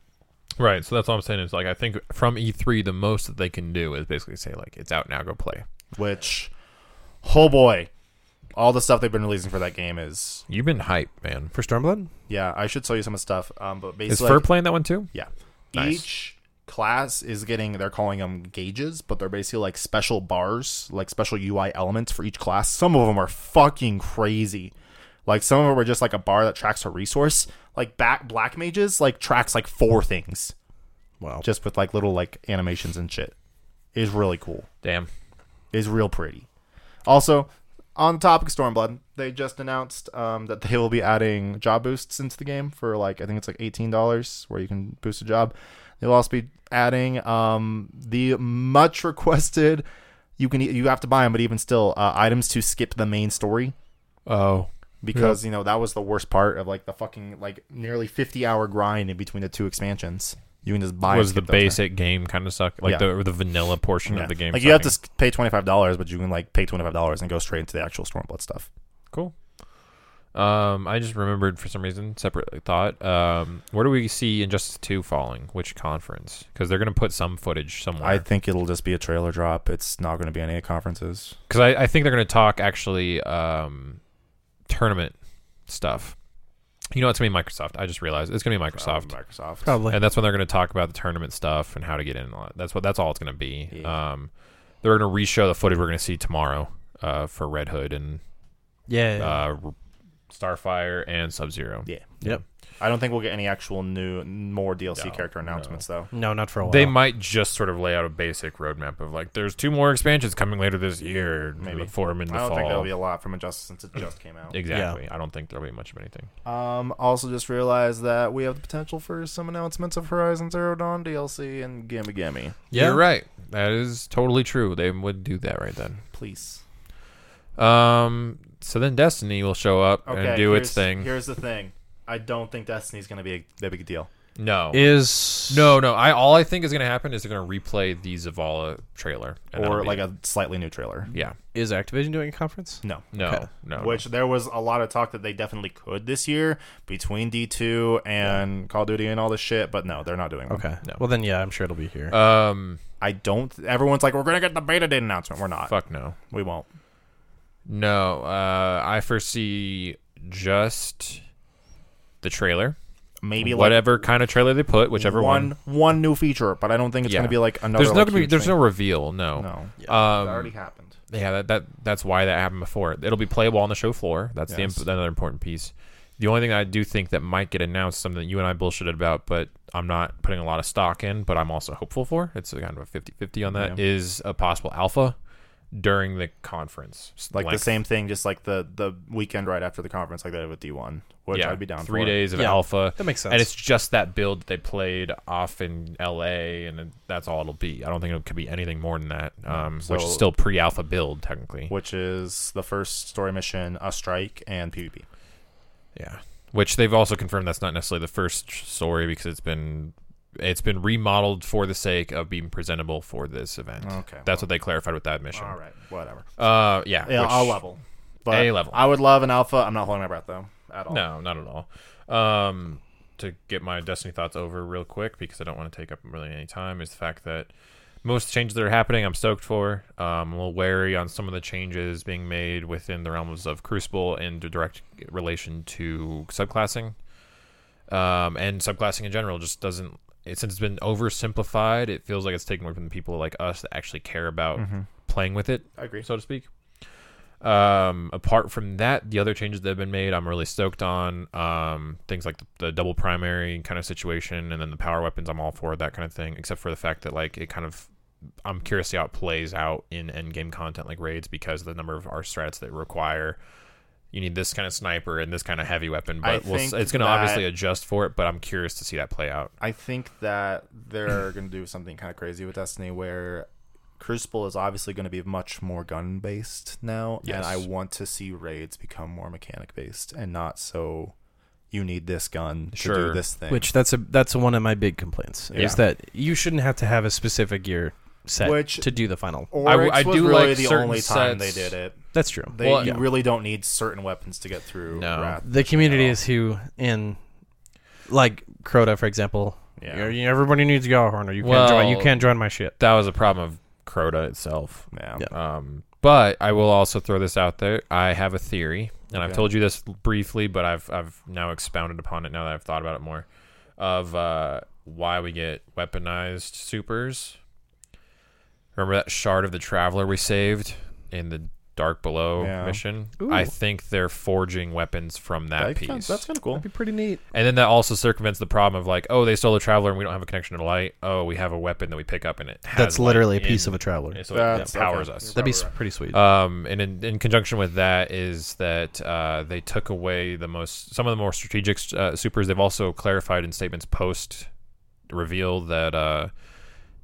D: right. So that's what I'm saying is like I think from E3 the most that they can do is basically say like it's out now, go play.
A: Which, oh boy, all the stuff they've been releasing for that game is
D: You've been hype, man.
E: For Stormblood?
A: Yeah, I should show you some of the stuff. Um, but
D: Is
A: basically,
D: Fur playing that one too?
A: yeah,
D: Nice.
A: each class is getting. They're calling them gauges, but they're basically like special bars, like special UI elements for each class. Some of them are fucking crazy. Like some of them are just like a bar that tracks a resource. Like back black mages like tracks like four things,
E: Wow.
A: just with like little like animations and shit. Is really cool.
D: Damn.
A: Is real pretty. Also. On the topic of Stormblood, they just announced um, that they will be adding job boosts into the game for like I think it's like eighteen dollars where you can boost a job. They'll also be adding um, the much requested. You can e, you have to buy them, but even still, uh, items to skip the main story
D: Oh.
A: because you know that was the worst part of like the fucking like nearly fifty hour grind in between the two expansions. You can just buy. and
D: was the
A: skip those
D: basic game kind of suck like
A: Yeah.
D: the the vanilla portion
A: Yeah.
D: of the game
A: Like you have to
D: sucking?
A: s- pay twenty five dollars, but you can like pay twenty five dollars and go straight into the actual Stormblood stuff.
D: cool um i just remembered for some reason separate thought um where do we see injustice 2 falling which conference because they're gonna put some footage
A: I
D: somewhere
A: think it'll just be a trailer drop. It's not going to be any conferences.
D: because I, I think they're gonna talk actually um tournament stuff you know it's gonna be microsoft i just realized it's gonna be Oh, microsoft
A: Um, Microsoft.
E: Probably.
D: and that's when they're going to talk about the tournament stuff and how to get in. and all that. That's what that's all it's going to be.
A: Yeah.
D: Um, they're going to reshow the footage we're going to see tomorrow uh, for Red Hood and
E: Yeah.
D: uh, Starfire, and Sub Zero.
A: Yeah.
E: Yep.
A: I don't think we'll get any actual new more DLC
D: No,
A: character announcements though.
E: No, not for a while.
D: They might just sort of lay out a basic roadmap of like, there's two more expansions coming later this year.
A: Maybe.
D: Maybe for them in the
A: I don't
D: fall.
A: think that'll be a lot from Injustice since it just came out.
D: exactly. I don't think there'll be much of anything.
A: Um, also just realized that we have the potential for some announcements of Horizon Zero Dawn DLC and Gimme Gimme.
D: You're right. That is totally true. They would do that right then.
A: Please.
D: Um. So then Destiny will show up and do its
A: here's-
D: thing.
A: Here's the thing. I don't think Destiny's gonna be a, a big deal.
D: No.
E: Is
D: no, no. I all I think is gonna happen is they're gonna replay the Zavala trailer, and that'll
A: or
D: be
A: like
D: it.
A: a slightly new trailer.
D: yeah.
E: is Activision doing a conference?
A: No.
D: No,
E: Okay.
D: no.
A: Which there was a lot of talk that they definitely could this year between D2 and Call of Duty and all this shit, but no, they're not doing one.
E: Okay.
D: No.
E: Well then, yeah, I'm sure it'll be here.
D: no. um.
A: I don't. Everyone's like, we're gonna get the beta date announcement. We're not.
D: Fuck no.
A: We won't.
D: No. Uh. I foresee just the trailer,
A: Maybe like
D: whatever kind of trailer they put, whichever one.
A: one one new feature, but I don't think it's
D: Yeah.
A: gonna be like another.
D: There's no
A: like,
D: gonna be.
A: huge
D: There's
A: thing.
D: no reveal. No.
A: No.
D: Um,
A: It already happened.
D: Yeah, that, that that's why that happened before. It'll be playable on the show floor. That's the
A: Yes.
D: imp- another important piece. The only thing I do think that might get announced, something that you and I bullshitted about, but I'm not putting a lot of stock in, but I'm also hopeful for. It's a kind of a 50-50 on that. Is
A: Yeah.
D: a possible alpha during the conference,
A: Like, the same thing, just like the the weekend right after the conference, like they did with D1, which
D: yeah,
A: I'd be down
D: three
A: for.
D: days of
E: Yeah.
D: alpha.
E: That makes sense.
D: And it's just that build that they played off in L.A. and then that's all it'll be. I don't think it could be anything more than that. Um, which
A: So-
D: is still pre-alpha build technically.
A: Which is the first story mission, a strike, and PvP.
D: Yeah, which they've also confirmed that's not necessarily the first story because it's been it's been remodeled for the sake of being presentable for this event.
A: Okay,
D: that's what they clarified with that mission.
A: Oh. All right, whatever.
D: Uh, yeah,
A: Yeah,
D: which-
A: I'll level. But
D: A level.
A: I would love an alpha. I'm not holding my breath though at all.
D: No, not at all. Um, to get my Destiny thoughts over real quick because I don't want to take up really any time is the fact that most changes that are happening I'm stoked for. Um, I'm a little wary on some of the changes being made within the realms of Crucible in direct relation to subclassing. Um, and subclassing in general just doesn't. It, since it's been oversimplified, it feels like it's taken away from the people like us that actually care about
A: Mm-hmm.
D: playing with it
A: I agree.
D: so to speak. Um, apart from that, the other changes that have been made, I'm really stoked on. Um, things like the, the double primary kind of situation, and then the power weapons, I'm all for that kind of thing. Except for the fact that like it kind of, I'm curious to see how it plays out in end game content like raids because of the number of our strats that require. You need this kind of sniper and this kind of heavy weapon,
A: I
D: but we'll, s-
A: think
D: it's going to
A: that-
D: obviously adjust for it. But I'm curious to see that play out.
A: I think that they're going to do something kind of crazy with Destiny where Crucible is obviously going to be much more gun based now.
D: Yes.
A: And I want to see raids become more mechanic based and not so you need this gun to
D: Sure.
A: do this thing.
E: Which that's a that's one of my big complaints
D: Yeah.
E: is that you shouldn't have to have a specific gear set
A: Which-
E: to do the final.
A: or
D: I w- I
A: was
D: do
A: really
D: like
A: the
D: certain
A: only time they
D: sets.
A: did it.
E: That's true.
A: They,
D: Well,
A: you
D: yeah.
A: really don't need certain weapons to get through.
D: No.
A: Wrath.
E: the community
A: all.
E: is who in like Crota, for example.
A: Yeah.
E: Yeah. Everybody needs a Galahorn, or you can't join. You
D: Well-
E: can't join my shit.
D: That was a problem of Crota itself.
A: Yeah.
E: Yeah.
D: Um, but I will also throw this out there. I have a theory, and I've
A: Okay.
D: told you this briefly, but I've I've now expounded upon it now that I've thought about it more of uh, why we get weaponized supers. Remember that shard of the traveler we saved in the Dark Below
A: Yeah.
D: mission?
E: Ooh.
D: I think they're forging weapons from that
A: That's
D: piece.
A: kind- That's kind of cool.
E: be pretty neat.
D: And then that also circumvents the problem of like, oh, they stole a traveler and we don't have a connection to light. Oh, we have a weapon that we pick up and it has
E: That's literally a
D: light
E: piece
D: in-
E: of a traveler. Uh,
D: So
A: That's-
D: it powers
A: okay.
D: us.
E: That'd be
A: probably right.
E: pretty sweet.
D: Um, and in, in conjunction with that is that uh, they took away the most some of the more strategic uh, supers. They've also clarified in statements post reveal that uh,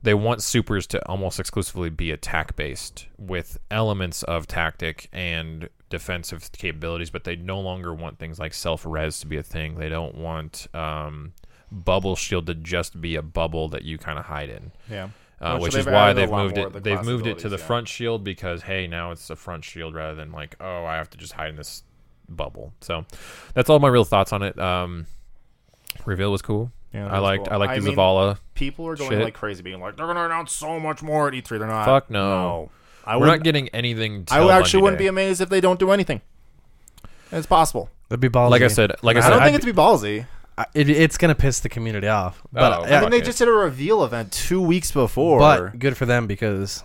D: they want supers to almost exclusively be attack based with elements of tactic and defensive capabilities, but they no longer want things like self res to be a thing. They don't want um, bubble shield to just be a bubble that you kind of hide in
A: Yeah.
D: uh,
A: Well, so
D: which
A: they've
D: is why
A: added a
D: they've
A: lot
D: moved
A: more of the
D: it. They've
A: class
D: moved it to the
A: abilities, yeah.
D: front shield because hey, now it's a front shield rather than like oh, I have to just hide in this bubble. So that's all my real thoughts on it. Um, reveal was cool.
A: Yeah, that
D: I
A: was
D: liked
A: cool.
D: I liked
A: I
D: the
A: mean,
D: Zavala.
A: People are going
D: Shit.
A: like crazy, being like, they're going to announce so much more at E3. They're not.
D: Fuck no.
A: I
D: We're
A: would
D: not getting anything.
A: I
D: till
A: would- actually
D: Monday
A: wouldn't
D: day.
A: be amazed if they don't do anything. It's possible.
E: That'd be ballsy.
D: like I said. Like I
A: I
D: said,
A: don't
D: I'd
A: think it's be ballsy.
E: I- it, it's gonna piss the community off. But
D: Oh,
E: yeah,
A: I mean, they
D: Okay.
A: just did a reveal event two weeks before.
E: but good for them because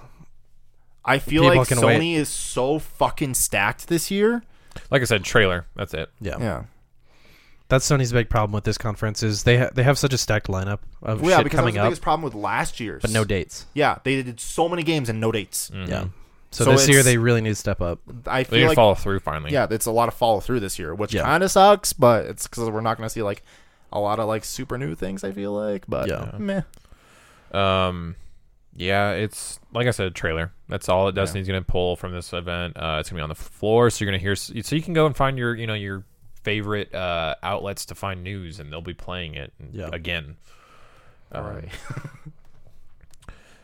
A: I feel
E: people
A: like
E: can
A: Sony
E: wait.
A: is so fucking stacked this year
D: Like I said, trailer. That's it.
E: Yeah.
A: Yeah.
E: That's Sony's big problem with this conference is they ha- they have such a stacked lineup of
A: Well, yeah, because that
E: shit
A: was
E: coming
A: the
E: up,
A: biggest problem with last year's.
E: but no dates.
A: Yeah, they did so many games and no dates.
E: Yeah. So,
A: So
E: this year
A: it's-
E: they really need to step up.
A: I
D: Mm-hmm. They
A: feel
D: need
A: like
D: to follow through finally.
A: yeah, it's a lot of follow through this year, which
E: Yeah.
A: kind of sucks. But it's because we're not going to see like a lot of like super new things. I feel like, but
E: Yeah.
A: meh.
D: Um, yeah, it's like I said, trailer. That's all that Destiny's gonna pull from this event. Uh, it's gonna be on the floor, so you're gonna hear. So you can go and find your, you know, your favorite uh, outlets to find news, and they'll be playing it
E: Yeah.
D: again.
A: All
D: Um,
A: right.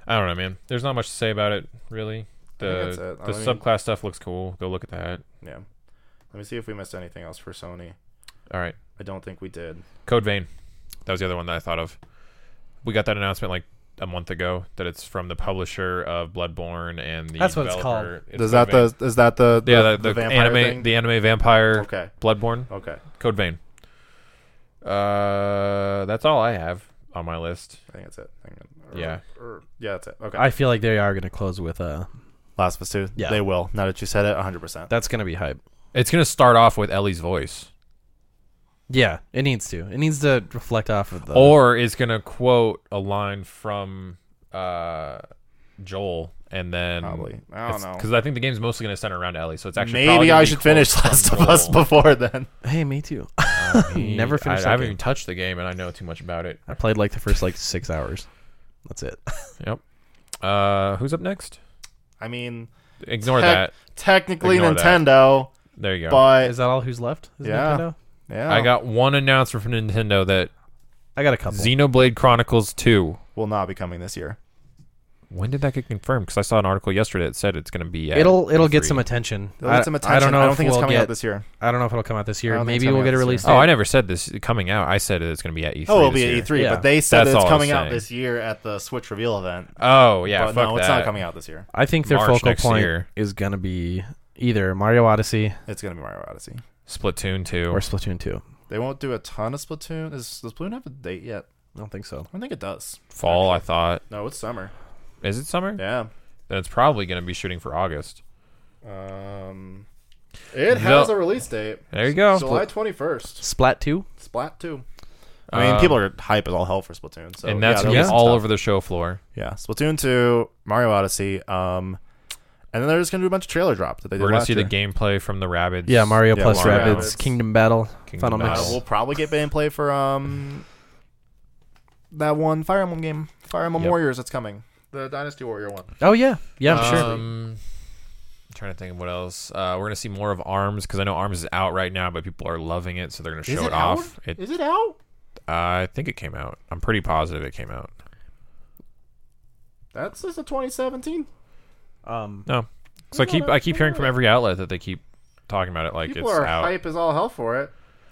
D: I don't know, man. There's not much to say about it, really. The
A: that's it. I
D: the
A: mean-
D: subclass stuff looks cool. Go look at that.
A: Yeah. Let me see if we missed anything else for Sony.
D: All right,
A: I don't think we did.
D: Code Vein. That was the other one that I thought of. We got that announcement like a month ago that it's from the publisher of Bloodborne and the
E: That's what it's called.
D: developer-
A: is
D: Code
A: that the is that the,
D: Vein. yeah the, the, anime the anime vampire
A: okay.
D: Bloodborne
A: Okay.
D: Code Vein. Uh, that's all I have on my list.
A: I think that's it. I think- or-
D: Yeah.
A: or- yeah, that's it. Okay.
E: I feel like they are going to close with uh
A: Last of Us 2.
E: Yeah.
A: They will. Now that you said it, 100%.
E: that's going to be hype.
D: It's gonna start off with Ellie's voice,
E: Yeah, it needs to. It needs to reflect off of the
D: or it's gonna quote a line from uh Joel, and then
A: Probably. I don't know.
D: because I think the game's mostly gonna center around Ellie. So um, it's actually probably
A: Maybe
D: gonna
A: I
D: be
A: should
D: quotes
A: finish
D: from
A: Last of
D: Joel.
A: Us before then.
E: Hey, me too.
D: I mean,
E: Never
D: I,
E: finished
D: I
E: that
D: haven't
E: game.
D: even touched the game, and I know too much about it.
E: I played like the first like 6 hours. That's it.
D: Uh, who's up next?
A: I mean,
D: Ignore
A: Heck.
D: that.
A: technically
D: Ignore that.
A: Nintendo,
D: There you go.
A: but
E: Is that all who's left? Is
A: Yeah.
E: Nintendo?
A: yeah,
D: I got one announcement from Nintendo that
E: I got a couple.
D: Xenoblade Chronicles Two
A: will not be coming this year.
D: When did that get confirmed? Because I saw an article yesterday that said it's going to be. At
E: it'll it'll get
D: E3.
E: some attention.
A: They'll get some attention.
E: I don't know if
A: think
E: we'll
A: it's coming
E: get,
A: out this year.
E: I don't know if it'll come out this
A: I
E: year.
A: don't think
E: Maybe
A: it's
E: we'll
A: coming
E: get a
A: out this
E: release.
D: Oh, I
E: date.
D: never said this coming out. I said that it's going to be at E3.
A: Oh, it'll
D: E this
A: be
D: year.
A: at E3,
E: Yeah.
A: but they said
D: That's
A: that it's
D: all I was
A: coming out
D: saying.
A: this year at the Switch reveal event.
D: Oh yeah,
A: but
D: fuck
A: no,
D: that.
A: it's not coming out this year.
E: I think their
D: Oh, March
E: focal
D: next
E: point
D: year.
E: is going to be either Mario Odyssey
A: It's gonna be Mario Odyssey.
D: Splatoon two.
E: or Splatoon 2.
A: They won't do a ton of Splatoon. Is does Splatoon have a date yet?
E: I don't think so.
A: I don't think it does.
D: fall. I thought.
A: No, it's summer.
D: Is it summer?
A: Yeah.
D: Then it's probably going to be shooting for August.
A: Um, it
D: No.
A: has a release date.
D: There you go.
A: July twenty first.
E: Splat 2?
A: Splat two. I mean,
D: Um,
A: people are hype as all hell for Splatoon. So
D: and that's going to
A: yeah,
D: be
A: there'll
D: all
A: some
D: over the show floor.
A: stuff. Yeah, Splatoon two, Mario Odyssey, um, and then there's gonna be a bunch of trailer drops that they did
D: We're going to
A: last
D: see
A: year.
D: the gameplay from the Rabbids.
E: Yeah, Mario
A: Yeah,
E: plus
A: Mario.
E: Rabbids, Kingdom Battle.
D: Kingdom
E: Final
A: Uh,
E: Mix.
A: we'll probably get gameplay for um that one Fire Emblem game, Fire Emblem
D: Yep.
A: Warriors that's coming, the Dynasty Warrior one.
E: Oh yeah, yeah, I'm
A: Uh,
E: sure.
D: Um, I'm trying to think of what else. Uh, we're going to see more of Arms because I know Arms is out right now, but people are loving it, so they're going to
A: Is
D: show
A: it
D: it, off. It,
A: Is it out?
D: I think it came out. I'm pretty positive it came out.
A: That's just a 2017.
E: Um,
D: No. So I keep I keep hearing from every outlet that they keep talking about it like
A: People
D: it's
A: are
D: out.
A: hype as all hell for it.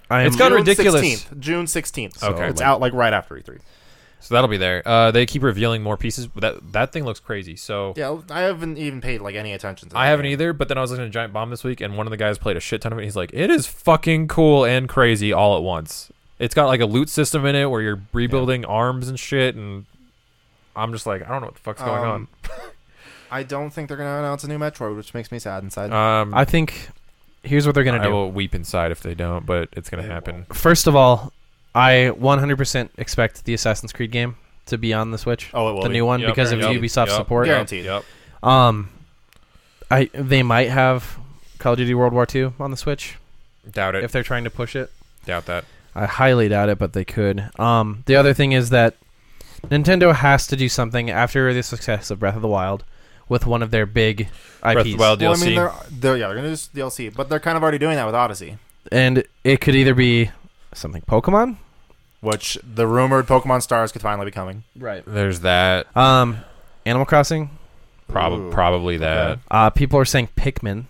E: I am,
D: It's got- Gotten ridiculous.
A: 16th, June 16th. So
D: Okay.
A: it's out like right after E E3.
D: So that'll be there. Uh, they keep revealing more pieces. but That that thing looks crazy. So
A: Yeah, I haven't even paid like any attention to that.
D: I haven't
A: game.
D: either. But then I was looking at Giant Bomb this week, and one of the guys played a shit ton of it. He's like, it is fucking cool and crazy all at once. It's got like a loot system in it where you're rebuilding arms and shit, and I'm just like, I don't know what the fuck's going
A: Um, I don't think they're going to announce a new Metroid, which makes me sad inside.
D: on. Um,
E: I think here's what they're gonna
D: I
E: do.
D: will weep inside if they don't, but it's gonna
A: They
D: happen.
E: First of all, I 100% expect the Assassin's Creed game to be on the Switch,
A: oh, it will
E: the
A: be.
E: new one,
D: Yep,
E: because of
D: guaranteed.
E: Ubisoft
D: Yep,
E: support.
A: Guaranteed.
D: Yep.
E: Um, I they might have Call of Duty World War II on the Switch
D: Doubt it.
E: if they're trying to push it.
D: Doubt that.
E: I highly doubt it, but they could. Um, the other thing is that Nintendo has to do something after the success of Breath of the Wild with one of their big IPs.
D: Breath of the Wild
A: Well, I
D: DLC.
A: mean, they're, they're, yeah, they're going to do DLC, but they're kind of already doing that with Odyssey,
E: and it could either be something Pokemon,
A: which the rumored Pokemon Stars could finally be coming.
E: right?
D: There's that.
E: Um, Animal Crossing.
D: Prob-
A: Ooh.
D: probably that.
A: Okay.
E: Uh, people are saying Pikmin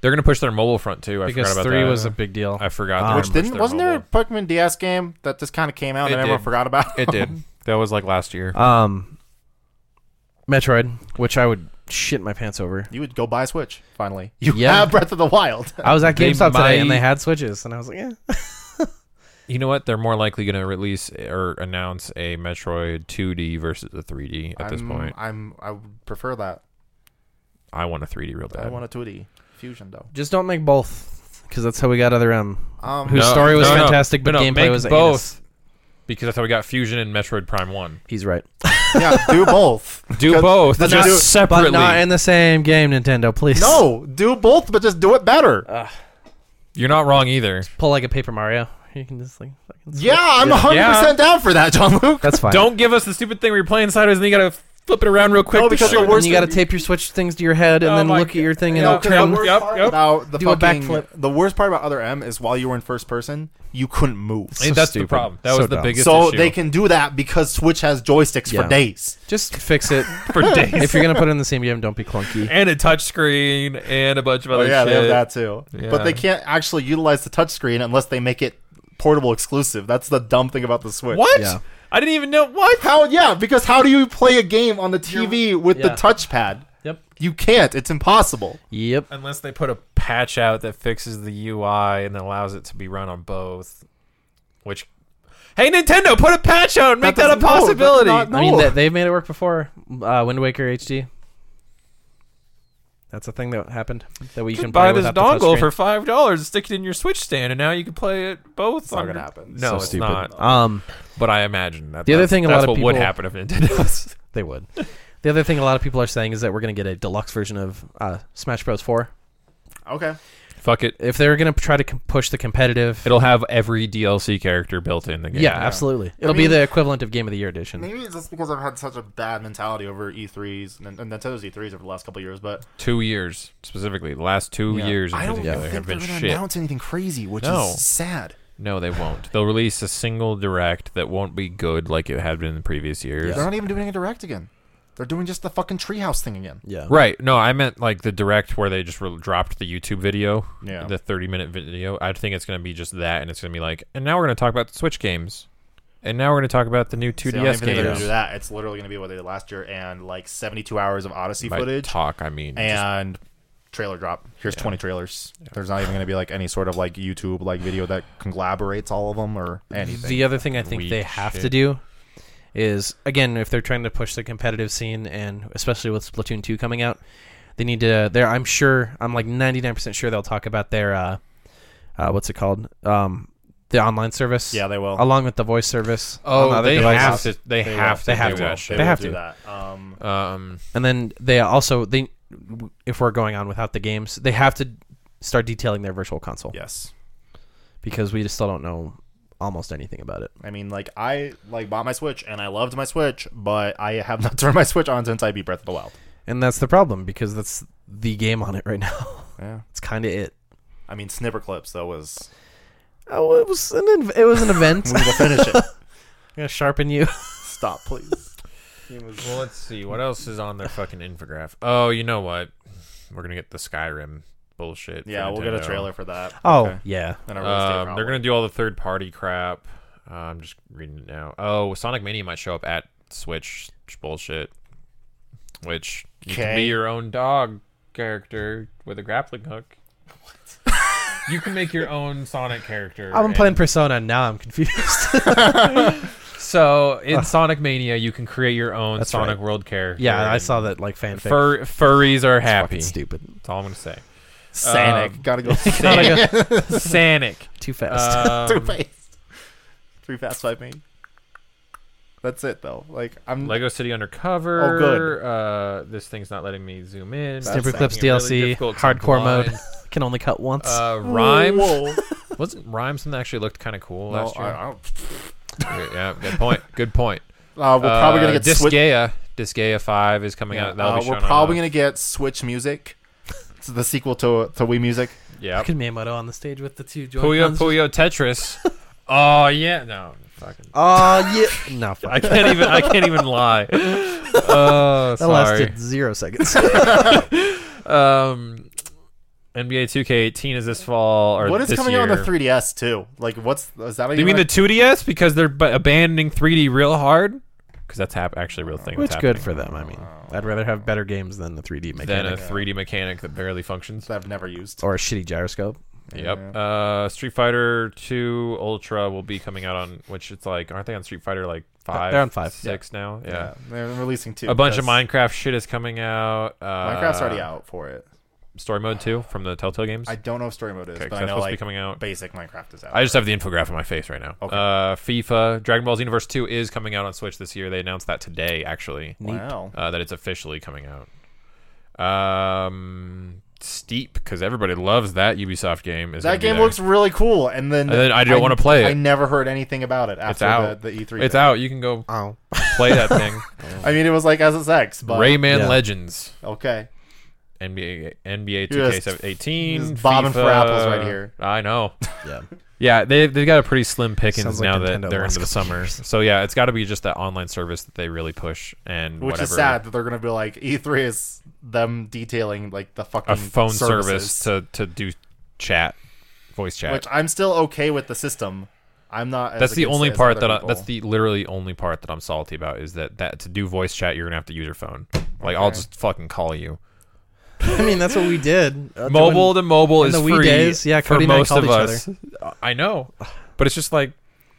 D: They're gonna push their mobile front too. I
E: because
D: forgot about
E: three
D: that.
E: was a big deal.
D: I forgot.
E: Um,
D: they
A: Which
D: pushed
A: didn't
D: their
A: wasn't there a
D: mobile.
A: Pokemon DS game that just kind of came out
D: It
A: and everyone
D: did.
A: forgot about?
D: It did. That was like last year.
E: Um, Metroid, which I would shit my pants over.
A: You would go buy a Switch finally. You
E: Yeah.
A: have Breath of the Wild.
E: I was at
D: They
E: GameStop today and
D: might-
E: they had Switches, and I was like, yeah.
D: You know what? They're more likely gonna release or announce a Metroid 2D versus a 3D at this
A: I'm-
D: point.
A: I'm I would prefer that.
D: I want a 3D real
A: I
D: bad.
A: want a 2D. If Fusion though.
E: Just don't make both, because that's how we got other M,
A: Um,
E: whose story was fantastic, but
D: no,
E: gameplay
D: make
E: was
D: both. Because that's how we got Fusion and Metroid Prime One.
E: He's right.
A: yeah, do both.
D: Do both,
A: But
D: not
A: not-
D: separately.
E: But not in the same game, Nintendo. Please.
A: No, do both, but just do it better.
D: You're not wrong either.
E: Pull like a Paper Mario. You can just like. Fucking
A: yeah, I'm 100 percent down for that, John Luke.
E: That's fine.
D: Don't give us the stupid thing where you're playing sideways and then you gotta flip it around real quick.
A: No,
D: to
A: because
D: show
A: the
D: it.
A: worst
E: And you got to tape your Switch things to your head and
D: Oh
E: then
D: my
E: look at your thing and
D: Yeah,
E: it'll
D: okay,
E: turn.
D: Yep, yep.
A: About the
E: Do a
A: fucking
E: backflip.
A: the worst part about other M is while you were in first person, you couldn't move.
D: I mean, that's the
E: stupid.
D: problem. That
E: So
D: was the
E: dumb.
D: biggest
A: so
D: issue
A: they can do that because Switch has joysticks
E: Yeah.
A: for days.
E: Just fix it.
D: for days.
E: if you're gonna put it in the same game, don't be clunky.
D: and a touchscreen and a bunch of other
A: oh, yeah,
D: shit.
A: they have that too.
D: Yeah.
A: But they can't actually utilize the touchscreen unless they make it portable exclusive. That's the dumb thing about the Switch.
D: What?
E: Yeah.
D: I didn't even know what.
A: How? Yeah, because how do you play a game on the TV with the
E: Yeah.
A: touchpad?
E: Yep.
A: You can't. It's impossible.
E: Yep.
D: Unless they put a patch out that fixes the UI and allows it to be run on both, which. Hey Nintendo, put a patch out and make that,
A: That
D: a
A: doesn't- no, that's
D: possibility.
A: not-
E: I mean,
A: No.
E: they, they've made it work before. Uh, Wind Waker HD. That's a thing that happened that we
D: you
E: can
D: can buy
E: play
D: this
E: without the
D: dongle
E: touchscreen.
D: for five dollars, stick it in your Switch stand, and now you can play it both.
A: It's not
D: on
A: gonna
D: your-
A: happen. Uh,
D: No, it's not.
E: Um,
D: But I imagine that
E: The other
D: that's-
E: thing a
D: that's
E: lot of
D: what would
E: people-
D: happen if Nintendo. Was,
E: they would. The other thing a lot of people are saying is that we're gonna get a deluxe version of uh, Smash Bros. Four.
A: Okay.
D: fuck it,
E: If they're gonna try to com- push the competitive,
D: it'll have every DLC character built in the game.
E: yeah, absolutely, it'll be
A: mean-
E: the equivalent of Game of the Year edition.
A: Maybe it's just because I've had such a bad mentality over E3s and, and Nintendo's E3s over the last couple of years, but
D: two years specifically, the last two
A: Yeah.
D: years in
A: I don't
D: particular
A: think
D: have
A: they're
D: been
A: going
D: shit.
A: to announce anything crazy, which
D: No.
A: is sad.
D: No, they won't. They'll release a single direct that won't be good like it had been in the previous years.
A: They're not even doing a direct again. They're doing just the fucking treehouse thing again.
E: Yeah.
D: Right. No, I meant like the direct where they just re- dropped the YouTube video,
A: Yeah.
D: the 30 minute video. I think it's going to be just that, and it's going to be like, and now we're going to talk about the Switch games, and now we're going to talk about the new
A: See, I don't
D: 2DS
A: even think they're gonna do
D: games.
A: that. It's literally going to be what they did last year and like 72 hours of Odyssey
D: By
A: footage
D: talk, I mean. just-
A: and trailer drop. Here's 20 trailers. There's not even going to be like any sort of like YouTube like video that collaborates all of them or anything.
E: The other thing I think
D: Weak
E: they have to
D: shit.
E: do is again, if they're trying to push the competitive scene, and especially with Splatoon two coming out, they need to. There, I'm sure. I'm like 99 percent sure they'll talk about their uh, uh, what's it called? Um, the online service.
A: yeah, they will.
E: Along with the voice service. on the
D: oh,
E: other
D: they
E: devices.
D: have to. They,
A: They
D: have
A: will.
D: to.
E: They have
D: do
E: to.
D: that
E: They
D: shit.
A: will
E: have
A: do
E: to.
A: that. Um,
D: Um,
E: And then they also they, if we're going on without the games, they have to start detailing their virtual console
A: yes.
E: because we just still don't know almost anything about it.
A: I mean, like I like bought my Switch and I loved my Switch, but I have not turned my Switch on since I beat Breath of the Wild.
E: And that's the problem because that's the game on it right now.
A: Yeah.
E: It's kind of it.
A: I mean, Snipper Clips though was
E: Oh, it was an inv- it was an event.
A: we will finish it.
E: I'm gonna sharpen you.
A: Stop, please.
D: well, let's see. What else is on their fucking infograph? Oh, you know what? We're going to get the Skyrim bullshit. for
A: Yeah, we'll get a
D: Nintendo.
A: trailer for that.
E: Oh
A: Okay.
E: yeah,
A: And a release date,
D: Um,
A: probably.
D: they're gonna do all the third party crap. Uh, I'm just reading it now. Oh, Sonic Mania might show up at Switch bullshit, which you can be
A: Okay.
D: your own dog character with a grappling hook. you can make your own Sonic character.
E: I've been
D: and-
E: playing Persona and now I'm confused.
D: So in Sonic Mania, you can create your own
E: That's
D: Sonic
E: right.
D: World character.
E: yeah, I
D: and
E: saw that like fanfic.
D: Fur- furries are
E: It's
D: happy.
E: fucking stupid.
D: That's all I'm gonna say.
A: Sonic.
D: um,
A: gotta go.
D: Sonic. Sonic.
E: Too fast.
A: Too
D: Um,
A: fast. Three fast five main. That's it though. Like I'm
D: Lego City
A: Oh,
D: Undercover. Uh, this thing's not letting me zoom in.
A: Snipper
D: It's
E: Clips
D: making it really
E: DLC,
D: difficult 'cause I'm
E: hardcore mode.
D: blind.
E: Can only cut once.
D: Uh, Rhyme
A: Whoa.
D: wasn't Rhyme something that actually looked kind of cool
A: No,
D: last year.
A: I, I don't-
D: Okay, yeah, good point. Good point.
A: uh, we're probably gonna
D: Uh,
A: get Switch.
D: Disgaea. Disgaea Five is coming out. That'll
A: uh,
D: be
A: we're
D: shown on,
A: probably
D: uh,
A: gonna get Switch Music. It's the sequel to to Wii Music.
D: yeah.
E: Could Miyamoto on the stage with the two
D: Puyo
E: Joy-Cons?
D: Puyo Tetris. oh yeah, no. Fucking.
E: Oh yeah. no, fuck.
D: I can't even. I can't even lie. Oh,
E: that
D: sorry.
E: lasted zero seconds.
D: Um, NBA 2K18 is this fall or
A: What is
D: this
A: coming out on the
D: year.
A: 3DS too? Like what's is that?
D: Do you mean the 2DS because they're b- abandoning 3D real hard? Because that's hap- actually a real thing.
E: Which
D: that's
E: good
D: happening.
E: for them. I mean, I'd rather have better games than the 3D
D: Than a
E: mechanic
D: 3D mechanic that barely functions.
A: that I've never used?
E: or a shitty gyroscope.
D: Yep. Uh, Street Fighter 2 Ultra will be coming out on which it's like aren't they on Street Fighter like five?
E: They're on five,
D: six now. Yeah.
A: they're releasing two.
D: A bunch of
A: because
D: Minecraft shit is coming out. Uh,
A: Minecraft's already out for it.
D: story mode too from the Telltale games?
A: I don't know if story mode is,
D: Okay, 'cause
A: but I
D: that's
A: know
D: supposed to be
A: like
D: coming out.
A: basic Minecraft is out.
D: I just have the infographic on my face right now.
A: Okay.
D: Uh, FIFA Dragon Ball Z Universe 2 is coming out on Switch this year. They announced that today, actually,
A: wow.
D: uh, that it's officially coming out. Um, Steep, because everybody loves that Ubisoft game. Is
A: That
D: gonna be
A: game
D: there.
A: looks really cool, and then,
D: And then I don't wanna play it.
A: I never heard anything about it after
D: out.
A: The, the E3.
D: It's
A: thing.
D: out. You can go
E: Oh.
D: play that thing.
A: I mean, it was like SSX, but
D: Rayman
E: Yeah.
D: Legends.
A: okay.
D: NBA NBA
A: You're
D: 2K
A: just-
D: 18
A: just bobbing for apples right here.
D: I know.
E: Yeah.
D: Yeah, they they've got a pretty slim pickings
E: Sounds like
D: now that
E: Nintendo
D: they're
E: last
D: into the
E: couple
D: summer. So yeah, it's got to be just that online service that they really push and
A: Which
D: whatever
A: is sad that they're gonna be like E3 is them detailing like the fucking
D: a phone
A: services,
D: service to to do chat, voice chat.
A: which I'm still okay with the system. I'm not. as
D: that's the
A: against
D: only
A: it as
D: part
A: other
D: that I,
A: people.
D: that's the literally only part that I'm salty about is that that to do voice chat you're gonna have to use your phone. Like I'll
A: Okay.
D: just fucking call you.
E: I mean, that's what we did. Uh,
D: mobile to mobile
E: in
D: is
E: the wee
D: free
E: days, yeah,
D: for
E: Cody and I
D: most
E: called
D: of
E: each
D: us. I know, but it's just like,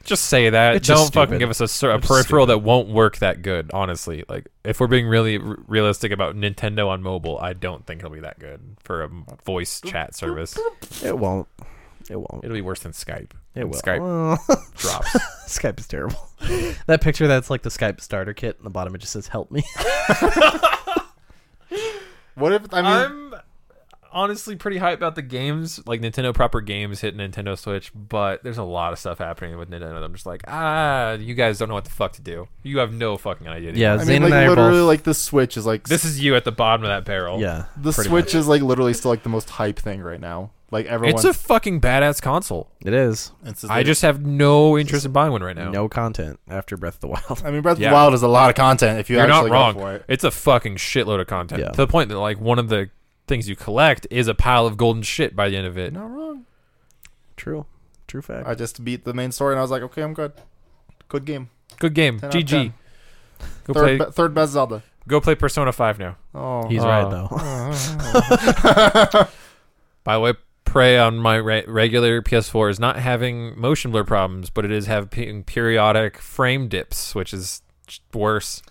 D: just say that.
E: It's
D: Don't
E: just
D: fucking
E: stupid.
D: give us a, ser- a
E: It's
D: peripheral
E: stupid.
D: that won't work that good. Honestly, like if we're being really r- realistic about Nintendo on mobile, I don't think it'll be that good for a m- voice chat service.
E: when- It won't. It won't.
D: It'll be worse than Skype.
E: It
D: When
E: will.
D: Skype
E: Well,
D: drops.
E: Skype is terrible. that picture that's like the Skype starter kit in the bottom it just says help me.
A: What if I mean?
D: I'm honestly pretty hyped about the games, like Nintendo proper games hit Nintendo Switch, but there's a lot of stuff happening with Nintendo. that I'm just like, ah, you guys don't know what the fuck to do. You have no fucking idea.
E: Yeah,
A: I
E: Zane
A: mean,
E: and
A: like
E: I are
A: literally,
E: both.
A: like the Switch is like
D: This is you at the bottom of that barrel.
E: yeah.
A: the
E: pretty
A: Switch is like literally still like the most hype thing right now. Like everyone,
D: It's a fucking badass console.
E: much. It is.
D: I just have no interest in buying one right now.
E: No content after Breath of the Wild.
A: I mean, Breath of
D: Yeah.
A: the Wild is a lot of content. If you
D: You're not
A: actually go
D: wrong.
A: for it.
D: It's a fucking shitload of content.
E: Yeah.
D: To the point that like one of the things you collect is a pile of golden shit by the end of it.
A: not wrong.
E: True. True fact.
A: I just beat the main story, and I was like, okay, I'm good. Good game.
D: Good game.
A: 10 out of
D: GG.
A: 10.
D: Go
A: third,
D: play
A: be- third best Zelda.
D: go play Persona 5 now.
A: Oh,
E: He's
D: Uh,
E: right though.
D: By the way, Prey on my re- regular PS4 is not having motion blur problems, but it is having periodic frame dips, which is worse.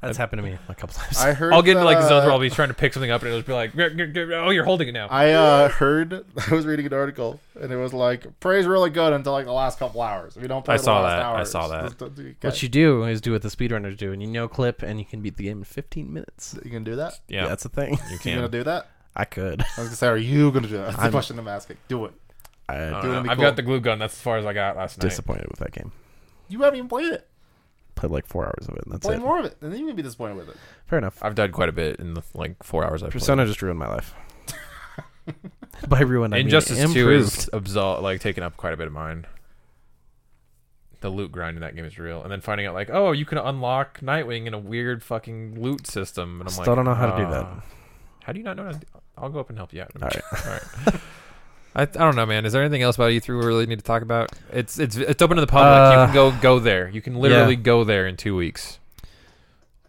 E: That's happened to me a couple times.
A: I heard.
D: I'll get into like
A: that,
D: the zones where
A: uh,
D: I'll be trying to pick something up and it'll just be like, "Grr, grr, grr, oh, you're holding it now.
A: I uh, heard I was reading an article and it was like Prey's really good until like the last couple hours. If you don't play
D: I
A: the
D: saw
A: last
D: that. I
A: Hours,
D: saw that.
A: just don't- you,
E: What you do is do what the speedrunners do, and you know clip, and you can beat the game in 15 minutes.
A: you can do that.
D: yeah,
E: that's the thing.
D: you
A: You gonna
D: can.
A: do that?
E: I could.
A: I was gonna say, are you gonna do that? That's the
E: I'm-
A: question I'm asking. Do it.
E: I'm
D: I don't
A: Do it
D: know.
A: and be
D: I've
A: cool.
D: got the glue gun. That's as far as I got last night.
E: disappointed with that game.
A: You haven't even played it.
E: Played like four hours of it. And that's
A: Play
E: it.
A: more of it, and then you can be disappointed with it.
E: Fair enough.
D: I've died quite a bit in the like four hours I've
E: Persona just ruined my life. By ruined,
D: played.
E: I mean
D: Injustice Two
E: improved.
D: is absol- like taking up quite a bit of mine. The loot grind in that game is real, and then finding out like, oh, you can unlock Nightwing in a weird fucking loot system, and I'm
E: Still
D: like,
E: don't know how to do
D: "Uh,
E: that.
D: How do you not know? How to do- I'll go up and help you out.
E: All right.
D: All right. I, I don't know, man. Is there anything else about E3 we really need to talk about? It's it's it's open to the public. you
E: Uh,
D: can go go there. You can literally go there in two weeks.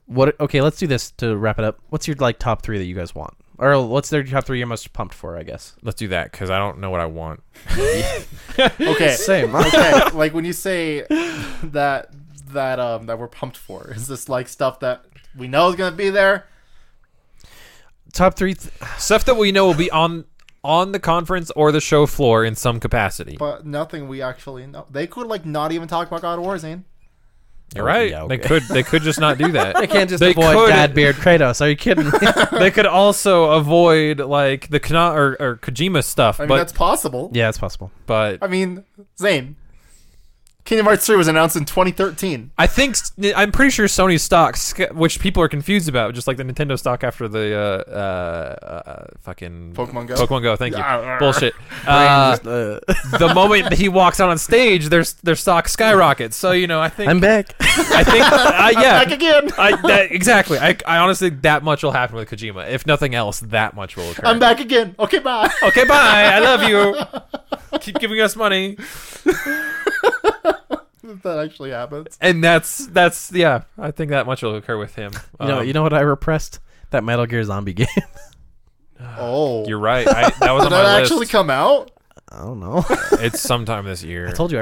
E: What? Okay, let's do this to wrap it up. What's your like top three that you guys want, or what's their top three you're most pumped for? I guess.
D: Let's do that because I don't know what I want.
A: Okay.
E: Same.
A: okay, like when you say that that um that we're pumped for, is this like stuff that we know is gonna be there?
E: top three. Th-
D: Stuff that we know will be on on the conference or the show floor in some capacity.
A: But nothing we actually know. They could like not even talk about God of Warzine.
D: You're right.
E: Yeah,
D: They
E: okay.
D: could they could just not do
E: I
D: that.
E: can't just
D: They
E: avoid
D: could-
E: Dad Beard Kratos. Are you kidding me?
D: they could also avoid like the Kana or, or Kojima stuff.
A: I mean,
D: but
A: that's possible.
E: yeah, it's possible.
D: but
A: I mean, Zane, Kingdom Hearts 3 was announced in 2013.
D: I think I'm pretty sure Sony's stock, sc- which people are confused about, just like the Nintendo stock after the uh, uh, uh, fucking
A: Pokemon Go?
D: Pokemon Go, thank you.
A: Arr.
D: Bullshit. Uh,
E: Uh,
D: the moment that he walks out on stage, their their stock skyrockets. So you know, I think
E: I'm back.
D: I think uh, yeah.
A: Back again.
D: I, that, exactly. I, I honestly, that much will happen with Kojima. If nothing else, that much will occur.
A: I'm back again. Okay, bye.
D: Okay, bye. I love you. Keep giving us money.
A: If that actually happens.
D: And that's that's yeah. I think that much will occur with him.
E: You know,
D: Um,
E: you know what I repressed? That Metal Gear Zombie game.
A: Oh.
D: Uh, You're right. I, that was
A: Did
D: on my
A: that
D: list.
A: actually come out?
E: I don't know.
D: It's sometime this year.
E: I told you I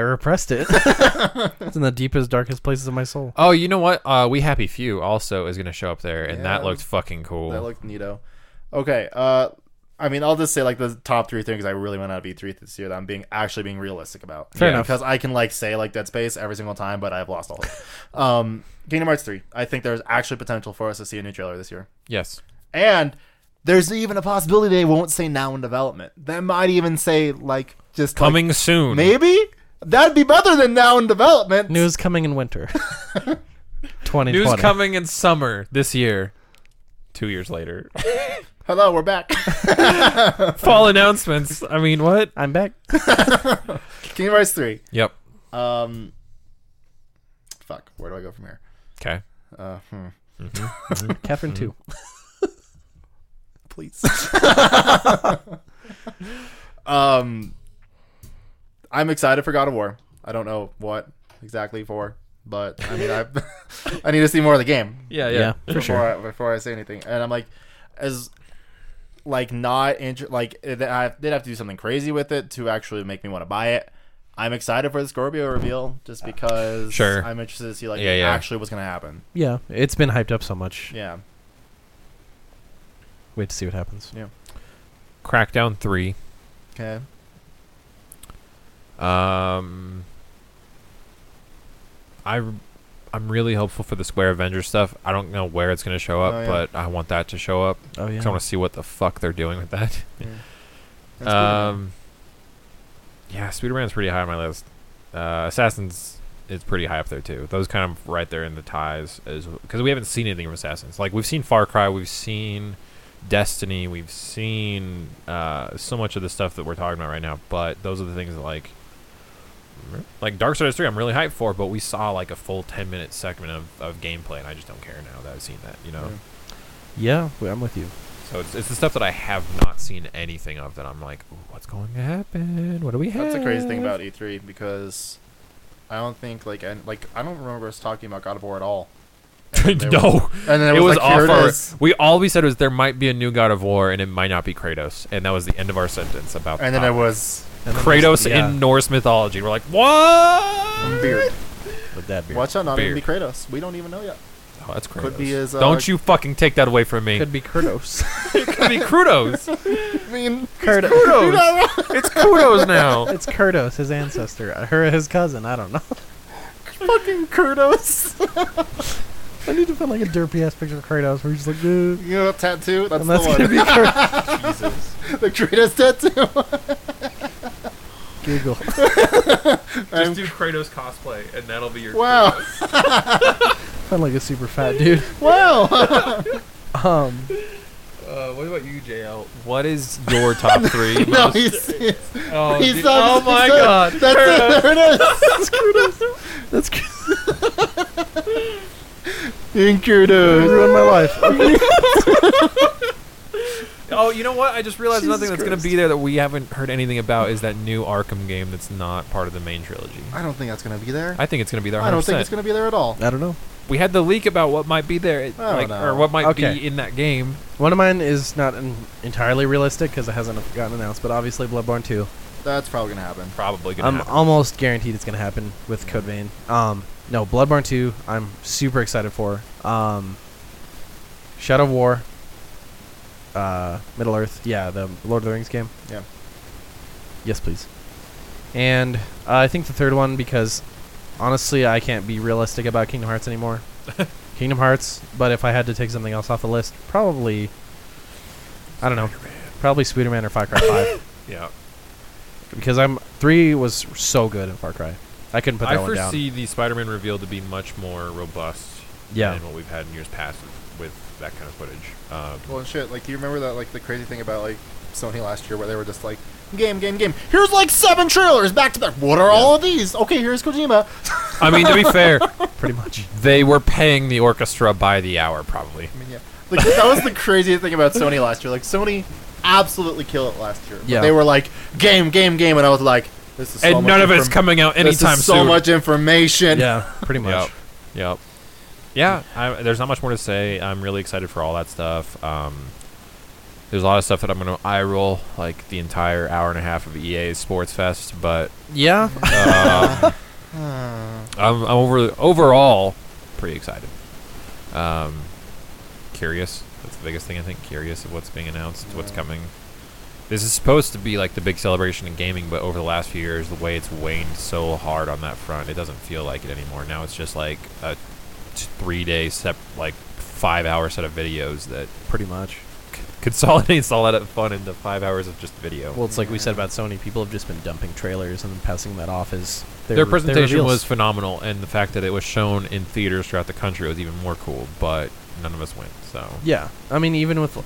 E: repressed it. it's in the deepest, darkest places of my soul.
D: oh, you know what? Uh, we Happy Few also is going to show up there, and
A: Yeah,
D: that
A: that
D: looked
A: was-
D: fucking cool.
A: That looked neato. Okay, uh, I mean, I'll just say like the top three things I really went out of E3 this year that I'm being actually being realistic about.
E: Fair enough.
A: Because I can like say like Dead Space every single time, but I've lost all of it. um, Kingdom Hearts 3. I think there's actually potential for us to see a new trailer this year.
D: Yes.
A: And there's even a possibility they won't say now in development. They might even say like just like,
D: Coming soon.
A: maybe? That'd be better than now in development.
E: News coming in winter. 2020.
D: News coming in summer this year. Two years later.
A: Hello, we're back.
D: Fall announcements. I mean, what?
E: I'm back.
A: Kingdom Hearts 3.
D: Yep.
A: Um, fuck, where do I go from here?
D: Okay. Mm-hmm.
A: Uh, hmm.
E: Catherine two.
A: please. um, I'm excited for God of War. I don't know what exactly for, but I mean, I I need to see more of the game
D: Yeah,
E: Yeah.
A: before I, before I say anything. And I'm like, as like not inter- like it- I, they'd have to do something crazy with it to actually make me want to buy it. I'm excited for the Scorpio reveal just because
D: Sure.
A: I'm interested to see like
D: Yeah, yeah.
A: actually what's gonna happen.
E: Yeah, it's been hyped up so much.
A: Yeah,
E: Wait to see what happens.
D: Crackdown 3.
A: okay.
D: Um, I, I'm really hopeful for the Square Avengers stuff. I don't know where it's going to show up,
A: Oh, yeah.
D: but I want that to show up.
E: Oh
D: 'cause
E: yeah.
D: I want to see what the fuck they're doing with that.
A: That's cool.
D: Um, yeah, Spider Man's pretty high on my list. Uh, Assassins is pretty high up there too. Those kind of right there in the ties, as because we haven't seen anything from Assassins. Like we've seen Far Cry, we've seen Destiny, we've seen uh, so much of the stuff that we're talking about right now. But those are the things that like. Like Dark Souls 3, I'm really hyped for, but we saw like a full 10 minute segment of, of gameplay, and I just don't care now that I've seen that, you know?
A: Yeah.
E: Yeah, well, I'm with you.
D: So it's, it's the stuff that I have not seen anything of that I'm like, Ooh, what's going to happen? What do we have?
A: That's the crazy thing about E3 because I don't think like and like I don't remember us talking about God of War at all. And they were-
D: no,
A: and then
D: it
A: it
D: was
A: was, like, here
D: off.
A: it
D: Our,
A: is.
D: we all we said was there might be a new God of War, and it might not be Kratos, and that was the end of our sentence about.
A: And then
D: that.
A: it was
E: And then
D: Kratos
E: there's- yeah,
D: in Norse mythology. We're like, what?
A: beard.
E: with that beard.
A: Watch out, not even be
D: Beard.
A: Kratos. We don't even know yet.
D: Oh, that's Kratos.
A: Could be his, uh,
D: Don't you fucking take that away from me.
E: Could be Kratos.
D: Could be Kratos.
A: I mean,
E: Kratos.
D: it's Kratos now.
E: It's Kratos, his ancestor, uh, her, his cousin. I don't know.
A: fucking Kratos.
B: I need to find like a derpy ass picture of Kratos where he's like, "Uh,"
A: you know that tattoo? That's
B: and that's
A: the
B: gonna
A: one.
B: be Kratos.
A: the Kratos tattoo.
B: Giggle.
C: Just do Kratos cosplay, and that'll be your.
A: wow.
B: Find like a super fat dude.
A: Wow.
B: Um,
C: Uh, what about you, JL?
D: What is your top three?
A: no,
D: most-
A: he's, he's,
D: oh,
A: he's
D: dude.
A: not-
D: oh my
A: he's not-
D: god.
A: That's it. There it is.
B: that's
A: In Kratos.
B: ruined my life.
D: Oh, you know what? I just realized nothing that's going to be there that we haven't heard anything about is that new Arkham game that's not part of the main trilogy.
A: I don't think that's gonna be there.
D: I think it's going to be there. 100%.
A: I don't think it's gonna be there at all.
E: I don't know.
D: We had the leak about what might be there, it-
A: I don't
D: like,
A: know.
D: or what might
E: Oh, Okay.
D: be in that game.
E: One of mine is not en- entirely realistic because it hasn't gotten announced, but obviously Bloodborne 2.
A: That's probably gonna happen.
D: Probably going
E: I'm
D: to happen.
E: almost guaranteed it's going to happen with Code Vein. Um, no, Bloodborne 2, I'm super excited for. Um, Shadow of War, uh, Middle Earth, yeah, the Lord of the Rings game.
A: Yeah.
E: Yes, please. And uh, I think the third one because honestly, I can't be realistic about Kingdom Hearts anymore. Kingdom Hearts, but if I had to take something else off the list, probably. I don't know. Probably Spider Man or Far Cry 5
D: yeah.
E: because I'm three was so good in Far Cry. I couldn't put that
D: I
E: one down.
D: foresee the Spider-Man reveal to be much more robust
E: Yeah,
D: than what we've had in years past with, with that kind of footage. Um,
A: Well, and shit, like, do you remember that, like, the crazy thing about, like, Sony last year where they were just like, game, game, game. Here's, like, seven trailers back to back. What are all of these? Okay, here's Kojima.
D: I mean, to be fair,
E: pretty much.
D: they were paying the orchestra by the hour, probably.
A: I mean, yeah. Like, that was the craziest thing about Sony last year. Like, Sony absolutely killed it last year. But
E: Yeah.
A: They were like, game, game, game. And I was like, this is so
D: and
A: much
D: none of
A: inform-
D: it's coming out anytime
A: this is so
D: soon.
A: much information.
E: Yeah, pretty much.
D: Yep. Yep. Yeah, I, there's not much more to say. I'm really excited for all that stuff. Um, there's a lot of stuff that I'm going to eye roll, like the entire hour and a half of EA's Sports Fest, but
E: Yeah,
D: um,
E: Uh,
A: Hmm.
D: I'm, I'm over, overall pretty excited. Um, curious. That's the biggest thing, I think. Curious of what's being announced, what's
A: Yeah.
D: coming. This is supposed to be like the big celebration in gaming, but over the last few years, the way it's waned so hard on that front, it doesn't feel like it anymore. Now it's just like a three-day, sep- like five-hour set of videos that
E: pretty much.
D: c- consolidates all that fun into five hours of just video.
E: Well, it's like we said about Sony. People have just been dumping trailers and then passing that off as
D: their, presentation was phenomenal, and the fact that it was shown in theaters throughout the country was even more cool. But none of us went, so
E: Yeah, I mean, even with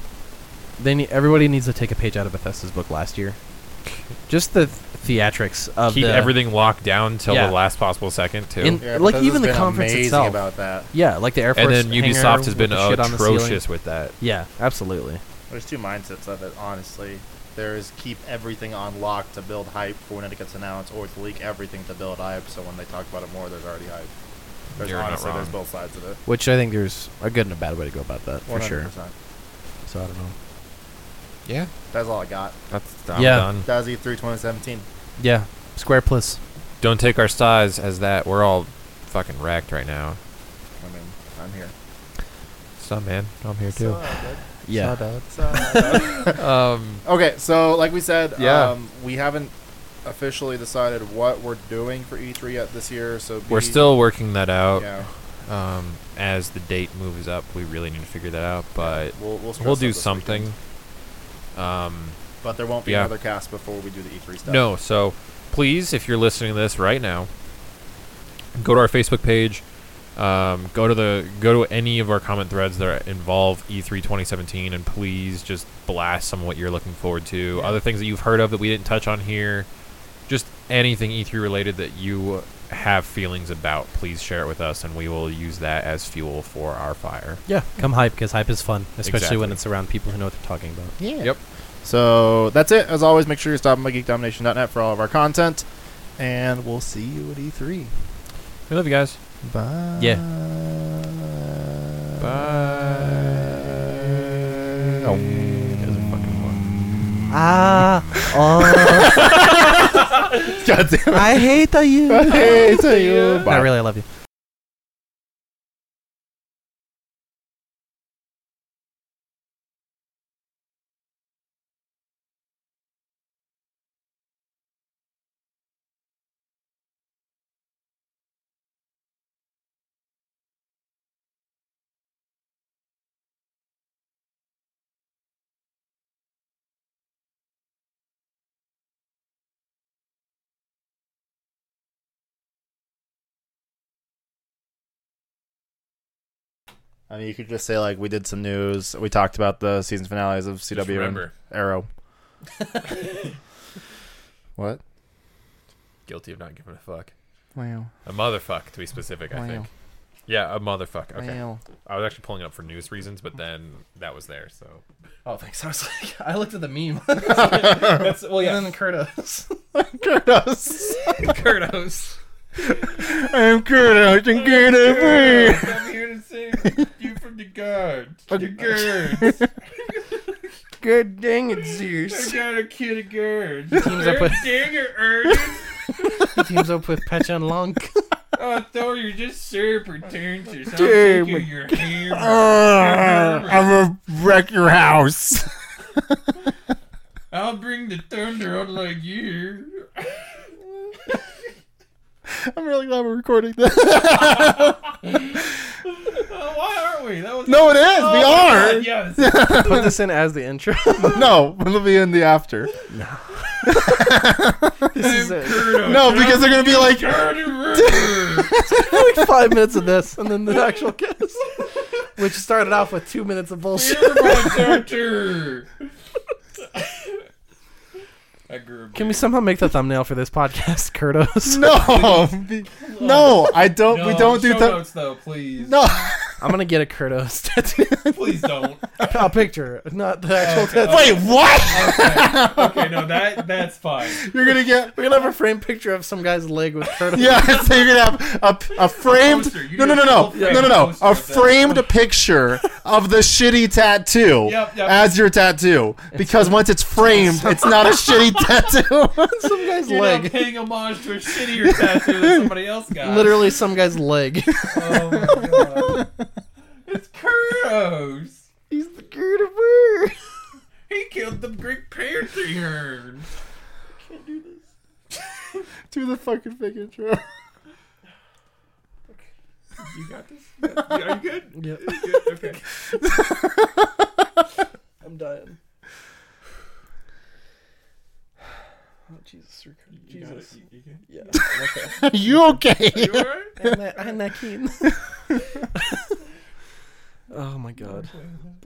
E: they need, everybody needs to take a page out of Bethesda's book last year. Just the theatrics of
D: keep
E: the-
D: everything locked down till
E: Yeah.
D: the last possible second too.
E: In- Like,
A: Bethesda's
E: even the
A: been
E: conference
A: amazing
E: itself.
A: about that.
E: Yeah, like the Air Force.
D: and then
E: hangar
D: Ubisoft has
E: with
D: been
E: the shit on the ceiling.
D: atrocious with that.
E: yeah, absolutely.
A: There's two mindsets of it, honestly. There is keep everything on lock to build hype for when it gets announced, or to leak everything to build hype. So when they talk about it more, there's already hype. There's
D: You're not
A: honestly, there's
D: wrong.
A: both sides of it.
E: Which I think there's a good and a bad way to go about that for sure.
A: 100%.
E: So I don't know.
D: Yeah,
A: That's all I got.
D: that's
E: Yeah.
D: done.
A: That was E E3 2017.
E: Yeah, Square Plus.
D: Don't take our size as that. We're all fucking wrecked right now.
A: I mean, I'm here.
D: So man, I'm here
A: So, uh,
D: too.
E: Yeah,
D: um,
A: okay, so like we said,
D: Yeah.
A: um, we haven't officially decided what we're doing for E3 yet this year. So
D: we're
A: be-
D: still working that out.
A: Yeah,
D: Um, as the date moves up, we really need to figure that out. But
A: we'll we'll, stress
D: we'll
A: that
D: do
A: this
D: something.
A: weekend.
D: Um,
A: but there won't be
D: Yeah.
A: another cast before we do the E3 stuff.
D: No, so please, if you're listening to this right now, go to our Facebook page. Um, go to the go to any of our comment threads that involve E E3 2017, and please just blast some of what you're looking forward to, other things that you've heard of that we didn't touch on here, just anything E3 related that you have feelings about. Please share it with us, and we will use that as fuel for our fire.
E: yeah. Come hype because hype is fun, especially
D: Exactly.
E: when it's around people who know what they're talking about.
A: Yeah.
D: Yep.
A: So that's it. As always, make sure you're stopping by geekdomination.net for all of our content. And we'll see you at E3.
D: We love you guys.
A: Bye.
E: Yeah.
D: Bye.
A: Oh.
B: Ah, oh,
A: God damn
B: I hate you.
A: it. Hey, to you.
E: Not really. I love you.
A: I mean, you could just say, like, we did some news. We talked about the season finales of CW
D: Just
A: and
D: remember,
A: Arrow. what?
D: guilty of not giving a fuck.
A: Wow.
D: A motherfuck, to be specific, I
A: Wow.
D: think. Yeah, a motherfuck. Okay.
A: Wow.
D: I was actually pulling it up for news reasons, but then that was there, so.
E: Oh, thanks. I was like, I looked at the meme.
D: well,
E: And then Curtis.
A: Kudos.
D: Kurdos.
A: I'm Kudos and Kudos.
D: I'm here to save you from the guards. The guards.
E: Good dang it, Zeus.
D: gotta kill the guards.
E: Teams up with-
D: Dinger, Ernest.
B: He teams up with Pechan Long.
D: Oh, Thor, you're just so pretentious.
A: Damn. taking
D: your hammer.
A: I'm gonna wreck your house.
D: I'll bring the thunder on like you.
A: I'm really glad we're recording this.
D: Oh, Why aren't we? That was
A: No, it is.
E: Oh,
A: we
D: Yes.
E: Put this in as the intro.
A: are. No, it'll be in the after.
E: this is it.
A: No, because they're gonna be like,
B: like five minutes of this, and then the actual kiss, which started off with two minutes of bullshit.
C: I grew a
E: Can we somehow make the thumbnail for this podcast, Curtis?
A: no, be- no, I don't. we don't do
C: show
A: that.
C: notes though, please.
A: No,
E: I'm gonna get a Curtis tattoo.
C: please don't.
B: a picture, not the actual
C: Okay.
B: tattoo.
A: wait, what?
C: Okay, okay, no, that that's fine.
A: You're gonna get.
B: We're gonna have a framed picture of some guy's leg with Curtis.
A: Yeah, so you're gonna have a, a framed.
C: Poster, you
A: No, no,
C: need
A: no,
C: a
A: no,
C: full
A: no,
C: frame
A: no, no.
C: poster
A: A
C: of that.
A: framed picture of the shitty tattoo
C: Yep, yep.
A: as your tattoo, because once it's framed, it's not a shitty tattoo.
B: some guy's
C: You're not
B: leg.
C: paying homage to a shittier tattoo that somebody else got.
B: Literally, some guy's leg.
C: Oh my god. It's Kuros.
B: He's the Gerda Bird.
C: He killed the Greek Panther.
A: fucking big intro.
C: You got this? Yeah, are you good?
B: Yeah.
C: You good? Okay.
B: I'm dying. Oh, Jesus. rec-
C: You got it?
B: Jesus.
C: You, you good?
B: Yeah.
A: you okay?
C: Are you alright?
B: I'm that, I'm that keen. oh, my God.